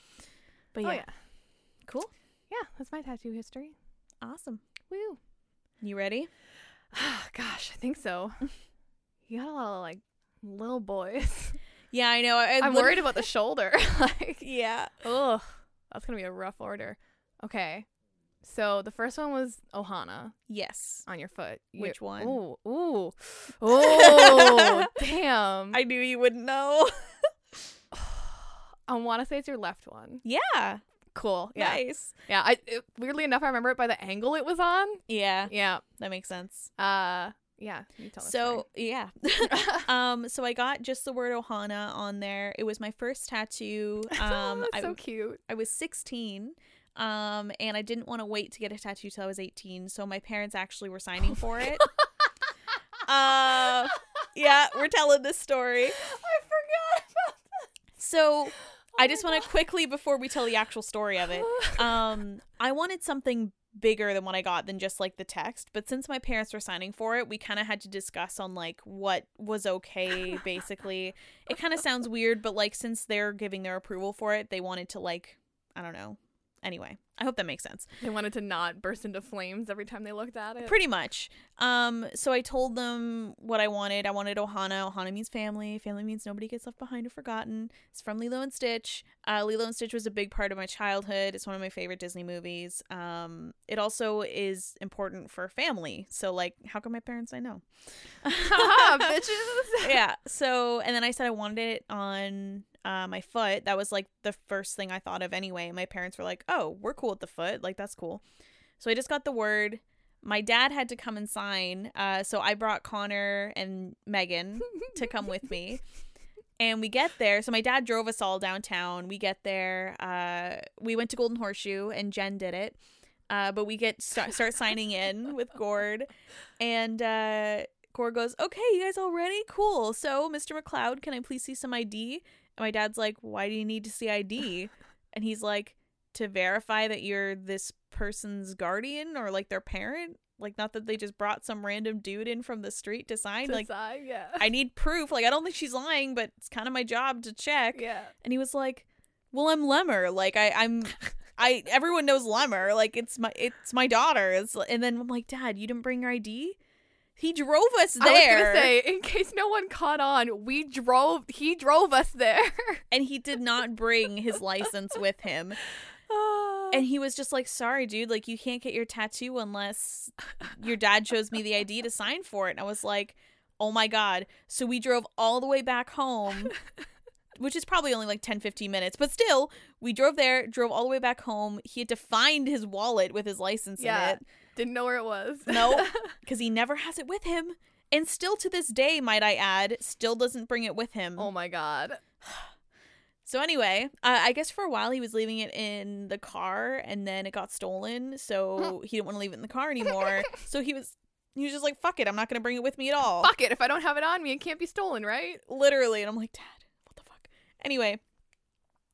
[SPEAKER 2] But
[SPEAKER 1] Oh,
[SPEAKER 2] yeah.
[SPEAKER 1] yeah.
[SPEAKER 2] Cool.
[SPEAKER 1] Yeah, that's my tattoo history.
[SPEAKER 2] Awesome.
[SPEAKER 1] Woo.
[SPEAKER 2] You ready?
[SPEAKER 1] Gosh, I think so. You got a lot of like little boys.
[SPEAKER 2] Yeah, I know. I, I
[SPEAKER 1] I'm
[SPEAKER 2] literally-
[SPEAKER 1] worried about the shoulder. like,
[SPEAKER 2] Yeah.
[SPEAKER 1] Ugh, that's gonna be a rough order. Okay, so the first one was Ohana
[SPEAKER 2] Yes.
[SPEAKER 1] on your foot. You-
[SPEAKER 2] Which one?
[SPEAKER 1] Ooh, ooh, oh, damn! I,
[SPEAKER 2] I knew you wouldn't know.
[SPEAKER 1] want to say it's your left one.
[SPEAKER 2] Yeah.
[SPEAKER 1] Cool. Yeah,
[SPEAKER 2] Nice.
[SPEAKER 1] yeah. I it, weirdly enough, I remember it by the angle it was on.
[SPEAKER 2] Yeah.
[SPEAKER 1] Yeah.
[SPEAKER 2] That makes sense.
[SPEAKER 1] Uh, yeah. You tell the
[SPEAKER 2] So yeah.
[SPEAKER 1] story.
[SPEAKER 2] um so I got just the word Ohana on there. It was my first tattoo. Um
[SPEAKER 1] that's
[SPEAKER 2] I,
[SPEAKER 1] so cute.
[SPEAKER 2] I was 16. Um and I didn't want to wait to get a tattoo till I was 18, so my parents actually were signing for it. uh yeah, we're telling this story.
[SPEAKER 1] I forgot. About
[SPEAKER 2] So I just want to quickly before we tell the actual story of it. um i wanted something bigger than what i got than just like the text but since my parents were signing for it we kind of had to discuss on like what was okay basically it kind of sounds weird but like since they're giving their approval for it they wanted to like i don't know anyway i hope that makes sense
[SPEAKER 1] They wanted to not burst into flames every time they looked at it.
[SPEAKER 2] pretty much um so i told them what i wanted i wanted ohana ohana means family family means nobody gets left behind or forgotten it's from lilo and stitch uh, lilo and stitch was a big part of my childhood it's one of my favorite disney movies um it also is important for family so like how come my parents i know
[SPEAKER 1] Haha, bitches.
[SPEAKER 2] yeah so and then i said i wanted it on uh, my foot that was like the first thing i thought of anyway my parents were like oh we're cool with the foot like that's cool so i just got the word my dad had to come and sign uh, so i brought connor and megan to come with me and we get there so my dad drove us all downtown we get there uh, we went to golden horseshoe and jen did it uh, but we get start, start signing in with gord and uh, Gore goes, Okay, you guys all ready? Cool. So, Mr. McLeod, can I please see some ID? And my dad's like, Why do you need to see ID? And he's like, To verify that you're this person's guardian or like their parent. Like, not that they just brought some random dude in from the street to sign.
[SPEAKER 1] To
[SPEAKER 2] like,
[SPEAKER 1] sigh, yeah.
[SPEAKER 2] I need proof. Like, I don't think she's lying, but it's kind of my job to check.
[SPEAKER 1] yeah.
[SPEAKER 2] And he was like, Well, I'm Lemmer. Like, I, I'm. I everyone knows Lemmer like it's my it's my daughter it's, and then I'm like dad you didn't bring your ID he drove us there
[SPEAKER 1] I was gonna say, in case no one caught on, we drove. He drove us there,
[SPEAKER 2] and he did not bring his license with him and he was just like sorry dude like you can't get your tattoo unless your dad shows me the id to sign for it and i was like oh my god so we drove all the way back home which is probably only like 10 15 minutes but still we drove there drove all the way back home he had to find his wallet with his license
[SPEAKER 1] Yeah.
[SPEAKER 2] in it
[SPEAKER 1] didn't know where it was.
[SPEAKER 2] no because he never has it with him and still to this day might i add still doesn't bring it with him
[SPEAKER 1] oh my god.
[SPEAKER 2] So anyway, uh, I guess for a while he was leaving it in the car, and then it got stolen, so he didn't want to leave it in the car anymore. so he was he was just like, "Fuck it, I'm not gonna bring it with me at all."
[SPEAKER 1] Fuck it. If I don't have it on me, it can't be stolen, right?
[SPEAKER 2] Literally, and I'm like, "Dad, what the fuck?" Anyway,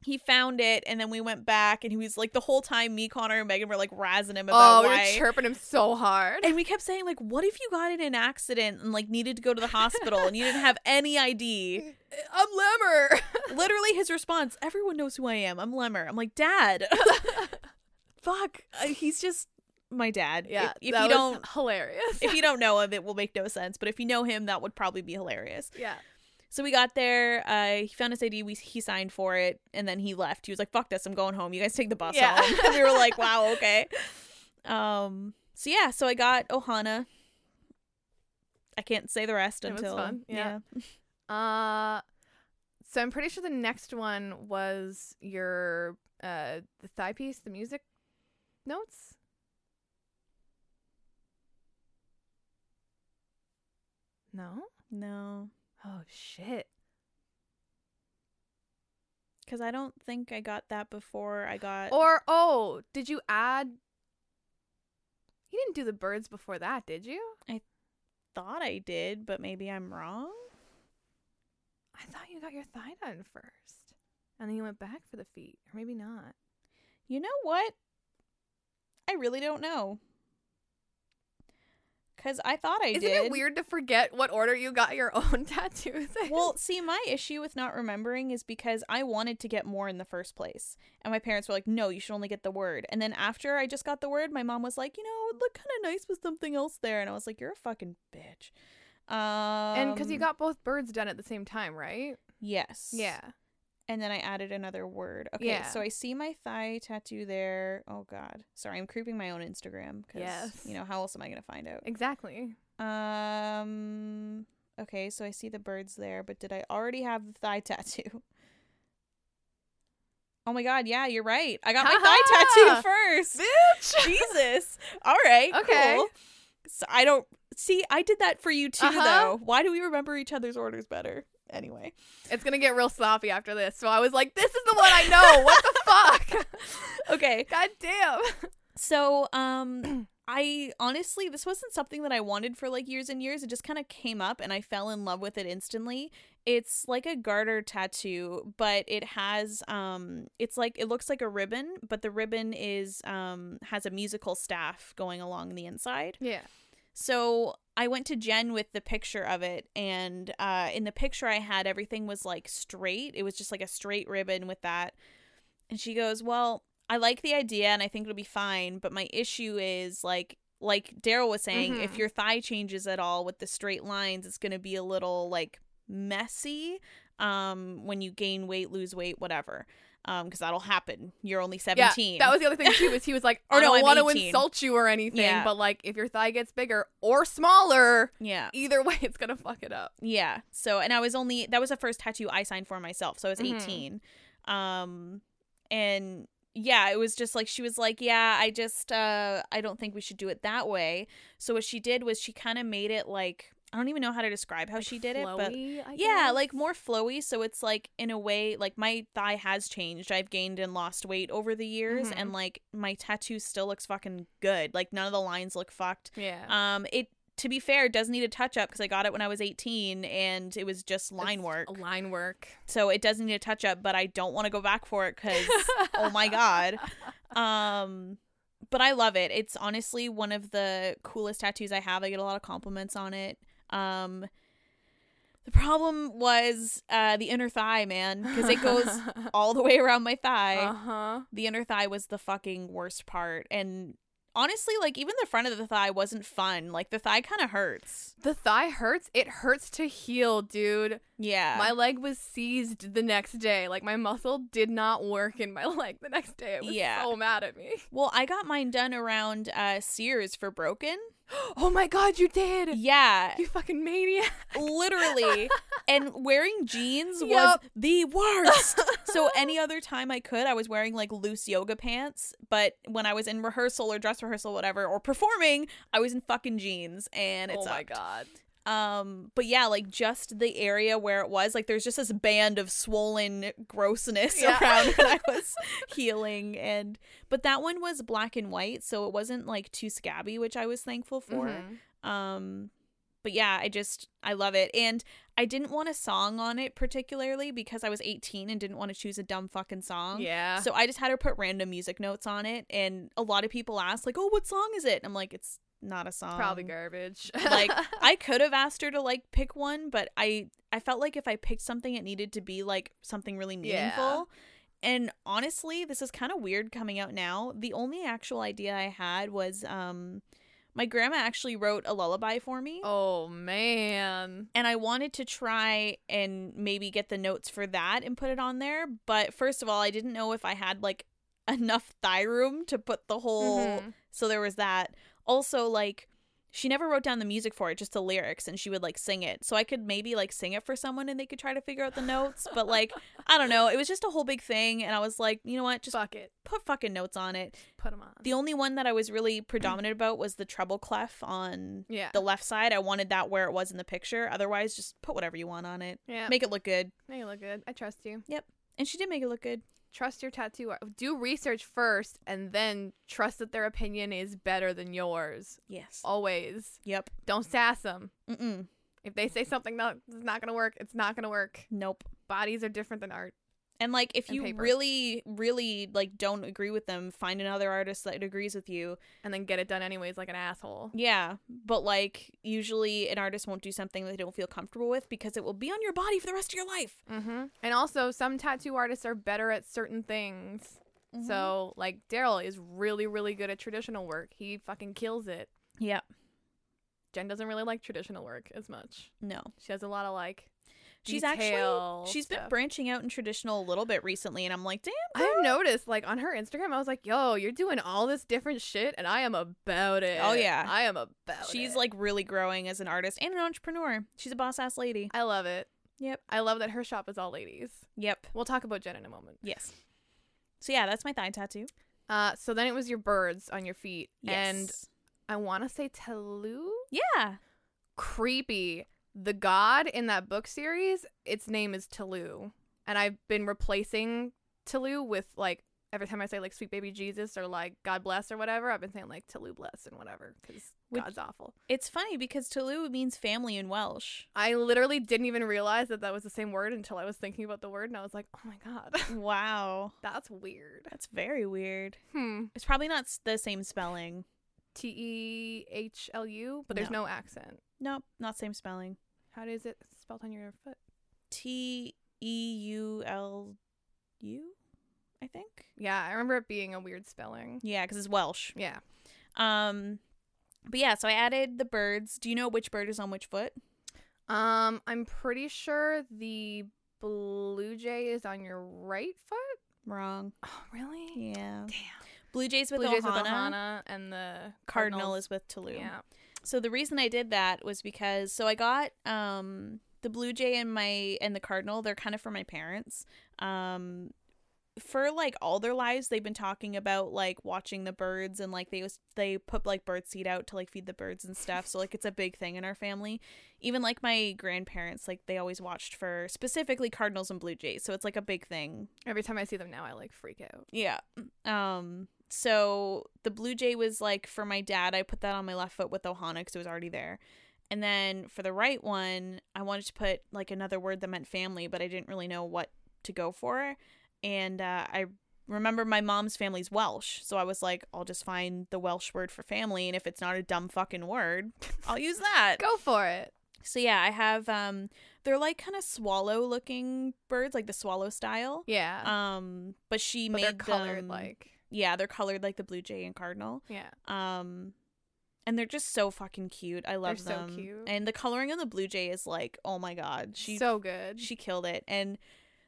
[SPEAKER 2] he found it, and then we went back, and he was like, the whole time, me, Connor, and Megan were like razzing him about
[SPEAKER 1] oh,
[SPEAKER 2] why.
[SPEAKER 1] you're chirping him so hard.
[SPEAKER 2] and we kept saying like, "What if you got in an accident and like needed to go to the hospital and you didn't have any ID?"
[SPEAKER 1] I'm Lemmer.
[SPEAKER 2] literally his response everyone knows who i am i'm lemmer i'm like dad fuck Uh, he's just my dad.
[SPEAKER 1] Yeah,
[SPEAKER 2] If, if
[SPEAKER 1] that
[SPEAKER 2] you
[SPEAKER 1] was
[SPEAKER 2] don't
[SPEAKER 1] hilarious.
[SPEAKER 2] if you don't know him, it will make no sense. But if you know him, that would probably be hilarious.
[SPEAKER 1] yeah,
[SPEAKER 2] So we got there. Uh, he found his ID. We he signed for it, and then he left. He was like, "Fuck this! I'm going home. You guys take the bus
[SPEAKER 1] Yeah.
[SPEAKER 2] home." And we were like, "Wow, okay." Um. So yeah. So I got Ohana. I can't say the rest
[SPEAKER 1] It was
[SPEAKER 2] until
[SPEAKER 1] fun, yeah. Uh, so I'm pretty sure the next one was your uh the thigh piece, the music notes. No.
[SPEAKER 2] No,
[SPEAKER 1] Oh shit.
[SPEAKER 2] because I don't think I got that before I got.
[SPEAKER 1] Or oh, did you add? You didn't do the birds before that, did you?
[SPEAKER 2] thought I did, but maybe I'm wrong.
[SPEAKER 1] I thought you got your thigh done first, and then you went back for the feet, or maybe not.
[SPEAKER 2] You know what? I really don't know. Cause I thought I
[SPEAKER 1] Isn't
[SPEAKER 2] did.
[SPEAKER 1] it weird to forget what order you got your own tattoos? in?
[SPEAKER 2] Well, see, my issue with not remembering is because I wanted to get more in the first place. And my parents were like, no, you should only get the word. And then after I just got the word, my mom was like, you know, it would look kind of nice with something else there. And I was like, you're a fucking bitch. Um,
[SPEAKER 1] and because you got both birds done at the same time, right?
[SPEAKER 2] Yes.
[SPEAKER 1] Yeah.
[SPEAKER 2] And then I added another word. Okay,
[SPEAKER 1] Yeah.
[SPEAKER 2] so I see my thigh tattoo there. Oh, God. Sorry, I'm creeping my own Instagram because,
[SPEAKER 1] Yes.
[SPEAKER 2] you know, how else am I going to find out?
[SPEAKER 1] Exactly.
[SPEAKER 2] Um. Okay, so I see the birds there, but did I already have the thigh tattoo? Oh my god, yeah, you're right. I got my
[SPEAKER 1] Ha-ha!
[SPEAKER 2] thigh tattoo first.
[SPEAKER 1] Bitch.
[SPEAKER 2] Jesus. All right.
[SPEAKER 1] Okay.
[SPEAKER 2] Cool. So I don't see. I did that for you too,
[SPEAKER 1] Uh-huh.
[SPEAKER 2] though. Why do we remember each other's orders better? Anyway,
[SPEAKER 1] It's gonna get real sloppy after this. So I was like, this is the one I know. What the fuck?
[SPEAKER 2] okay.
[SPEAKER 1] God damn.
[SPEAKER 2] So, um, I honestly, this wasn't something that I wanted for like years and years. It just kind of came up and I fell in love with it instantly. It's like a garter tattoo, but it has, um, it's like, it looks like a ribbon, but the ribbon is, um, has a musical staff going along the inside.
[SPEAKER 1] Yeah.
[SPEAKER 2] So I went to Jen with the picture of it, and uh, in the picture I had, everything was like straight. It was just like a straight ribbon with that. And she goes, "Well, I like the idea, and I think it'll be fine. But my issue is like." Like Daryl was saying,
[SPEAKER 1] Mhm.
[SPEAKER 2] if your thigh changes at all with the straight lines, it's going to be a little like messy um, when you gain weight, lose weight, whatever. Because that'll happen. You're only 17.
[SPEAKER 1] That was the other thing too. Was he was like,
[SPEAKER 2] Or
[SPEAKER 1] I
[SPEAKER 2] Oh, no,
[SPEAKER 1] don't
[SPEAKER 2] I'm
[SPEAKER 1] want to
[SPEAKER 2] 18.
[SPEAKER 1] insult you or anything,
[SPEAKER 2] Yeah.
[SPEAKER 1] but like, if your thigh gets bigger or smaller,
[SPEAKER 2] yeah.
[SPEAKER 1] either way, it's gonna fuck it up.
[SPEAKER 2] Yeah. So and I was only that was the first tattoo I signed for myself. So I was
[SPEAKER 1] Mhm.
[SPEAKER 2] 18. Um and yeah, it was just like she was like, "Yeah, I just uh I don't think we should do it that way." So what she did was she kind of made it like I don't even know how to describe how she did it, but
[SPEAKER 1] Flowy, I
[SPEAKER 2] yeah,
[SPEAKER 1] guess?
[SPEAKER 2] like more flowy. So it's like in a way, like my thigh has changed. I've gained and lost weight over the years,
[SPEAKER 1] Mhm.
[SPEAKER 2] and like my tattoo still looks fucking good. Like none of the lines look fucked.
[SPEAKER 1] yeah.
[SPEAKER 2] Um, it to be fair does need a touch up because I got it when I was 18 and it was just line
[SPEAKER 1] It's
[SPEAKER 2] work,
[SPEAKER 1] Line work.
[SPEAKER 2] so it does need a touch up. But I don't want to go back for it because oh my god. Um, but I love it. It's honestly one of the coolest tattoos I have. I get a lot of compliments on it. Um. The problem was uh, the inner thigh, man, because it goes all the way around my thigh
[SPEAKER 1] Uh huh.
[SPEAKER 2] the inner thigh was the fucking worst part and honestly like even the front of the thigh wasn't fun like the thigh kind of hurts
[SPEAKER 1] The thigh hurts. It hurts to heal, dude.
[SPEAKER 2] yeah
[SPEAKER 1] My leg was seized the next day. Like my muscle did not work in my leg the next day. It was
[SPEAKER 2] Yeah.
[SPEAKER 1] so mad at me.
[SPEAKER 2] well i got mine done around uh sears for broken
[SPEAKER 1] Oh my god, you did.
[SPEAKER 2] yeah
[SPEAKER 1] You fucking maniac.
[SPEAKER 2] literally and wearing jeans was
[SPEAKER 1] Yup.
[SPEAKER 2] the worst so any other time i could i was wearing like loose yoga pants but when i was in rehearsal or dress rehearsal whatever or performing i was in fucking jeans and it's
[SPEAKER 1] oh my
[SPEAKER 2] god.
[SPEAKER 1] god.
[SPEAKER 2] Um, but yeah, like just the area where it was, like there's just this band of swollen grossness
[SPEAKER 1] Yeah.
[SPEAKER 2] around when I was healing and but that one was black and white, so it wasn't like too scabby, which I was thankful for.
[SPEAKER 1] Mhm.
[SPEAKER 2] Um but yeah, I just I love it. And I didn't want a song on it particularly because I was 18 and didn't want to choose a dumb fucking song.
[SPEAKER 1] Yeah.
[SPEAKER 2] So I just had her put random music notes on it and a lot of people ask like, "Oh, what song is it?" And I'm like, "It's not a song."
[SPEAKER 1] Probably garbage.
[SPEAKER 2] like I could have asked her to like pick one, but I I felt like if I picked something, it needed to be like something really
[SPEAKER 1] Yeah.
[SPEAKER 2] meaningful. And honestly, this is kind of weird coming out now. The only actual idea I had was um my grandma actually wrote a lullaby for me.
[SPEAKER 1] Oh man.
[SPEAKER 2] And I wanted to try and maybe get the notes for that and put it on there, but first of all, I didn't know if I had like enough thigh room to put the whole
[SPEAKER 1] Mhm.
[SPEAKER 2] so there was that. Also, like, she never wrote down the music for it, just the lyrics, and she would like sing it. So I could maybe like sing it for someone and they could try to figure out the notes. But like, I don't know. It was just a whole big thing. And I was like, you know what? Just
[SPEAKER 1] Fuck it.
[SPEAKER 2] put fucking notes on it.
[SPEAKER 1] Put them on.
[SPEAKER 2] The only one that I was really predominant about was the treble clef on
[SPEAKER 1] yeah.
[SPEAKER 2] the left side. I wanted that where it was in the picture. Otherwise, just put whatever you want on it.
[SPEAKER 1] yeah.
[SPEAKER 2] Make it look good.
[SPEAKER 1] now you look good. I trust you.
[SPEAKER 2] And she did make it look good.
[SPEAKER 1] Trust your tattoo. art- Do research first, and then trust that their opinion is better than yours.
[SPEAKER 2] Yes.
[SPEAKER 1] Always.
[SPEAKER 2] Yep.
[SPEAKER 1] Don't sass them.
[SPEAKER 2] Mm-mm.
[SPEAKER 1] If they say something that's not gonna work, it's not gonna work.
[SPEAKER 2] Nope.
[SPEAKER 1] Bodies are different than art.
[SPEAKER 2] And like if
[SPEAKER 1] and
[SPEAKER 2] you
[SPEAKER 1] paper.
[SPEAKER 2] really really like don't agree with them, find another artist that agrees with you.
[SPEAKER 1] and then get it done anyways like an asshole.
[SPEAKER 2] Yeah, but like usually an artist won't do something they don't feel comfortable with because it will be on your body for the rest of your life.
[SPEAKER 1] Mm-hmm. And also, some tattoo artists are better at certain things.
[SPEAKER 2] Mm-hmm.
[SPEAKER 1] So, like, Daryl is really, really good at traditional work. He fucking kills it.
[SPEAKER 2] Mm-hmm. yeah,
[SPEAKER 1] Jen doesn't really like traditional work as much.
[SPEAKER 2] no.
[SPEAKER 1] She has a lot of like.
[SPEAKER 2] She's
[SPEAKER 1] detail
[SPEAKER 2] actually she's been
[SPEAKER 1] stuff.
[SPEAKER 2] branching out in traditional a little bit recently and I'm like, "Damn,
[SPEAKER 1] I've noticed, like, on her Instagram, I was like, "Yo, you're doing all this different shit, and I am about it."
[SPEAKER 2] Oh, yeah.
[SPEAKER 1] I am about it.
[SPEAKER 2] she's like really growing as an artist and an entrepreneur. She's a boss-ass lady."
[SPEAKER 1] I love it.
[SPEAKER 2] Yep.
[SPEAKER 1] I love that her shop is all ladies.
[SPEAKER 2] Yep.
[SPEAKER 1] We'll talk about Jen in a moment.
[SPEAKER 2] Yes. So yeah, that's my thigh tattoo.
[SPEAKER 1] Uh, so then it was your birds on your feet, and
[SPEAKER 2] Yes.
[SPEAKER 1] I want to say Talu.
[SPEAKER 2] yeah.
[SPEAKER 1] creepy. The god in that book series, its name is Tulu. And I've been replacing Tulu with like every time I say like sweet baby Jesus or like God bless or whatever, I've been saying like Tulu bless and whatever cuz
[SPEAKER 2] Which-
[SPEAKER 1] God's awful.
[SPEAKER 2] It's funny because Tulu means family in Welsh.
[SPEAKER 1] I literally didn't even realize that that was the same word until I was thinking about the word and I was like, "Oh my god.
[SPEAKER 2] Wow.
[SPEAKER 1] That's weird."
[SPEAKER 2] That's very weird.
[SPEAKER 1] Hmm.
[SPEAKER 2] It's probably not s- the same spelling.
[SPEAKER 1] T E H L U, but there's no. accent.
[SPEAKER 2] Nope, not same spelling.
[SPEAKER 1] How is it spelled on your foot?
[SPEAKER 2] T E U L U, I think.
[SPEAKER 1] Yeah, I remember it being a weird spelling.
[SPEAKER 2] Yeah, because it's Welsh.
[SPEAKER 1] Yeah.
[SPEAKER 2] Um, but yeah, so I added the birds. Do you know which bird is on which foot?
[SPEAKER 1] Um, I'm pretty sure the blue jay is on your right foot.
[SPEAKER 2] Wrong.
[SPEAKER 1] Oh, really?
[SPEAKER 2] Yeah.
[SPEAKER 1] Damn.
[SPEAKER 2] Blue jays with
[SPEAKER 1] blue
[SPEAKER 2] Ohana.
[SPEAKER 1] jays with Ohana and the
[SPEAKER 2] Cardinal
[SPEAKER 1] Cardinals-
[SPEAKER 2] is with Tulum.
[SPEAKER 1] Yeah.
[SPEAKER 2] So the reason I did that was because so I got um the blue jay and my and the cardinal, they're kind of for my parents. Um for like all their lives they've been talking about like watching the birds and like they was they put like bird seed out to like feed the birds and stuff so like it's a big thing in our family even like my grandparents like they always watched for specifically cardinals and blue jays so it's like a big thing
[SPEAKER 1] Every time I see them now, I like freak out.
[SPEAKER 2] yeah. Um. So the blue jay was like for my dad. I put that on my left foot with Ohana because it was already there. And then for the right one, I wanted to put like another word that meant family, but I didn't really know what to go for. And uh, I remember my mom's family's Welsh, so I was like, I'll just find the Welsh word for family, and if it's not a dumb fucking word, I'll use that.
[SPEAKER 1] Go for it.
[SPEAKER 2] So yeah, I have um, they're like kind of swallow looking birds, like the swallow style.
[SPEAKER 1] Yeah.
[SPEAKER 2] Um, but she
[SPEAKER 1] but
[SPEAKER 2] made
[SPEAKER 1] they're colored
[SPEAKER 2] them-
[SPEAKER 1] like.
[SPEAKER 2] yeah, they're colored like the blue jay and cardinal.
[SPEAKER 1] Yeah.
[SPEAKER 2] Um, and they're just so fucking cute. I love
[SPEAKER 1] They're so
[SPEAKER 2] them.
[SPEAKER 1] cute.
[SPEAKER 2] And the coloring on the blue jay is like, oh my god, she
[SPEAKER 1] so good.
[SPEAKER 2] she killed it. And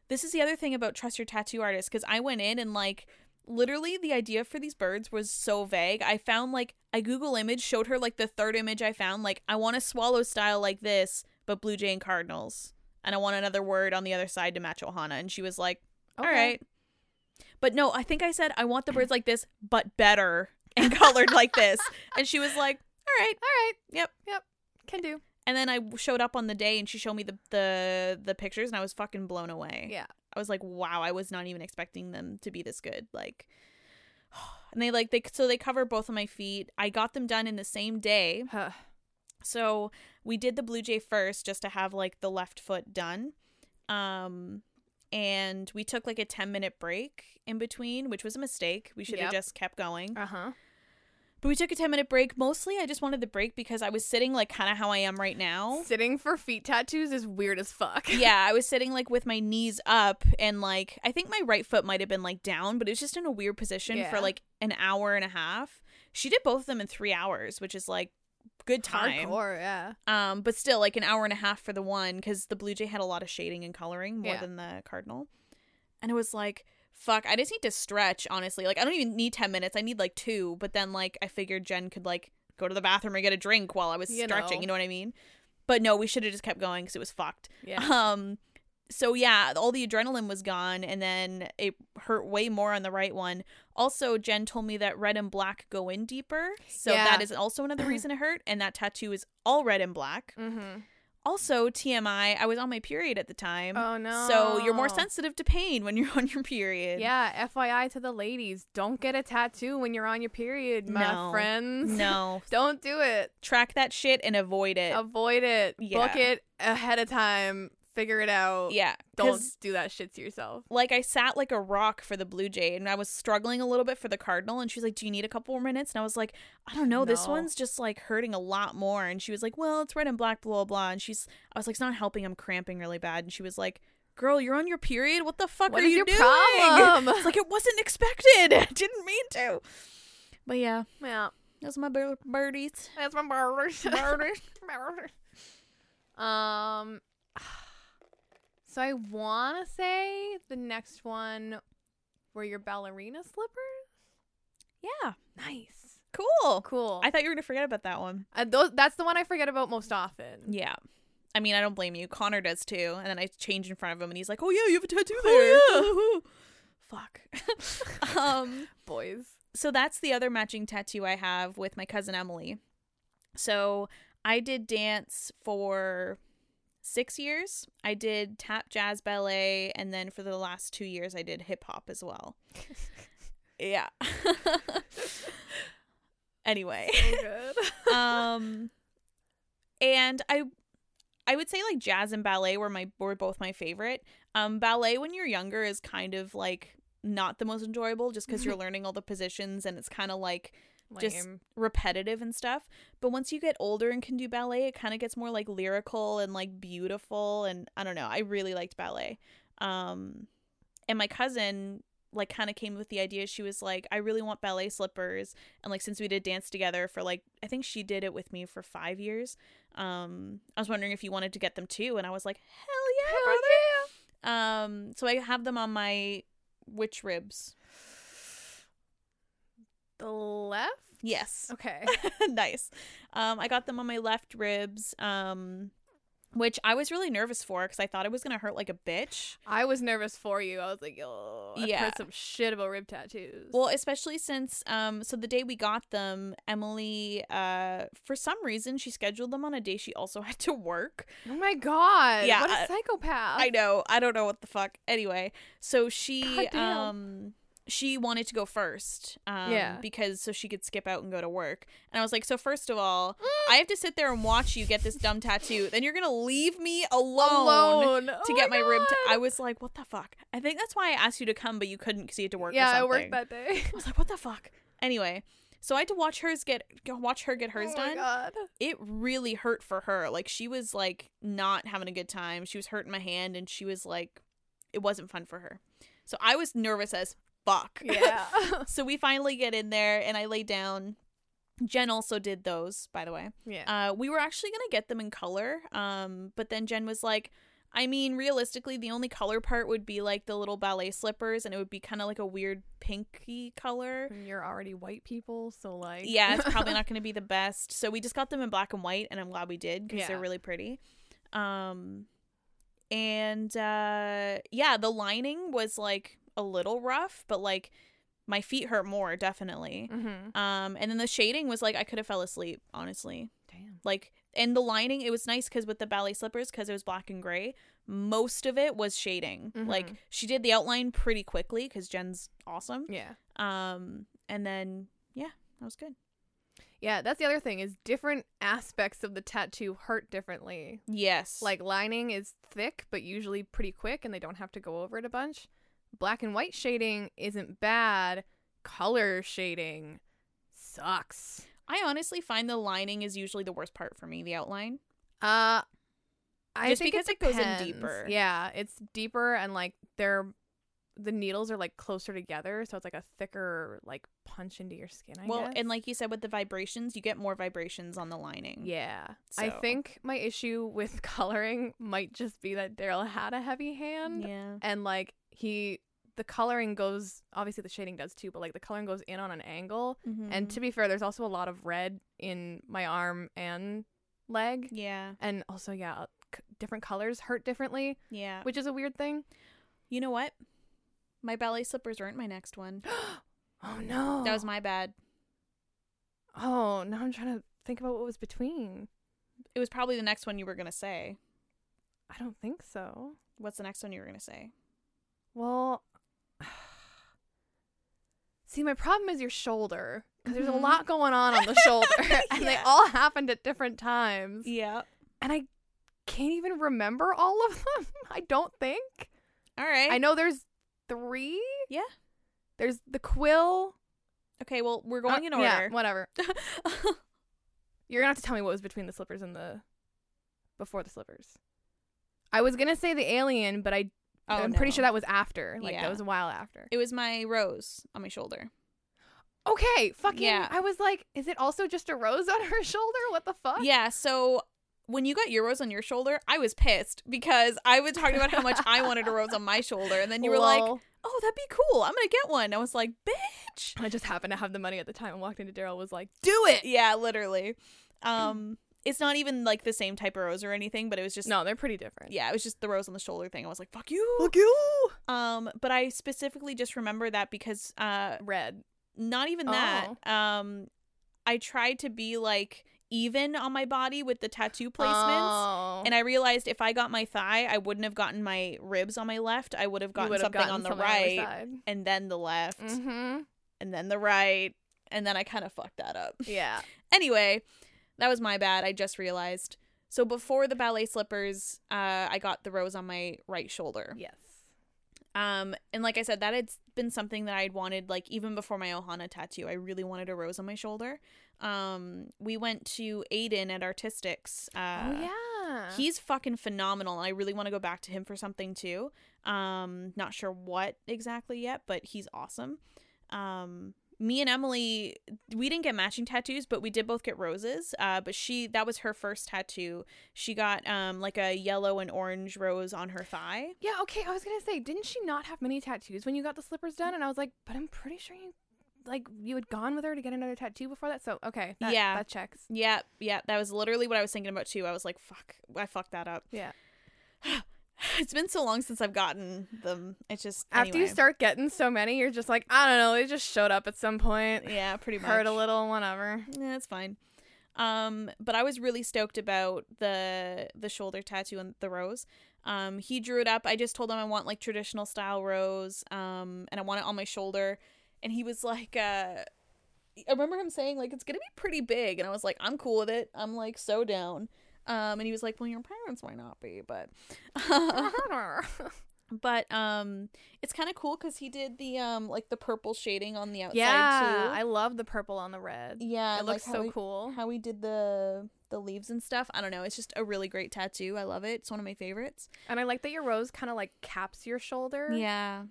[SPEAKER 2] this is the other thing about trust your tattoo artist because I went in and like literally the idea for these birds was so vague. I found like I Google image showed her like the third image I found like I want a swallow style like this, but blue jay and cardinals, and I want another word on the other side to match Ohana. And she was like. All
[SPEAKER 1] Okay.
[SPEAKER 2] right. But no, I think I said I want the birds like this, but better and colored like this. And she was like, "All right."
[SPEAKER 1] All right.
[SPEAKER 2] Yep.
[SPEAKER 1] Yep. Can do.
[SPEAKER 2] And then I showed up on the day, and she showed me the the the pictures, and I was fucking blown away.
[SPEAKER 1] Yeah.
[SPEAKER 2] I was like, "Wow!" I was not even expecting them to be this good. Like, and they like they so they cover both of my feet. I got them done in the same day.
[SPEAKER 1] Huh.
[SPEAKER 2] So we did the blue jay first just to have like the left foot done. Um and we took like a 10 minute break in between, which was a mistake. We should
[SPEAKER 1] Yep.
[SPEAKER 2] have just kept going.
[SPEAKER 1] Uh huh.
[SPEAKER 2] But we took a 10 minute break. Mostly, I just wanted the break because I was sitting like kind of how I am right now.
[SPEAKER 1] Sitting for feet tattoos is weird as fuck.
[SPEAKER 2] yeah, I was sitting like with my knees up and like I think my right foot might have been like down, but it was just in a weird position
[SPEAKER 1] Yeah.
[SPEAKER 2] for like an hour and a half. She did both of them in three hours, which is like good time.
[SPEAKER 1] Hardcore, yeah.
[SPEAKER 2] Um, but still like an hour and a half for the one because the Blue Jay had a lot of shading and coloring more
[SPEAKER 1] Yeah.
[SPEAKER 2] than the Cardinal. And it was like, fuck, I just need to stretch, honestly. Like I don't even need ten minutes. I need like two, but then like I figured Jen could like go to the bathroom or get a drink while I was
[SPEAKER 1] You
[SPEAKER 2] stretching,
[SPEAKER 1] know.
[SPEAKER 2] you know what I mean? But no, we should have just kept going because it was fucked.
[SPEAKER 1] Yeah.
[SPEAKER 2] Um so yeah, all the adrenaline was gone and then it hurt way more on the right one. Also, Jen told me that red and black go in deeper. So
[SPEAKER 1] Yeah.
[SPEAKER 2] that is also another reason it hurt and that tattoo is all red and black.
[SPEAKER 1] mm-hmm.
[SPEAKER 2] Also, TMI, I was on my period at the time.
[SPEAKER 1] Oh no.
[SPEAKER 2] So you're more sensitive to pain when you're on your period.
[SPEAKER 1] Yeah, FYI to the ladies, don't get a tattoo when you're on your period, my
[SPEAKER 2] No.
[SPEAKER 1] friends.
[SPEAKER 2] No.
[SPEAKER 1] Don't do it.
[SPEAKER 2] Track that shit and avoid it.
[SPEAKER 1] Avoid it.
[SPEAKER 2] Yeah.
[SPEAKER 1] Book it ahead of time. Figure it out.
[SPEAKER 2] yeah.
[SPEAKER 1] Don't
[SPEAKER 2] 'cause,
[SPEAKER 1] do that shit to yourself.
[SPEAKER 2] Like I sat like a rock for the Blue Jay and I was struggling a little bit for the Cardinal and she's like, Do you need a couple more minutes? And I was like, I don't know, this
[SPEAKER 1] No.
[SPEAKER 2] one's just like hurting a lot more and she was like, Well, it's red and black, blah blah blah and she's I was like, It's not helping, I'm cramping really bad and she was like, Girl, you're on your period? What the fuck
[SPEAKER 1] What
[SPEAKER 2] are
[SPEAKER 1] is
[SPEAKER 2] you
[SPEAKER 1] your
[SPEAKER 2] doing?
[SPEAKER 1] problem?
[SPEAKER 2] It's like it wasn't expected. I didn't mean to. But yeah,
[SPEAKER 1] yeah.
[SPEAKER 2] that's my bir- birdies.
[SPEAKER 1] That's my murders.
[SPEAKER 2] Murders.
[SPEAKER 1] um. So I want to say the next one were your ballerina slippers.
[SPEAKER 2] Yeah,
[SPEAKER 1] Nice.
[SPEAKER 2] cool.
[SPEAKER 1] Cool.
[SPEAKER 2] I thought you were gonna forget about that one.
[SPEAKER 1] Uh, those, that's the one I forget about most often.
[SPEAKER 2] Yeah, I mean, I don't blame you. Connor does too. And then I change in front of him, and he's like, "Oh yeah, you have a tattoo there."
[SPEAKER 1] Oh,
[SPEAKER 2] Fuck. um.
[SPEAKER 1] Boys.
[SPEAKER 2] So that's the other matching tattoo I have with my cousin Emily. So I did dance for six years. I did tap, jazz, ballet, and then for the last two years, I did hip hop as well. Yeah. anyway,
[SPEAKER 1] So good.
[SPEAKER 2] um, and I, I would say like jazz and ballet were my were both my favorite. Um, ballet when you're younger is kind of like not the most enjoyable just because you're learning all the positions and it's kind of like just-
[SPEAKER 1] Lame.
[SPEAKER 2] repetitive and stuff. But once you get older and can do ballet, it kind of gets more like lyrical and like beautiful. And I don't know, I really liked ballet. Um, and my cousin like kind of came with the idea. She was like, I really want ballet slippers. And like since we did dance together for like, I think she did it with me for five years. Um, I was wondering if you wanted to get them too. And I was like, hell yeah,
[SPEAKER 1] Hell
[SPEAKER 2] brother.
[SPEAKER 1] yeah.
[SPEAKER 2] Um, so I have them on my witch ribs.
[SPEAKER 1] The left.
[SPEAKER 2] Yes.
[SPEAKER 1] Okay.
[SPEAKER 2] nice. Um, I got them on my left ribs, um, which I was really nervous for because I thought it was gonna hurt like a bitch.
[SPEAKER 1] I was nervous for you. I was like, yo, I've
[SPEAKER 2] Yeah.
[SPEAKER 1] heard some shit about rib tattoos.
[SPEAKER 2] Well, especially since um, so the day we got them, Emily, uh, for some reason she scheduled them on a day she also had to work.
[SPEAKER 1] oh my god.
[SPEAKER 2] Yeah,
[SPEAKER 1] What
[SPEAKER 2] I-
[SPEAKER 1] a psychopath.
[SPEAKER 2] I know, I don't know what the fuck. Anyway, so she
[SPEAKER 1] God damn.
[SPEAKER 2] um. She wanted to go first, um,
[SPEAKER 1] Yeah.
[SPEAKER 2] because so she could skip out and go to work. And I was like, so first of all, I have to sit there and watch you get this dumb tattoo. Then you're gonna leave me
[SPEAKER 1] alone Oh
[SPEAKER 2] to get my, rib. T- I was like, what the fuck? I think that's why I asked you to come, but you couldn't because you had to work.
[SPEAKER 1] yeah,
[SPEAKER 2] or
[SPEAKER 1] I worked
[SPEAKER 2] something.
[SPEAKER 1] that day.
[SPEAKER 2] I was like, what the fuck? Anyway, so I had to watch hers get go- watch her get hers
[SPEAKER 1] oh
[SPEAKER 2] done.
[SPEAKER 1] My god.
[SPEAKER 2] It really hurt for her. Like she was like not having a good time. She was hurting my hand, and she was like, it wasn't fun for her. So I was nervous as fuck.
[SPEAKER 1] Yeah.
[SPEAKER 2] so we finally get in there, and I lay down. Jen also did those, by the way.
[SPEAKER 1] yeah.
[SPEAKER 2] Uh, we were actually gonna get them in color, um, but then Jen was like, "I mean, realistically, the only color part would be like the little ballet slippers, and it would be kind of like a weird pinky color.
[SPEAKER 1] And you're already white people, so like
[SPEAKER 2] Yeah, it's probably not gonna be the best. So we just got them in black and white, and I'm glad we did because they're
[SPEAKER 1] Yeah.
[SPEAKER 2] really pretty. Um, and uh, yeah, the lining was like a little rough, but like my feet hurt more definitely.
[SPEAKER 1] mm-hmm.
[SPEAKER 2] Um, and then the shading was like I could have fell asleep honestly
[SPEAKER 1] Damn.
[SPEAKER 2] like and the lining it was nice because with the ballet slippers because it was black and gray most of it was shading like
[SPEAKER 1] Mhm.
[SPEAKER 2] she did the outline pretty quickly because jen's awesome
[SPEAKER 1] Yeah.
[SPEAKER 2] um and then yeah that was good
[SPEAKER 1] Yeah, that's the other thing is different aspects of the tattoo hurt differently.
[SPEAKER 2] yes
[SPEAKER 1] Like lining is thick but usually pretty quick and they don't have to go over it a bunch. Black and white shading isn't bad. Color shading sucks.
[SPEAKER 2] I honestly find the lining is usually the worst part for me, the outline.
[SPEAKER 1] Uh, I
[SPEAKER 2] Just
[SPEAKER 1] think
[SPEAKER 2] because it goes in
[SPEAKER 1] depends.
[SPEAKER 2] deeper.
[SPEAKER 1] Yeah, it's deeper and like they're the needles are like closer together, so it's like a thicker like punch into your skin. I
[SPEAKER 2] well,
[SPEAKER 1] guess. Mm.
[SPEAKER 2] and like you said with the vibrations, you get more vibrations on the lining.
[SPEAKER 1] yeah, I
[SPEAKER 2] So-
[SPEAKER 1] think my issue with coloring might just be that Daryl had a heavy hand,
[SPEAKER 2] Yeah.
[SPEAKER 1] and like he the coloring goes obviously the shading does too, but like the coloring goes in on an angle.
[SPEAKER 2] Mm-hmm.
[SPEAKER 1] And to be fair, there's also a lot of red in my arm and leg,
[SPEAKER 2] yeah,
[SPEAKER 1] and also yeah, c- different colors hurt differently,
[SPEAKER 2] yeah.
[SPEAKER 1] which is a weird thing.
[SPEAKER 2] You know what? My ballet slippers aren't my next one.
[SPEAKER 1] oh no.
[SPEAKER 2] That was my bad.
[SPEAKER 1] Oh, now I'm trying to think about what was between.
[SPEAKER 2] It was probably the next one you were gonna say.
[SPEAKER 1] I don't think so.
[SPEAKER 2] What's the next one you were gonna say?
[SPEAKER 1] Well, see, my problem is your shoulder because there's
[SPEAKER 2] Mhm.
[SPEAKER 1] a lot going on on the shoulder, and they
[SPEAKER 2] Yeah.
[SPEAKER 1] all happened at different times,
[SPEAKER 2] Yeah.
[SPEAKER 1] and I can't even remember all of them. I don't think.
[SPEAKER 2] All right.
[SPEAKER 1] I know there's three.
[SPEAKER 2] Eh. Yeah.
[SPEAKER 1] There's the quill.
[SPEAKER 2] okay. Well, we're going
[SPEAKER 1] Uh,
[SPEAKER 2] in
[SPEAKER 1] Yeah,
[SPEAKER 2] order.
[SPEAKER 1] whatever. You're gonna have to tell me what was between the slippers and the before the slippers. I was gonna say the alien, but I
[SPEAKER 2] oh,
[SPEAKER 1] I'm pretty
[SPEAKER 2] no.
[SPEAKER 1] sure that was after. Like
[SPEAKER 2] Yeah.
[SPEAKER 1] that was a while after.
[SPEAKER 2] it was my rose on my shoulder.
[SPEAKER 1] Okay, fucking.
[SPEAKER 2] Yeah.
[SPEAKER 1] I was like, is it also just a rose on her shoulder? What the fuck?
[SPEAKER 2] Yeah, so when you got your rose on your shoulder, I was pissed because I was talking about how much I wanted a rose on my shoulder, and then you were like,
[SPEAKER 1] Lol.
[SPEAKER 2] "Oh, that'd be cool. I'm gonna get one." I was like, "Bitch,
[SPEAKER 1] I just happened to have the money at the time and walked into Daryl. Was like,
[SPEAKER 2] do it!" Yeah, literally. Um, it's not even like the same type of rose or anything, but it was just
[SPEAKER 1] no, they're pretty different.
[SPEAKER 2] Yeah, it was just the rose on the shoulder thing. I was like, "Fuck you."
[SPEAKER 1] Look you.
[SPEAKER 2] Um, but I specifically just remember that because uh,
[SPEAKER 1] Red.
[SPEAKER 2] not even
[SPEAKER 1] Oh.
[SPEAKER 2] that. Um, I tried to be like even on my body with the tattoo placements.
[SPEAKER 1] Oh.
[SPEAKER 2] And I realized if I got my thigh, I wouldn't have gotten my ribs on my left. I would have gotten something on the right, and then the left,
[SPEAKER 1] Mm-hmm.
[SPEAKER 2] and then the right, and then I kind of fucked that up.
[SPEAKER 1] Yeah.
[SPEAKER 2] Anyway, that was my bad. I just realized. So before the ballet slippers, uh, I got the rose on my right shoulder.
[SPEAKER 1] yes.
[SPEAKER 2] Um, and like I said, that had been something that I'd wanted, like even before my Ohana tattoo, I really wanted a rose on my shoulder. Um, we went to Aiden at Artistics. Uh,
[SPEAKER 1] oh yeah.
[SPEAKER 2] he's fucking phenomenal and i really want to go back to him for something too um not sure what exactly yet but he's awesome um me and emily we didn't get matching tattoos but we did both get roses uh but she that was her first tattoo she got um like a yellow and orange rose on her thigh
[SPEAKER 1] yeah. Okay. I was gonna say, didn't she not have many tattoos when you got the slippers done? And I was like, but I'm pretty sure you, like, you had gone with her to get another tattoo before that. So okay. That,
[SPEAKER 2] Yeah.
[SPEAKER 1] That checks.
[SPEAKER 2] yeah yeah that was literally what i was thinking about too i was like fuck i fucked that up
[SPEAKER 1] Yeah.
[SPEAKER 2] it's been so long since i've gotten them it's just
[SPEAKER 1] After you
[SPEAKER 2] anyway.
[SPEAKER 1] start getting so many, you're just like, I don't know, they just showed up at some point.
[SPEAKER 2] yeah pretty much
[SPEAKER 1] Hurt a little, whatever.
[SPEAKER 2] Yeah, it's fine. Um, but I was really stoked about the the shoulder tattoo and the rose. Um, he drew it up. I just told him I want like traditional style rose. Um, and I want it on my shoulder. And he was like, uh, I remember him saying like it's gonna be pretty big, and I was like, I'm cool with it. I'm like so down. Um, and he was like, well, your parents might not be, but but um, it's kind of cool because he did the um like the purple shading on the outside
[SPEAKER 1] yeah,
[SPEAKER 2] too.
[SPEAKER 1] I love the purple on the red.
[SPEAKER 2] yeah, I
[SPEAKER 1] it
[SPEAKER 2] like
[SPEAKER 1] looks
[SPEAKER 2] how
[SPEAKER 1] so
[SPEAKER 2] he-
[SPEAKER 1] cool.
[SPEAKER 2] how we did the the leaves and stuff. I don't know. It's just a really great tattoo. I love it. It's one of my favorites.
[SPEAKER 1] And I like that your rose kind of like caps your shoulder.
[SPEAKER 2] Yeah.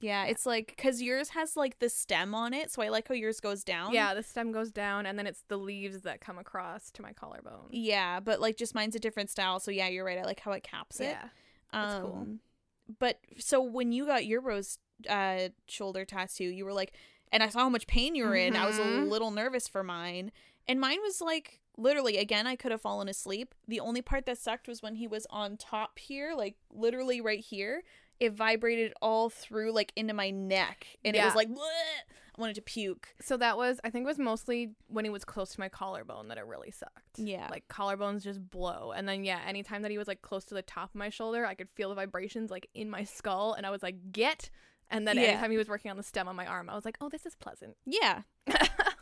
[SPEAKER 2] Yeah, it's like cuz yours has like the stem on it, so I like how yours goes down.
[SPEAKER 1] Yeah, the stem goes down and then it's the leaves that come across to my collarbone.
[SPEAKER 2] Yeah, but like just mine's a different style. So yeah, you're right. I like how it caps it.
[SPEAKER 1] Yeah. it's cool.
[SPEAKER 2] Um, But so when you got your rose uh shoulder tattoo, you were like and I saw how much pain you were in. I was a
[SPEAKER 1] Mhm.
[SPEAKER 2] little nervous for mine. And mine was like literally again I could have fallen asleep. The only part that sucked was when he was on top here, like literally right here. It vibrated all through like into my neck and it was
[SPEAKER 1] Yeah.
[SPEAKER 2] like "Bleh." I wanted to puke.
[SPEAKER 1] So that was I think it was mostly when he was close to my collarbone that it really sucked.
[SPEAKER 2] Yeah.
[SPEAKER 1] Like collarbones just blow. And then yeah, anytime that he was like close to the top of my shoulder, I could feel the vibrations like in my skull and I was like, get and then
[SPEAKER 2] Yeah.
[SPEAKER 1] anytime he was working on the stem on my arm, I was like, Oh, this is pleasant.
[SPEAKER 2] Yeah.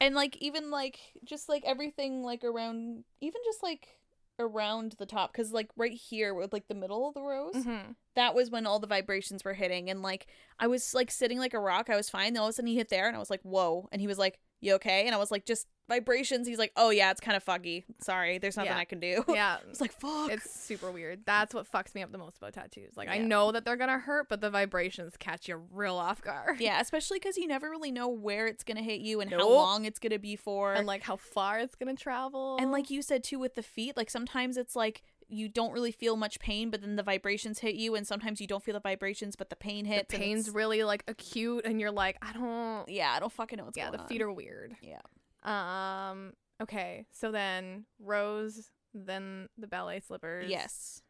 [SPEAKER 2] and like even like just like everything like around even just like around the top cuz like right here with like the middle of the rose
[SPEAKER 1] Mhm.
[SPEAKER 2] that was when all the vibrations were hitting and like I was like sitting like a rock I was fine then all of a sudden he hit there and I was like whoa and he was like you okay? And I was like, just vibrations. He's like, oh yeah, it's kind of foggy. Sorry, there's nothing
[SPEAKER 1] Yeah.
[SPEAKER 2] I can do.
[SPEAKER 1] yeah.
[SPEAKER 2] I was like, fuck.
[SPEAKER 1] It's super weird. That's what fucks me up the most about tattoos. Like I
[SPEAKER 2] Yeah.
[SPEAKER 1] know that they're gonna hurt, but the vibrations catch you real off guard.
[SPEAKER 2] yeah, especially because you never really know where it's gonna hit you and how
[SPEAKER 1] Nope.
[SPEAKER 2] long it's gonna be for.
[SPEAKER 1] And like how far it's gonna travel.
[SPEAKER 2] And like you said too with the feet, like sometimes it's like you don't really feel much pain, but then the vibrations hit you, and sometimes you don't feel the vibrations, but the pain
[SPEAKER 1] the
[SPEAKER 2] hits. and
[SPEAKER 1] pain's
[SPEAKER 2] it's-
[SPEAKER 1] really like acute, and you're like, I don't.
[SPEAKER 2] yeah, I don't fucking know what's
[SPEAKER 1] yeah,
[SPEAKER 2] going
[SPEAKER 1] the
[SPEAKER 2] on.
[SPEAKER 1] feet are weird.
[SPEAKER 2] Yeah.
[SPEAKER 1] Um. Okay. So then Rose, then the ballet slippers.
[SPEAKER 2] Yes.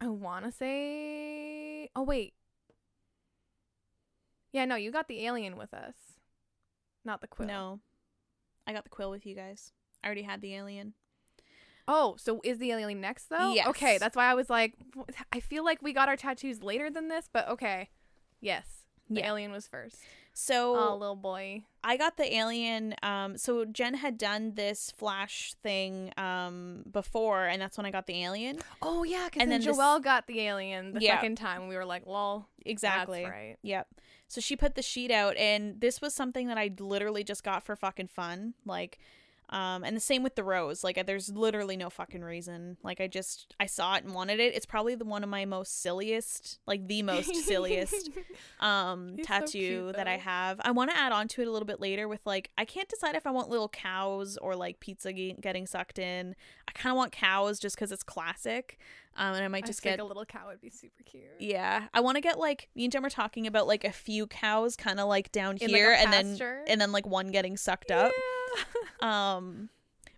[SPEAKER 1] I want to say. Oh wait. Yeah. No, you got the alien with us, not the quill.
[SPEAKER 2] No. I got the quill with you guys. I already had the alien.
[SPEAKER 1] Oh, so is the alien next though?
[SPEAKER 2] Yes.
[SPEAKER 1] Okay, that's why I was like, w- I feel like we got our tattoos later than this, but okay. Yes, the
[SPEAKER 2] Yeah.
[SPEAKER 1] alien was first.
[SPEAKER 2] So
[SPEAKER 1] Oh, little boy.
[SPEAKER 2] I got the alien. Um, so Jen had done this flash thing um before, and that's when I got the alien.
[SPEAKER 1] Oh yeah, because
[SPEAKER 2] And
[SPEAKER 1] then,
[SPEAKER 2] then this-
[SPEAKER 1] Joelle got the alien the
[SPEAKER 2] Yeah.
[SPEAKER 1] second time. We were like, lol.
[SPEAKER 2] Exactly.
[SPEAKER 1] That's right.
[SPEAKER 2] Yep. So she put the sheet out, and this was something that I literally just got for fucking fun. Like, um, and the same with the rose. Like, there's literally no fucking reason. Like, I just I saw it and wanted it. It's probably the one of my most silliest, like the most silliest um
[SPEAKER 1] He's so
[SPEAKER 2] tattoo
[SPEAKER 1] cute,
[SPEAKER 2] that I
[SPEAKER 1] though.
[SPEAKER 2] have. I want to add on to it a little bit later with like I can't decide if I want little cows or like pizza ge- getting sucked in. I kind of want cows just because it's classic, um, and I might
[SPEAKER 1] I
[SPEAKER 2] just
[SPEAKER 1] think
[SPEAKER 2] get
[SPEAKER 1] a little cow would be super cute.
[SPEAKER 2] yeah, I want to get like me and Jim are talking about like a few cows kind of like down
[SPEAKER 1] In, like, a
[SPEAKER 2] here and then
[SPEAKER 1] pasture?
[SPEAKER 2] and then like one getting sucked
[SPEAKER 1] Yeah.
[SPEAKER 2] up. Um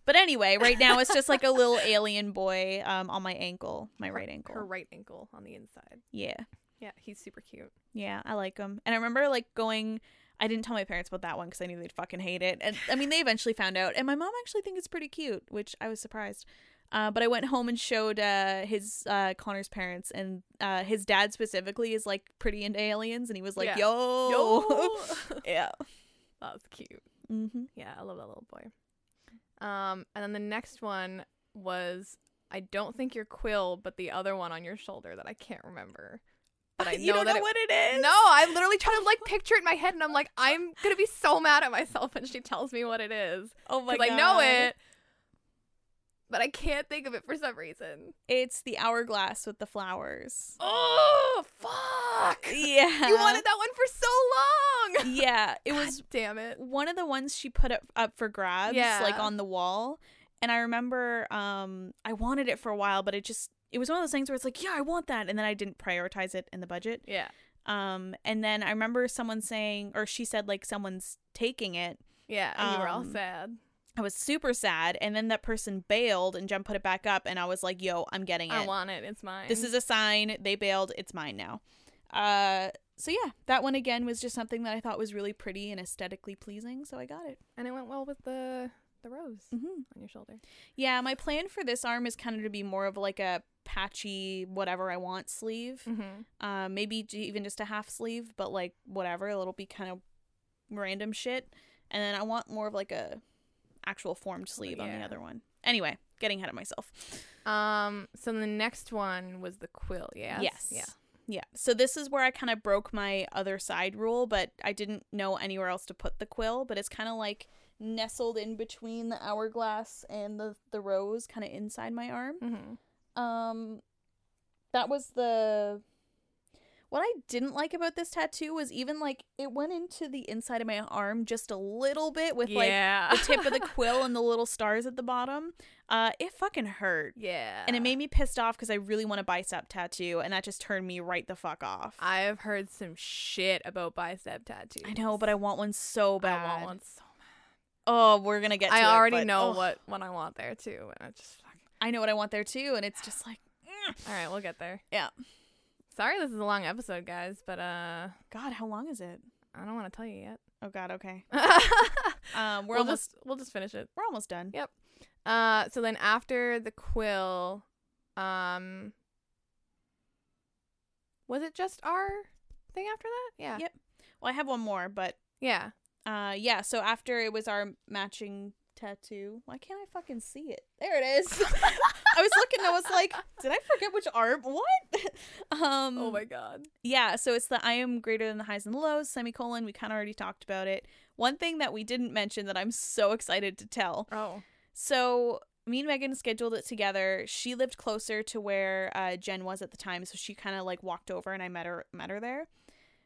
[SPEAKER 2] but anyway, right now it's just like a little alien boy um on my ankle, my right ankle.
[SPEAKER 1] Her right ankle on the inside.
[SPEAKER 2] Yeah.
[SPEAKER 1] Yeah, he's super cute.
[SPEAKER 2] Yeah, I like him. And I remember like going I didn't tell my parents about that one cuz I knew they'd fucking hate it. And I mean, they eventually found out and my mom actually thinks it's pretty cute, which I was surprised. Uh, but I went home and showed uh, his uh, Connor's parents, and uh, his dad specifically is like pretty into aliens, and he was like,
[SPEAKER 1] Yeah.
[SPEAKER 2] "Yo, yeah.
[SPEAKER 1] that was cute.
[SPEAKER 2] Mm-hmm.
[SPEAKER 1] Yeah, I love that little boy. Um, and then the next one was I don't think your quill, but the other one on your shoulder that I can't remember. But I know
[SPEAKER 2] you don't
[SPEAKER 1] that
[SPEAKER 2] know
[SPEAKER 1] it-
[SPEAKER 2] what it is.
[SPEAKER 1] No, I'm literally trying to like picture it in my head, and I'm like, I'm gonna be so mad at myself when she tells me what it is
[SPEAKER 2] Oh my
[SPEAKER 1] because
[SPEAKER 2] god.
[SPEAKER 1] I know it, but I can't think of it for some reason.
[SPEAKER 2] It's the hourglass with the flowers.
[SPEAKER 1] Oh fuck!
[SPEAKER 2] Yeah.
[SPEAKER 1] You wanted that one for so long.
[SPEAKER 2] Yeah. It was
[SPEAKER 1] God damn it.
[SPEAKER 2] one of the ones she put up, up for grabs, like
[SPEAKER 1] Yeah.
[SPEAKER 2] on the wall. And I remember um I wanted it for a while, but it just it was one of those things where it's like, yeah, I want that, and then I didn't prioritize it in the budget.
[SPEAKER 1] Yeah,
[SPEAKER 2] Um, and then I remember someone saying, or she said, like someone's taking it.
[SPEAKER 1] yeah. and you were all
[SPEAKER 2] Um,
[SPEAKER 1] sad.
[SPEAKER 2] I was super sad, and then that person bailed, and Jen put it back up, and I was like, yo, I'm getting it.
[SPEAKER 1] I want it. It's mine.
[SPEAKER 2] This is a sign. They bailed. It's mine now. Uh, so yeah, that one again was just something that I thought was really pretty and aesthetically pleasing, so I got it.
[SPEAKER 1] and it went well with the the rose
[SPEAKER 2] Mm-hmm.
[SPEAKER 1] on your shoulder.
[SPEAKER 2] Yeah, my plan for this arm is kind of to be more of like a patchy whatever I want sleeve.
[SPEAKER 1] Mm-hmm.
[SPEAKER 2] Uh, maybe j- even just a half sleeve, but like whatever, it'll be kind of random shit. And then I want more of like a actual formed sleeve on the
[SPEAKER 1] yeah.
[SPEAKER 2] other one. Anyway, getting ahead of myself.
[SPEAKER 1] Um. So the next one was the quill. Yes.
[SPEAKER 2] Yes.
[SPEAKER 1] Yeah.
[SPEAKER 2] Yeah. So this is where I kind of broke my other side rule, but I didn't know anywhere else to put the quill, but it's kind of like nestled in between the hourglass and the the rose kind of inside my arm.
[SPEAKER 1] Mm-hmm.
[SPEAKER 2] Um that was the what I didn't like about this tattoo was even like it went into the inside of my arm just a little bit with
[SPEAKER 1] yeah.
[SPEAKER 2] like the tip of the quill and the little stars at the bottom. Uh it fucking hurt.
[SPEAKER 1] yeah.
[SPEAKER 2] And it made me pissed off because I really want a bicep tattoo, and that just turned me right the fuck off. I,
[SPEAKER 1] I've heard some shit about bicep tattoos.
[SPEAKER 2] know, but I want one so
[SPEAKER 1] I
[SPEAKER 2] bad.
[SPEAKER 1] want one so
[SPEAKER 2] Oh, we're gonna get. To
[SPEAKER 1] I
[SPEAKER 2] it,
[SPEAKER 1] already
[SPEAKER 2] but-
[SPEAKER 1] know
[SPEAKER 2] ugh,
[SPEAKER 1] what one I want there too, and I just fucking.
[SPEAKER 2] I know what I want there too, and it's just like, mm.
[SPEAKER 1] All right, we'll get there.
[SPEAKER 2] Yeah.
[SPEAKER 1] Sorry, this is a long episode, guys, but uh,
[SPEAKER 2] God, how long is it?
[SPEAKER 1] I don't want to tell you yet.
[SPEAKER 2] Oh God, okay.
[SPEAKER 1] we're
[SPEAKER 2] Um, we're
[SPEAKER 1] will
[SPEAKER 2] almost
[SPEAKER 1] just we'll just finish it.
[SPEAKER 2] we're almost done.
[SPEAKER 1] Yeah. Uh, so then after the quill, um, was it just our thing after that? Yeah.
[SPEAKER 2] Yeah. Well, I have one more, but
[SPEAKER 1] Yeah.
[SPEAKER 2] uh, yeah. So after it was our matching tattoo. Why can't I fucking see it? There it is. I was looking. I was like, did I forget which arm? What? um.
[SPEAKER 1] Oh my god.
[SPEAKER 2] Yeah. So it's the I am greater than the highs and the lows semicolon. We kind of already talked about it. One thing that we didn't mention that I'm so excited to tell.
[SPEAKER 1] Oh.
[SPEAKER 2] So me and Megan scheduled it together. She lived closer to where uh, Jen was at the time, so she kind of like walked over and I met her met her there.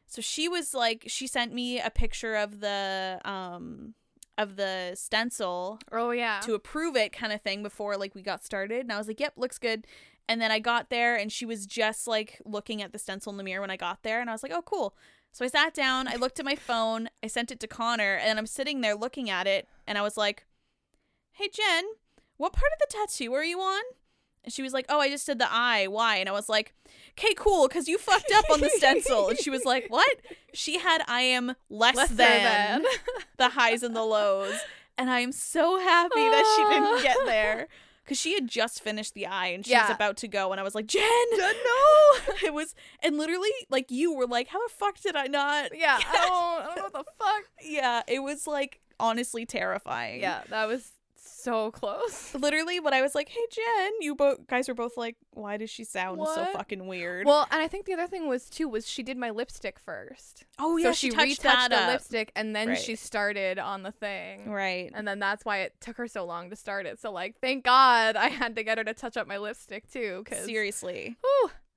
[SPEAKER 2] So she was like she sent me a picture of the um of the stencil
[SPEAKER 1] Oh yeah.
[SPEAKER 2] to approve it kind of thing before like we got started and I was like, "Yep, looks good." And then I got there and she was just like looking at the stencil in the mirror when I got there and I was like, "Oh, cool." So I sat down, I looked at my phone, I sent it to Connor, and I'm sitting there looking at it and I was like, "Hey Jen, what part of the tattoo are you on?" And she was like, "Oh, I just did the eye. Why?" And I was like, "Okay, cool, cuz you fucked up on the stencil." and she was like, "What?" She had I am less,
[SPEAKER 1] Lesser
[SPEAKER 2] than
[SPEAKER 1] than.
[SPEAKER 2] the highs and the lows. And I am so happy that she didn't get there. Because she had just finished the eye and she was
[SPEAKER 1] Ah. Yeah.
[SPEAKER 2] about to go. And I was like, Jen!
[SPEAKER 1] Jen,
[SPEAKER 2] no! it was, and literally, like, you were like, how the fuck did I not?
[SPEAKER 1] yeah. I don't. I don't know what the fuck.
[SPEAKER 2] Yeah, it was like honestly terrifying.
[SPEAKER 1] Yeah. That was so close.
[SPEAKER 2] Literally, when I was like, hey, Jen, you both guys were both like, why does she sound so
[SPEAKER 1] What?
[SPEAKER 2] fucking weird?
[SPEAKER 1] Well, and I think the other thing was too was she did my lipstick first.
[SPEAKER 2] oh,
[SPEAKER 1] so she, retouched the lipstick and then
[SPEAKER 2] Right.
[SPEAKER 1] she started on the thing.
[SPEAKER 2] Right.
[SPEAKER 1] And then that's why it took her so long to start it. So like, thank God I had to get her to touch up my lipstick too, because
[SPEAKER 2] Seriously.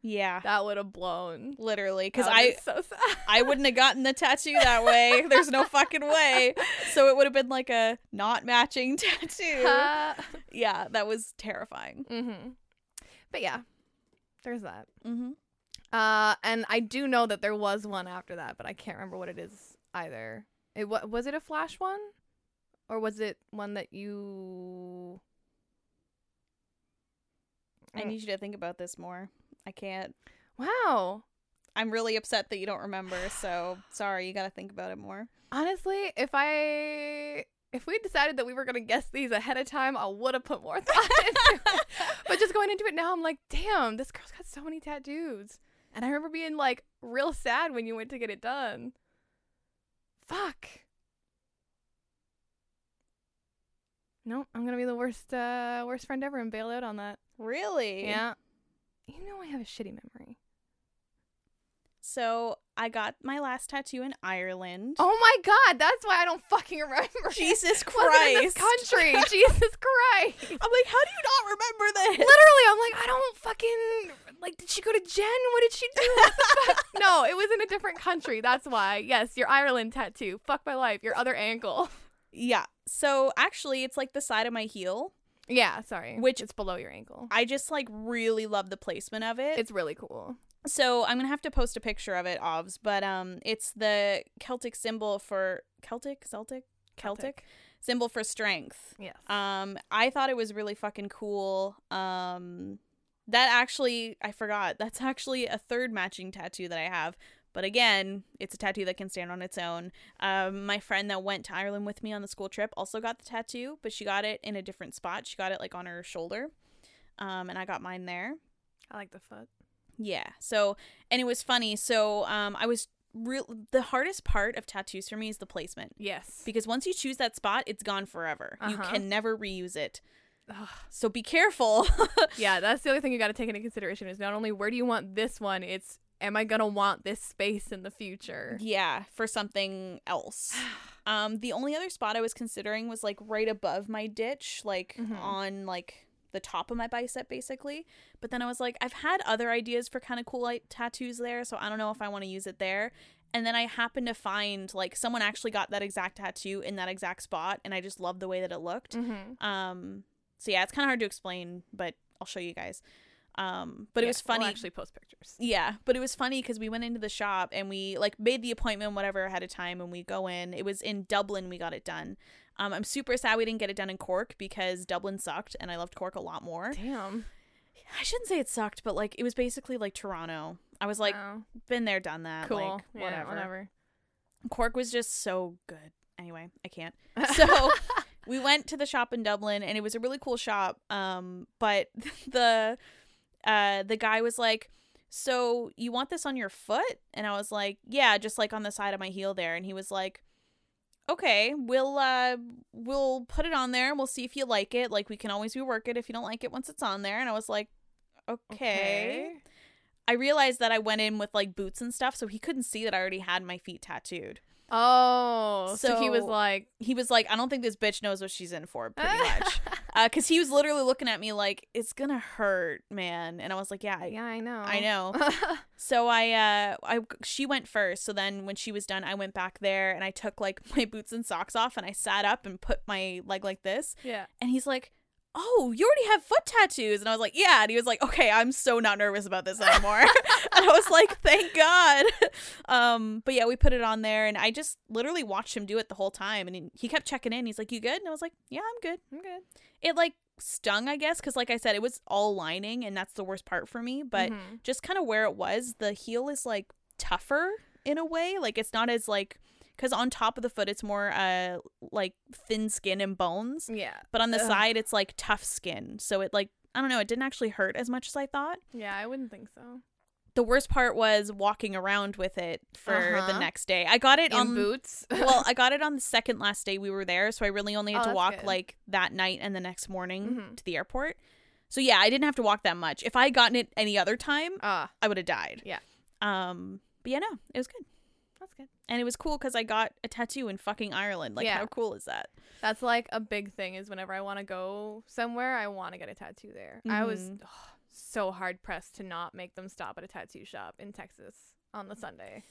[SPEAKER 2] Yeah.
[SPEAKER 1] that would have blown.
[SPEAKER 2] Literally. Because
[SPEAKER 1] That
[SPEAKER 2] I,
[SPEAKER 1] is so sad.
[SPEAKER 2] I wouldn't have gotten the tattoo that way. There's no fucking way. So it would have been like a not matching tattoo. yeah, that was terrifying.
[SPEAKER 1] mm-hmm. But yeah, there's that.
[SPEAKER 2] Mm-hmm.
[SPEAKER 1] Uh, and I do know that there was one after that, but I can't remember what it is either. It wa- was it a flash one, or was it one that you?
[SPEAKER 2] I
[SPEAKER 1] Mm.
[SPEAKER 2] need you to think about this more. I can't.
[SPEAKER 1] Wow.
[SPEAKER 2] I'm really upset that you don't remember. So sorry, you got to think about it more.
[SPEAKER 1] Honestly, if I if we decided that we were gonna guess these ahead of time, I would have put more thought into it. But just going into it now, I'm like, damn, this girl's got so many tattoos. And I remember being like real sad when you went to get it done. Fuck. Nope, I'm gonna be the worst uh worst friend ever and bail out on that.
[SPEAKER 2] Really?
[SPEAKER 1] Yeah. You know I have a shitty memory.
[SPEAKER 2] So I got my last tattoo in Ireland.
[SPEAKER 1] Oh my god, that's why I don't fucking remember. it.
[SPEAKER 2] Jesus
[SPEAKER 1] Wasn't in this
[SPEAKER 2] Christ!
[SPEAKER 1] country. Jesus Christ.
[SPEAKER 2] I'm like, how do you not remember this?
[SPEAKER 1] Literally, I'm like, I don't fucking like. Did she go to Jen? What did she do? What the fuck? no, it was in a different country. That's why. Yes, your Ireland tattoo. Fuck my life. Your other ankle.
[SPEAKER 2] yeah. So actually, it's like the side of my heel.
[SPEAKER 1] Yeah, sorry.
[SPEAKER 2] Which-
[SPEAKER 1] it's below your ankle.
[SPEAKER 2] I just like really love the placement of it.
[SPEAKER 1] It's really cool.
[SPEAKER 2] So I'm gonna have to post a picture of it, Ovs, but um, it's the Celtic symbol for Celtic, Celtic, Celtic, symbol for strength.
[SPEAKER 1] Yes.
[SPEAKER 2] Um, I thought it was really fucking cool. Um, that actually, I forgot. That's actually a third matching tattoo that I have. But again, it's a tattoo that can stand on its own. Um, my friend that went to Ireland with me on the school trip also got the tattoo, but she got it in a different spot. She got it like on her shoulder, um, and I got mine there.
[SPEAKER 1] I like the foot.
[SPEAKER 2] Yeah. So, and it was funny. So, um, I was real. The hardest part of tattoos for me is the placement
[SPEAKER 1] Yes.
[SPEAKER 2] because once you choose that spot, it's gone forever. You
[SPEAKER 1] Uh-huh.
[SPEAKER 2] can never reuse it.
[SPEAKER 1] Ugh.
[SPEAKER 2] So be careful.
[SPEAKER 1] yeah, that's the other thing you got to take into consideration is not only where do you want this one, it's am I gonna want this space in the future?
[SPEAKER 2] yeah, for something else. Um, the only other spot I was considering was like right above my ditch, like
[SPEAKER 1] Mhm.
[SPEAKER 2] on like the top of my bicep basically but then i was like i've had other ideas for kind of cool like tattoos there so i don't know if i want to use it there and then i happened to find like someone actually got that exact tattoo in that exact spot and i just loved the way that it looked
[SPEAKER 1] Mm-hmm.
[SPEAKER 2] um so yeah it's kind of hard to explain but i'll show you guys um but it was
[SPEAKER 1] We'll
[SPEAKER 2] funny
[SPEAKER 1] actually, post pictures.
[SPEAKER 2] yeah, but it was funny because we went into the shop and we like made the appointment whatever ahead of time, and we go in. It was in Dublin we got it done. Um, I'm super sad we didn't get it done in Cork because Dublin sucked, and I loved Cork a lot more.
[SPEAKER 1] Damn.
[SPEAKER 2] I shouldn't say it sucked, but like it was basically like Toronto. I was like,
[SPEAKER 1] Wow.
[SPEAKER 2] been there, done that.
[SPEAKER 1] cool.
[SPEAKER 2] Like,
[SPEAKER 1] Yeah,
[SPEAKER 2] whatever.
[SPEAKER 1] whatever.
[SPEAKER 2] Cork was just so good. Anyway, I can't. So we went to the shop in Dublin and it was a really cool shop. Um, but the uh the guy was like, So you want this on your foot? And I was like, Yeah, just like on the side of my heel there. And he was like, okay, we'll uh we'll put it on there and we'll see if you like it. Like we can always rework it if you don't like it once it's on there. And I was like, okay. I realized that I went in with like boots and stuff, so he couldn't see that I already had my feet tattooed.
[SPEAKER 1] Oh, so, he was
[SPEAKER 2] So-
[SPEAKER 1] like,
[SPEAKER 2] He was like, I don't think this bitch knows what she's in for, pretty much. Because he was literally looking at me like, it's gonna hurt, man. And I was like, yeah, I,
[SPEAKER 1] yeah, I know.
[SPEAKER 2] I know. So I uh I she went first. So then when she was done, I went back there and I took like my boots and socks off and I sat up and put my leg like this.
[SPEAKER 1] yeah.
[SPEAKER 2] And he's like, "Oh, you already have foot tattoos." And I was like, "Yeah." And he was like, "Okay, I'm so not nervous about this anymore." and I was like, "Thank God." Um but yeah, we put it on there and I just literally watched him do it the whole time and he- he kept checking in. He's like, "You good?" And I was like, "Yeah, I'm good."
[SPEAKER 1] I'm good.
[SPEAKER 2] It like stung, I guess, cuz like I said it was all lining and that's the worst part for me, but
[SPEAKER 1] Mhm.
[SPEAKER 2] just kind of where it was the heel is like tougher in a way like it's not as like because on top of the foot it's more uh like thin skin and bones
[SPEAKER 1] yeah,
[SPEAKER 2] but on the
[SPEAKER 1] Ugh.
[SPEAKER 2] side it's like tough skin so it like i don't know it didn't actually hurt as much as i thought
[SPEAKER 1] yeah, I wouldn't think so.
[SPEAKER 2] the worst part was walking around with it for
[SPEAKER 1] Uh-huh.
[SPEAKER 2] the next day i got it
[SPEAKER 1] In
[SPEAKER 2] on
[SPEAKER 1] boots.
[SPEAKER 2] well i got it on the second last day we were there so i really only had
[SPEAKER 1] Oh,
[SPEAKER 2] to
[SPEAKER 1] that's
[SPEAKER 2] walk
[SPEAKER 1] good.
[SPEAKER 2] like that night and the next morning
[SPEAKER 1] Mhm.
[SPEAKER 2] to the airport so yeah i didn't have to walk that much if i had gotten it any other time
[SPEAKER 1] Ah,
[SPEAKER 2] I would have died.
[SPEAKER 1] Yeah.
[SPEAKER 2] Um. But yeah, no, it was good,
[SPEAKER 1] that's good.
[SPEAKER 2] and it was cool because I got a tattoo in fucking Ireland. Like,
[SPEAKER 1] Yeah.
[SPEAKER 2] how cool is that?
[SPEAKER 1] That's like a big thing is whenever I want to go somewhere, I want to get a tattoo there. I was
[SPEAKER 2] Mhm.
[SPEAKER 1] ugh, so hard pressed to not make them stop at a tattoo shop in Texas on the Sunday.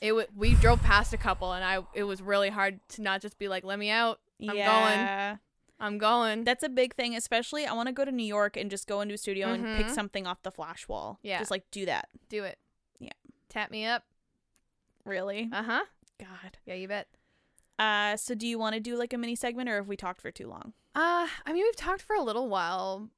[SPEAKER 1] It w- we drove past a couple and I it was really hard to not just be like, "Let me out. going.
[SPEAKER 2] yeah.
[SPEAKER 1] I'm going."
[SPEAKER 2] That's a big thing, especially I want to go to New York and just go into a studio and pick
[SPEAKER 1] Mhm.
[SPEAKER 2] something off the flash wall.
[SPEAKER 1] Yeah.
[SPEAKER 2] Just like do that.
[SPEAKER 1] Do it.
[SPEAKER 2] Yeah.
[SPEAKER 1] Tap me up.
[SPEAKER 2] Really?
[SPEAKER 1] Uh-huh.
[SPEAKER 2] Oh, God.
[SPEAKER 1] Yeah, you bet.
[SPEAKER 2] Uh. So do you want to do like a mini segment, or have we talked for too long?
[SPEAKER 1] Uh, I mean, we've talked for a little while,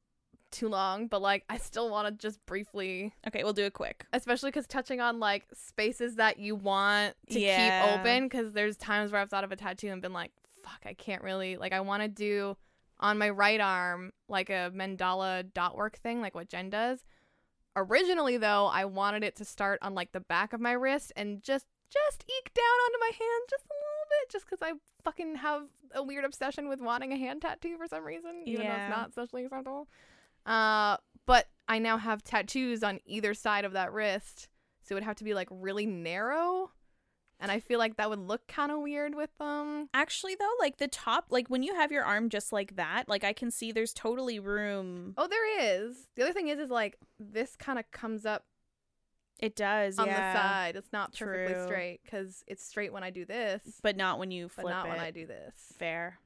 [SPEAKER 1] too long, but like, I still want to just briefly,
[SPEAKER 2] Okay, we'll do it quick.
[SPEAKER 1] especially because touching on like spaces that you want to
[SPEAKER 2] Yeah.
[SPEAKER 1] keep open, because there's times where I've thought of a tattoo and been like, fuck, I can't really, like, I want to do on my right arm, like a mandala dot work thing, like what Jen does. Originally, though, I wanted it to start on like the back of my wrist and just just eke down onto my hand just a little bit, just because I fucking have a weird obsession with wanting a hand tattoo for some reason, even
[SPEAKER 2] Yeah.
[SPEAKER 1] though it's not socially acceptable. Uh, but I now have tattoos on either side of that wrist, so it would have to be like really narrow, and I feel like that would look kind of weird with them.
[SPEAKER 2] Actually, though, like the top, like when you have your arm just like that, like I can see there's totally room.
[SPEAKER 1] Oh, there is. The other thing is, is like this kind of comes up
[SPEAKER 2] It does.
[SPEAKER 1] on
[SPEAKER 2] yeah.
[SPEAKER 1] the side. It's not perfectly
[SPEAKER 2] True.
[SPEAKER 1] straight because it's straight when I do this,
[SPEAKER 2] But not when you
[SPEAKER 1] but
[SPEAKER 2] flip
[SPEAKER 1] not
[SPEAKER 2] it.
[SPEAKER 1] when I do this.
[SPEAKER 2] Fair.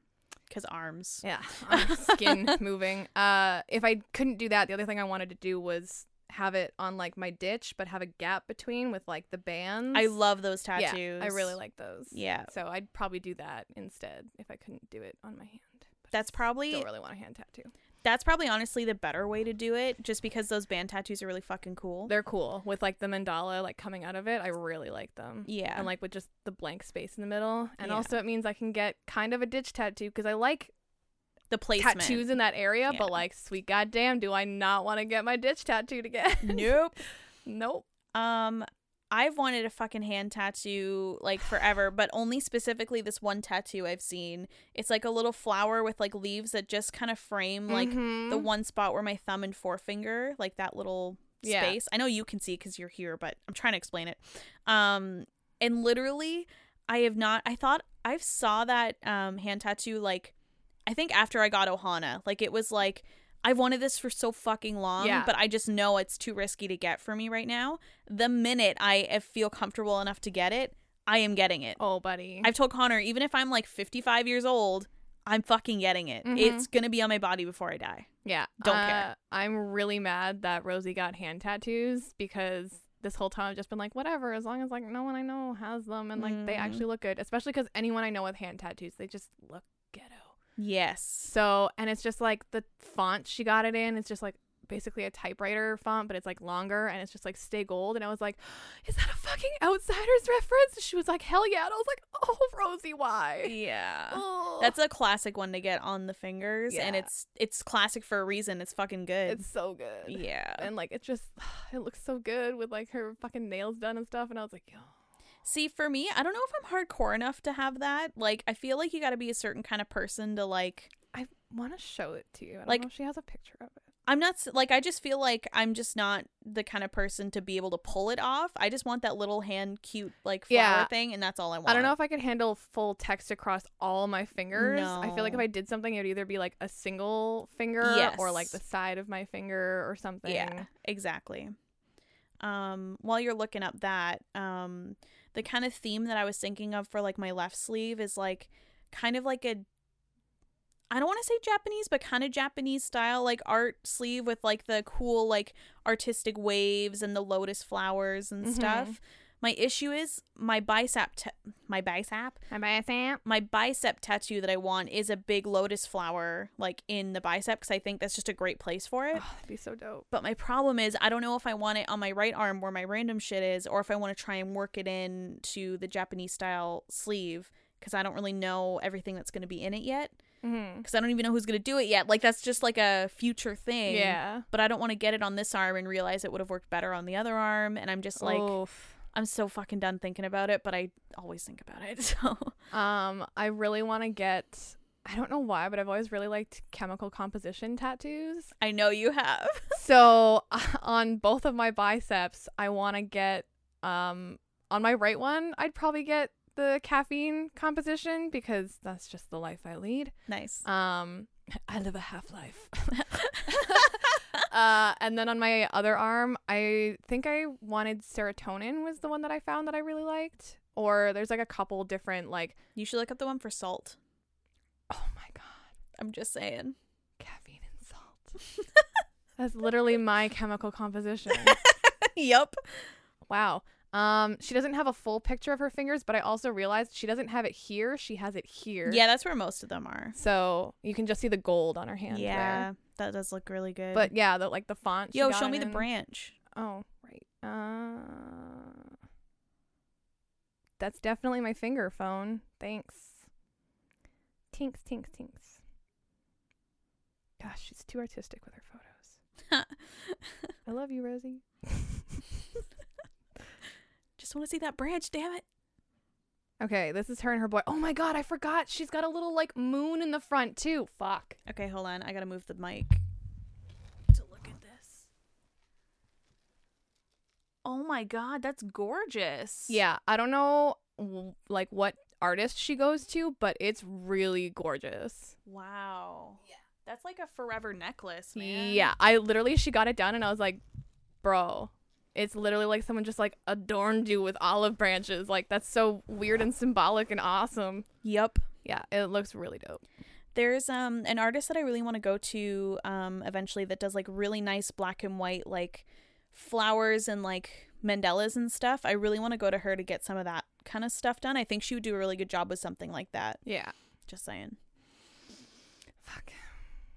[SPEAKER 2] Because arms.
[SPEAKER 1] Yeah, our skin moving. Uh, if I couldn't do that, the other thing I wanted to do was have it on like my ditch, but have a gap between with like the bands.
[SPEAKER 2] I love those
[SPEAKER 1] Yeah,
[SPEAKER 2] tattoos.
[SPEAKER 1] I really like those.
[SPEAKER 2] Yeah.
[SPEAKER 1] So I'd probably do that instead if I couldn't do it on my hand. But
[SPEAKER 2] That's
[SPEAKER 1] I
[SPEAKER 2] probably
[SPEAKER 1] still really want a hand tattoo.
[SPEAKER 2] that's probably honestly the better way to do it just because those band tattoos are really fucking cool.
[SPEAKER 1] They're cool with like the mandala like coming out of it. I really like them.
[SPEAKER 2] yeah.
[SPEAKER 1] and like with just the blank space in the middle. And
[SPEAKER 2] Yeah.
[SPEAKER 1] also, it means I can get kind of a ditch tattoo because I like
[SPEAKER 2] the placement.
[SPEAKER 1] tattoos in that area.
[SPEAKER 2] Yeah.
[SPEAKER 1] But like, sweet goddamn, do I not want to get my ditch tattooed again?
[SPEAKER 2] Nope.
[SPEAKER 1] nope.
[SPEAKER 2] Um I've wanted a fucking hand tattoo like forever, but only specifically this one tattoo I've seen. It's like a little flower with like leaves that just kind of frame like the
[SPEAKER 1] Mhm.
[SPEAKER 2] one spot where my thumb and forefinger, like that little
[SPEAKER 1] Yeah.
[SPEAKER 2] space. I know you can see because you're here, but I'm trying to explain it. Um, and literally, I have not. I thought I saw that um hand tattoo like, I think after I got Ohana, like it was like. I've wanted this for so fucking long,
[SPEAKER 1] Yeah.
[SPEAKER 2] but I just know it's too risky to get for me right now. The minute I uh, feel comfortable enough to get it, I am getting it.
[SPEAKER 1] Oh, buddy.
[SPEAKER 2] I've told Connor, even if I'm like 55 years old, I'm fucking getting it.
[SPEAKER 1] Mhm.
[SPEAKER 2] It's gonna be on my body before I die.
[SPEAKER 1] yeah.
[SPEAKER 2] don't care.
[SPEAKER 1] Uh, I'm really mad that Rosie got hand tattoos because this whole time I've just been like, whatever, as long as like no one I know has them and like they
[SPEAKER 2] Mhm.
[SPEAKER 1] actually look good, especially because anyone I know with hand tattoos, they just look ghetto.
[SPEAKER 2] Yes.
[SPEAKER 1] So, and it's just like the font she got it in, it's just like basically a typewriter font, but it's like longer and it's just like stay gold. And I was like, is that a fucking Outsiders reference? She was like, hell yeah. And I was like, oh, Rosie, why?
[SPEAKER 2] Yeah.
[SPEAKER 1] Oh,
[SPEAKER 2] That's a classic one to get on the fingers and
[SPEAKER 1] Yeah.
[SPEAKER 2] it's it's classic for a reason. It's fucking good.
[SPEAKER 1] it's so good.
[SPEAKER 2] yeah.
[SPEAKER 1] And like, it just, it looks so good with like her fucking nails done and stuff. And I was like, yo.
[SPEAKER 2] See, for me, I don't know if I'm hardcore enough to have that. Like, I feel like you got to be a certain kind of person to like.
[SPEAKER 1] I want to show it to you. I don't
[SPEAKER 2] Like-
[SPEAKER 1] know if she has a picture of it.
[SPEAKER 2] I'm not s- like I just feel like I'm just not the kind of person to be able to pull it off. I just want that little hand cute like flower
[SPEAKER 1] Yeah.
[SPEAKER 2] thing, and that's all I want.
[SPEAKER 1] I don't know if I could handle full text across all my fingers. I feel like if
[SPEAKER 2] No.
[SPEAKER 1] I did something, it would either be like a single finger or like
[SPEAKER 2] Yes.
[SPEAKER 1] the side of my finger or something.
[SPEAKER 2] Yeah, exactly. Um, while you're looking up that, um, the kind of theme that I was thinking of for like my left sleeve is like kind of like a I don't want to say Japanese, but kind of Japanese style like art sleeve with like the cool like artistic waves and the lotus flowers and
[SPEAKER 1] Mhm.
[SPEAKER 2] stuff. My issue is my bicep t- my bicep
[SPEAKER 1] Am I a Sam?
[SPEAKER 2] my bicep tattoo that I want is a big lotus flower like in the bicep because I think that's just a great place for
[SPEAKER 1] Oh,
[SPEAKER 2] it.
[SPEAKER 1] that'd be so dope.
[SPEAKER 2] But my problem is I don't know if I want it on my right arm where my random shit is or if I want to try and work it in to the Japanese style sleeve cuz I don't really know everything that's going to be in it yet
[SPEAKER 1] Mm-hmm.
[SPEAKER 2] cuz I don't even know who's going to do it yet. Like that's just like a future thing.
[SPEAKER 1] Yeah.
[SPEAKER 2] But I don't want to get it on this arm and realize it would have worked better on the other arm and I'm just like
[SPEAKER 1] Oof.
[SPEAKER 2] I'm so fucking done thinking about it, but I always think about it. So
[SPEAKER 1] Um, I really want to get. I don't know why, but I've always really liked chemical composition tattoos.
[SPEAKER 2] I know you have.
[SPEAKER 1] so on both of my biceps, I want to get. Um, on my right one, I'd probably get the caffeine composition because that's just the life I lead.
[SPEAKER 2] Nice.
[SPEAKER 1] Um, I live a half life. uh, and then on my other arm, I think I wanted serotonin was the one that I found that I really liked. Or there's like a couple different like
[SPEAKER 2] You should look up the one for salt.
[SPEAKER 1] oh my god,
[SPEAKER 2] I'm just saying.
[SPEAKER 1] caffeine and salt. That's literally my chemical composition.
[SPEAKER 2] yep.
[SPEAKER 1] wow. Um, she doesn't have a full picture of her fingers, but I also realized she doesn't have it here. She has it here.
[SPEAKER 2] Yeah, that's where most of them are.
[SPEAKER 1] So you can just see the gold on her hand. there.
[SPEAKER 2] yeah, that does look really good.
[SPEAKER 1] But yeah, the like the font. she
[SPEAKER 2] yo,
[SPEAKER 1] got
[SPEAKER 2] show
[SPEAKER 1] it
[SPEAKER 2] me the
[SPEAKER 1] in.
[SPEAKER 2] branch.
[SPEAKER 1] Oh, right. Uh, that's definitely my finger phone. Thanks. Tinks, tinks, tinks. Gosh, she's too artistic with her photos. I love you, Rosie.
[SPEAKER 2] Just want to see that branch. Damn it.
[SPEAKER 1] Okay, this is her and her boy. Oh my god, I forgot. She's got a little like moon in the front too. Fuck.
[SPEAKER 2] Okay, hold on. I gotta move the mic to look at this. Oh my god, that's gorgeous.
[SPEAKER 1] Yeah, I don't know w- like what artist she goes to, but it's really gorgeous.
[SPEAKER 2] Wow. Yeah. That's like a forever necklace, man.
[SPEAKER 1] Yeah, I literally she got it done and I was like, bro, it's literally like someone just like adorned you with olive branches. Like that's so weird and symbolic and awesome.
[SPEAKER 2] Yep.
[SPEAKER 1] Yeah, it looks really dope.
[SPEAKER 2] There's um an artist that I really want to go to um eventually that does like really nice black and white like flowers and like mandalas and stuff. I really want to go to her to get some of that kind of stuff done. I think she would do a really good job with something like that.
[SPEAKER 1] Yeah.
[SPEAKER 2] Just saying.
[SPEAKER 1] Fuck.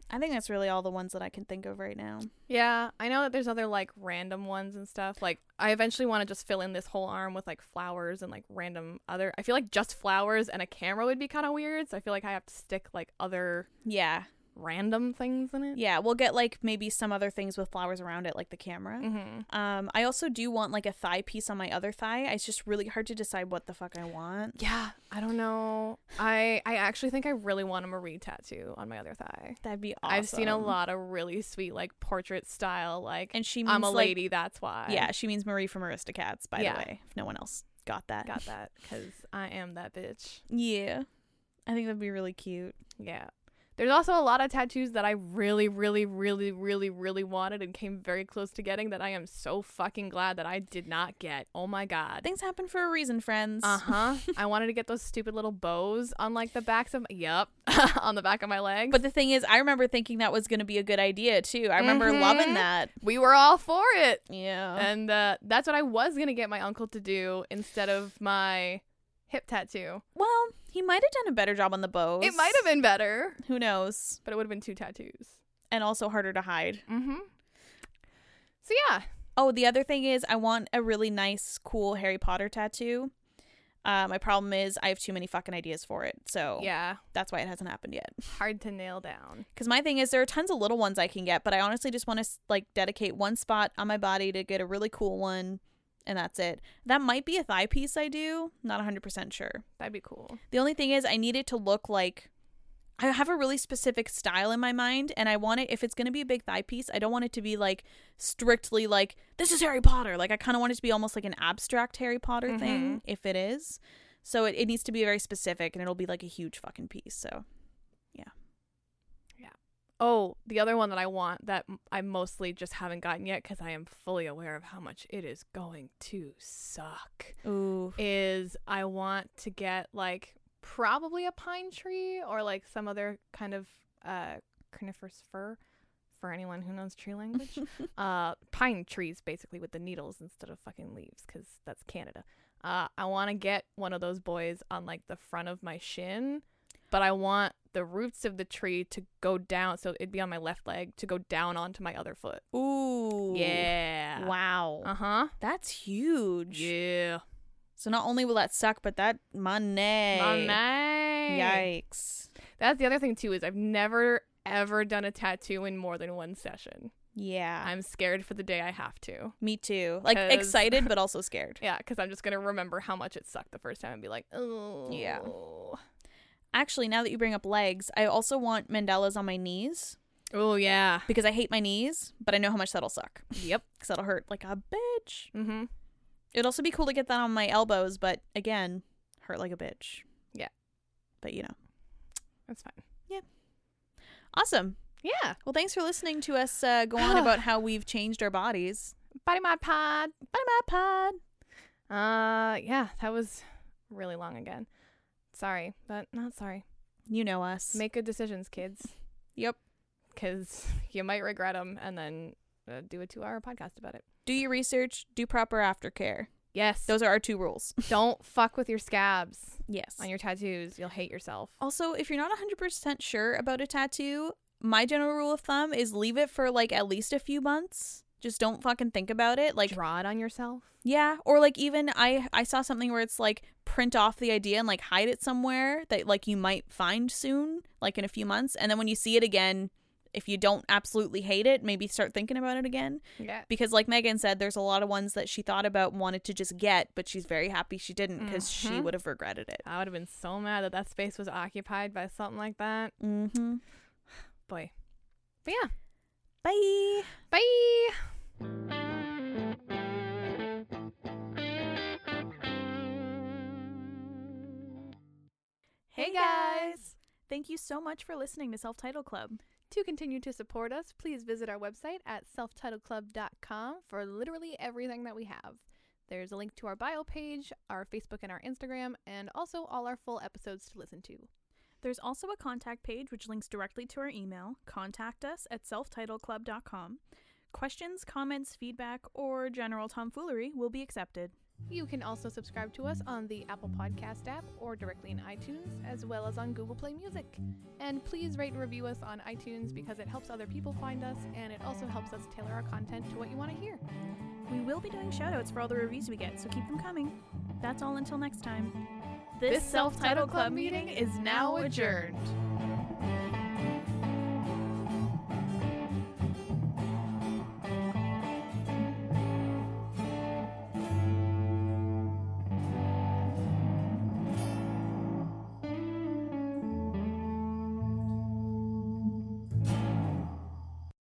[SPEAKER 2] I think that's really all the ones that I can think of right now.
[SPEAKER 1] Yeah, I know that there's other like random ones and stuff. Like I eventually want to just fill in this whole arm with like flowers and like random other. I feel like just flowers and a camera would be kind of weird, so I feel like I have to stick like other
[SPEAKER 2] Yeah.
[SPEAKER 1] random things in it.
[SPEAKER 2] Yeah, we'll get like maybe some other things with flowers around it like the camera.
[SPEAKER 1] Mhm.
[SPEAKER 2] Um I also do want like a thigh piece on my other thigh. It's just really hard to decide what the fuck I want.
[SPEAKER 1] Yeah, I don't know. I I actually think I really want a Marie tattoo on my other thigh.
[SPEAKER 2] That'd be awesome.
[SPEAKER 1] I've seen a lot of really sweet like portrait style like
[SPEAKER 2] And she means
[SPEAKER 1] I'm a
[SPEAKER 2] like,
[SPEAKER 1] lady, that's why.
[SPEAKER 2] Yeah, she means Marie from Aristocats, by
[SPEAKER 1] Yeah.
[SPEAKER 2] the way, if no one else got that.
[SPEAKER 1] Got that cuz I am that bitch.
[SPEAKER 2] Yeah. I think that'd be really cute.
[SPEAKER 1] Yeah. There's also a lot of tattoos that I really really really really really wanted and came very close to getting that I am so fucking glad that I did not get. Oh my god.
[SPEAKER 2] Things happen for a reason, friends.
[SPEAKER 1] Uh-huh. I wanted to get those stupid little bows on like the backs of yep, on the back of my legs.
[SPEAKER 2] But the thing is, I remember thinking that was going to be a good idea, too. I remember
[SPEAKER 1] Mhm.
[SPEAKER 2] loving that.
[SPEAKER 1] we were all for it.
[SPEAKER 2] Yeah.
[SPEAKER 1] And uh, that's what I was going to get my uncle to do instead of my hip tattoo.
[SPEAKER 2] well, he might have done a better job on the bows.
[SPEAKER 1] It might have been better,
[SPEAKER 2] Who knows?
[SPEAKER 1] but it would have been two tattoos.
[SPEAKER 2] And also harder to hide.
[SPEAKER 1] Mm-hmm. So yeah,
[SPEAKER 2] Oh, the other thing is, I want a really nice, cool Harry Potter tattoo. Uh, my problem is, I have too many fucking ideas for it. So
[SPEAKER 1] yeah,
[SPEAKER 2] that's why it hasn't happened yet.
[SPEAKER 1] hard to nail down.
[SPEAKER 2] Because my thing is, there are tons of little ones I can get, but I honestly just want to like dedicate one spot on my body to get a really cool one and that's it. That might be a thigh piece I do, not 100% sure.
[SPEAKER 1] That'd be cool.
[SPEAKER 2] The only thing is, I need it to look like I have a really specific style in my mind, and I want it, if it's going to be a big thigh piece, I don't want it to be like strictly like, this is Harry Potter. Like, I kind of want it to be almost like an abstract Harry Potter thing, if it is. So it, it needs to be very specific, and it'll be like a huge fucking piece. So
[SPEAKER 1] Oh, the other one that I want that m- I mostly just haven't gotten yet because I am fully aware of how much it is going to suck
[SPEAKER 2] Ooh.
[SPEAKER 1] is I want to get like probably a pine tree or like some other kind of uh, coniferous fir for anyone who knows tree language. uh, pine trees basically with the needles instead of fucking leaves because that's Canada. Uh, I want to get one of those boys on like the front of my shin, but I want the roots of the tree to go down. So it'd be on my left leg to go down onto my other foot.
[SPEAKER 2] Ooh.
[SPEAKER 1] Yeah.
[SPEAKER 2] Wow.
[SPEAKER 1] Uh huh.
[SPEAKER 2] That's huge.
[SPEAKER 1] Yeah.
[SPEAKER 2] So not only will that suck, but that money.
[SPEAKER 1] On that.
[SPEAKER 2] Yikes.
[SPEAKER 1] That's the other thing too is I've never ever done a tattoo in more than one session.
[SPEAKER 2] Yeah.
[SPEAKER 1] I'm scared for the day I have to.
[SPEAKER 2] Me too. Like
[SPEAKER 1] 'Cause-
[SPEAKER 2] excited, but also scared.
[SPEAKER 1] Yeah, because I'm just gonna remember how much it sucked the first time and be like, oh
[SPEAKER 2] Yeah. Actually, now that you bring up legs, I also want mandalas on my knees
[SPEAKER 1] oh yeah,
[SPEAKER 2] because I hate my knees, but I know how much that'll suck
[SPEAKER 1] yep.
[SPEAKER 2] because that'll hurt like a bitch.
[SPEAKER 1] Mm-hmm.
[SPEAKER 2] It'd also be cool to get that on my elbows, but again, hurt like a bitch.
[SPEAKER 1] Yeah.
[SPEAKER 2] But you know.
[SPEAKER 1] That's fine.
[SPEAKER 2] Awesome.
[SPEAKER 1] Yeah,
[SPEAKER 2] Well, thanks for listening to us uh, go on about how we've changed our bodies.
[SPEAKER 1] body mod pod.
[SPEAKER 2] Bye, my pod.
[SPEAKER 1] Uh, yeah, that was really long again. Sorry, but not sorry.
[SPEAKER 2] You know us.
[SPEAKER 1] Make good decisions, kids,
[SPEAKER 2] yep.
[SPEAKER 1] because you might regret them, and then uh, do a two-hour podcast about it.
[SPEAKER 2] Do your research. Do proper aftercare.
[SPEAKER 1] Yes,
[SPEAKER 2] Those are our two rules.
[SPEAKER 1] don't fuck with your scabs
[SPEAKER 2] Yes.
[SPEAKER 1] on your tattoos. You'll hate yourself.
[SPEAKER 2] Also, if you're not 100% sure about a tattoo, my general rule of thumb is leave it for like at least a few months. Just don't fucking think about it. Like,
[SPEAKER 1] draw it on yourself.
[SPEAKER 2] yeah, or like even I I saw something where it's like print off the idea and like hide it somewhere that like you might find soon, like in a few months, and then when you see it again, if you don't absolutely hate it, maybe start thinking about it again
[SPEAKER 1] Yeah.
[SPEAKER 2] because like Megan said, there's a lot of ones that she thought about and wanted to just get, but she's very happy she didn't because she
[SPEAKER 1] Mhm.
[SPEAKER 2] would have regretted it.
[SPEAKER 1] I would have been so mad that that space was occupied by something like that.
[SPEAKER 2] Mm-hmm.
[SPEAKER 1] Boy. But yeah.
[SPEAKER 2] Bye.
[SPEAKER 1] Bye. Hey, guys.
[SPEAKER 2] Thank you so much for listening to Self Title Club.
[SPEAKER 1] To continue to support us, please visit our website at selftitledclub.com for literally everything that we have. There's a link to our bio page, our Facebook and our Instagram, and also all our full episodes to listen to.
[SPEAKER 2] There's also a contact page which links directly to our email. Contact us at selftitleclub.com. Questions, comments, feedback, or general tomfoolery will be accepted.
[SPEAKER 1] You can also subscribe to us on the Apple Podcast app or directly in iTunes, as well as on Google Play Music. And please rate and review us on iTunes because it helps other people find us and it also helps us tailor our content to what you want to hear.
[SPEAKER 2] We will be doing shoutouts for all the reviews we get, so keep them coming. That's all until next time.
[SPEAKER 1] This Self Title Club meeting is now adjourned.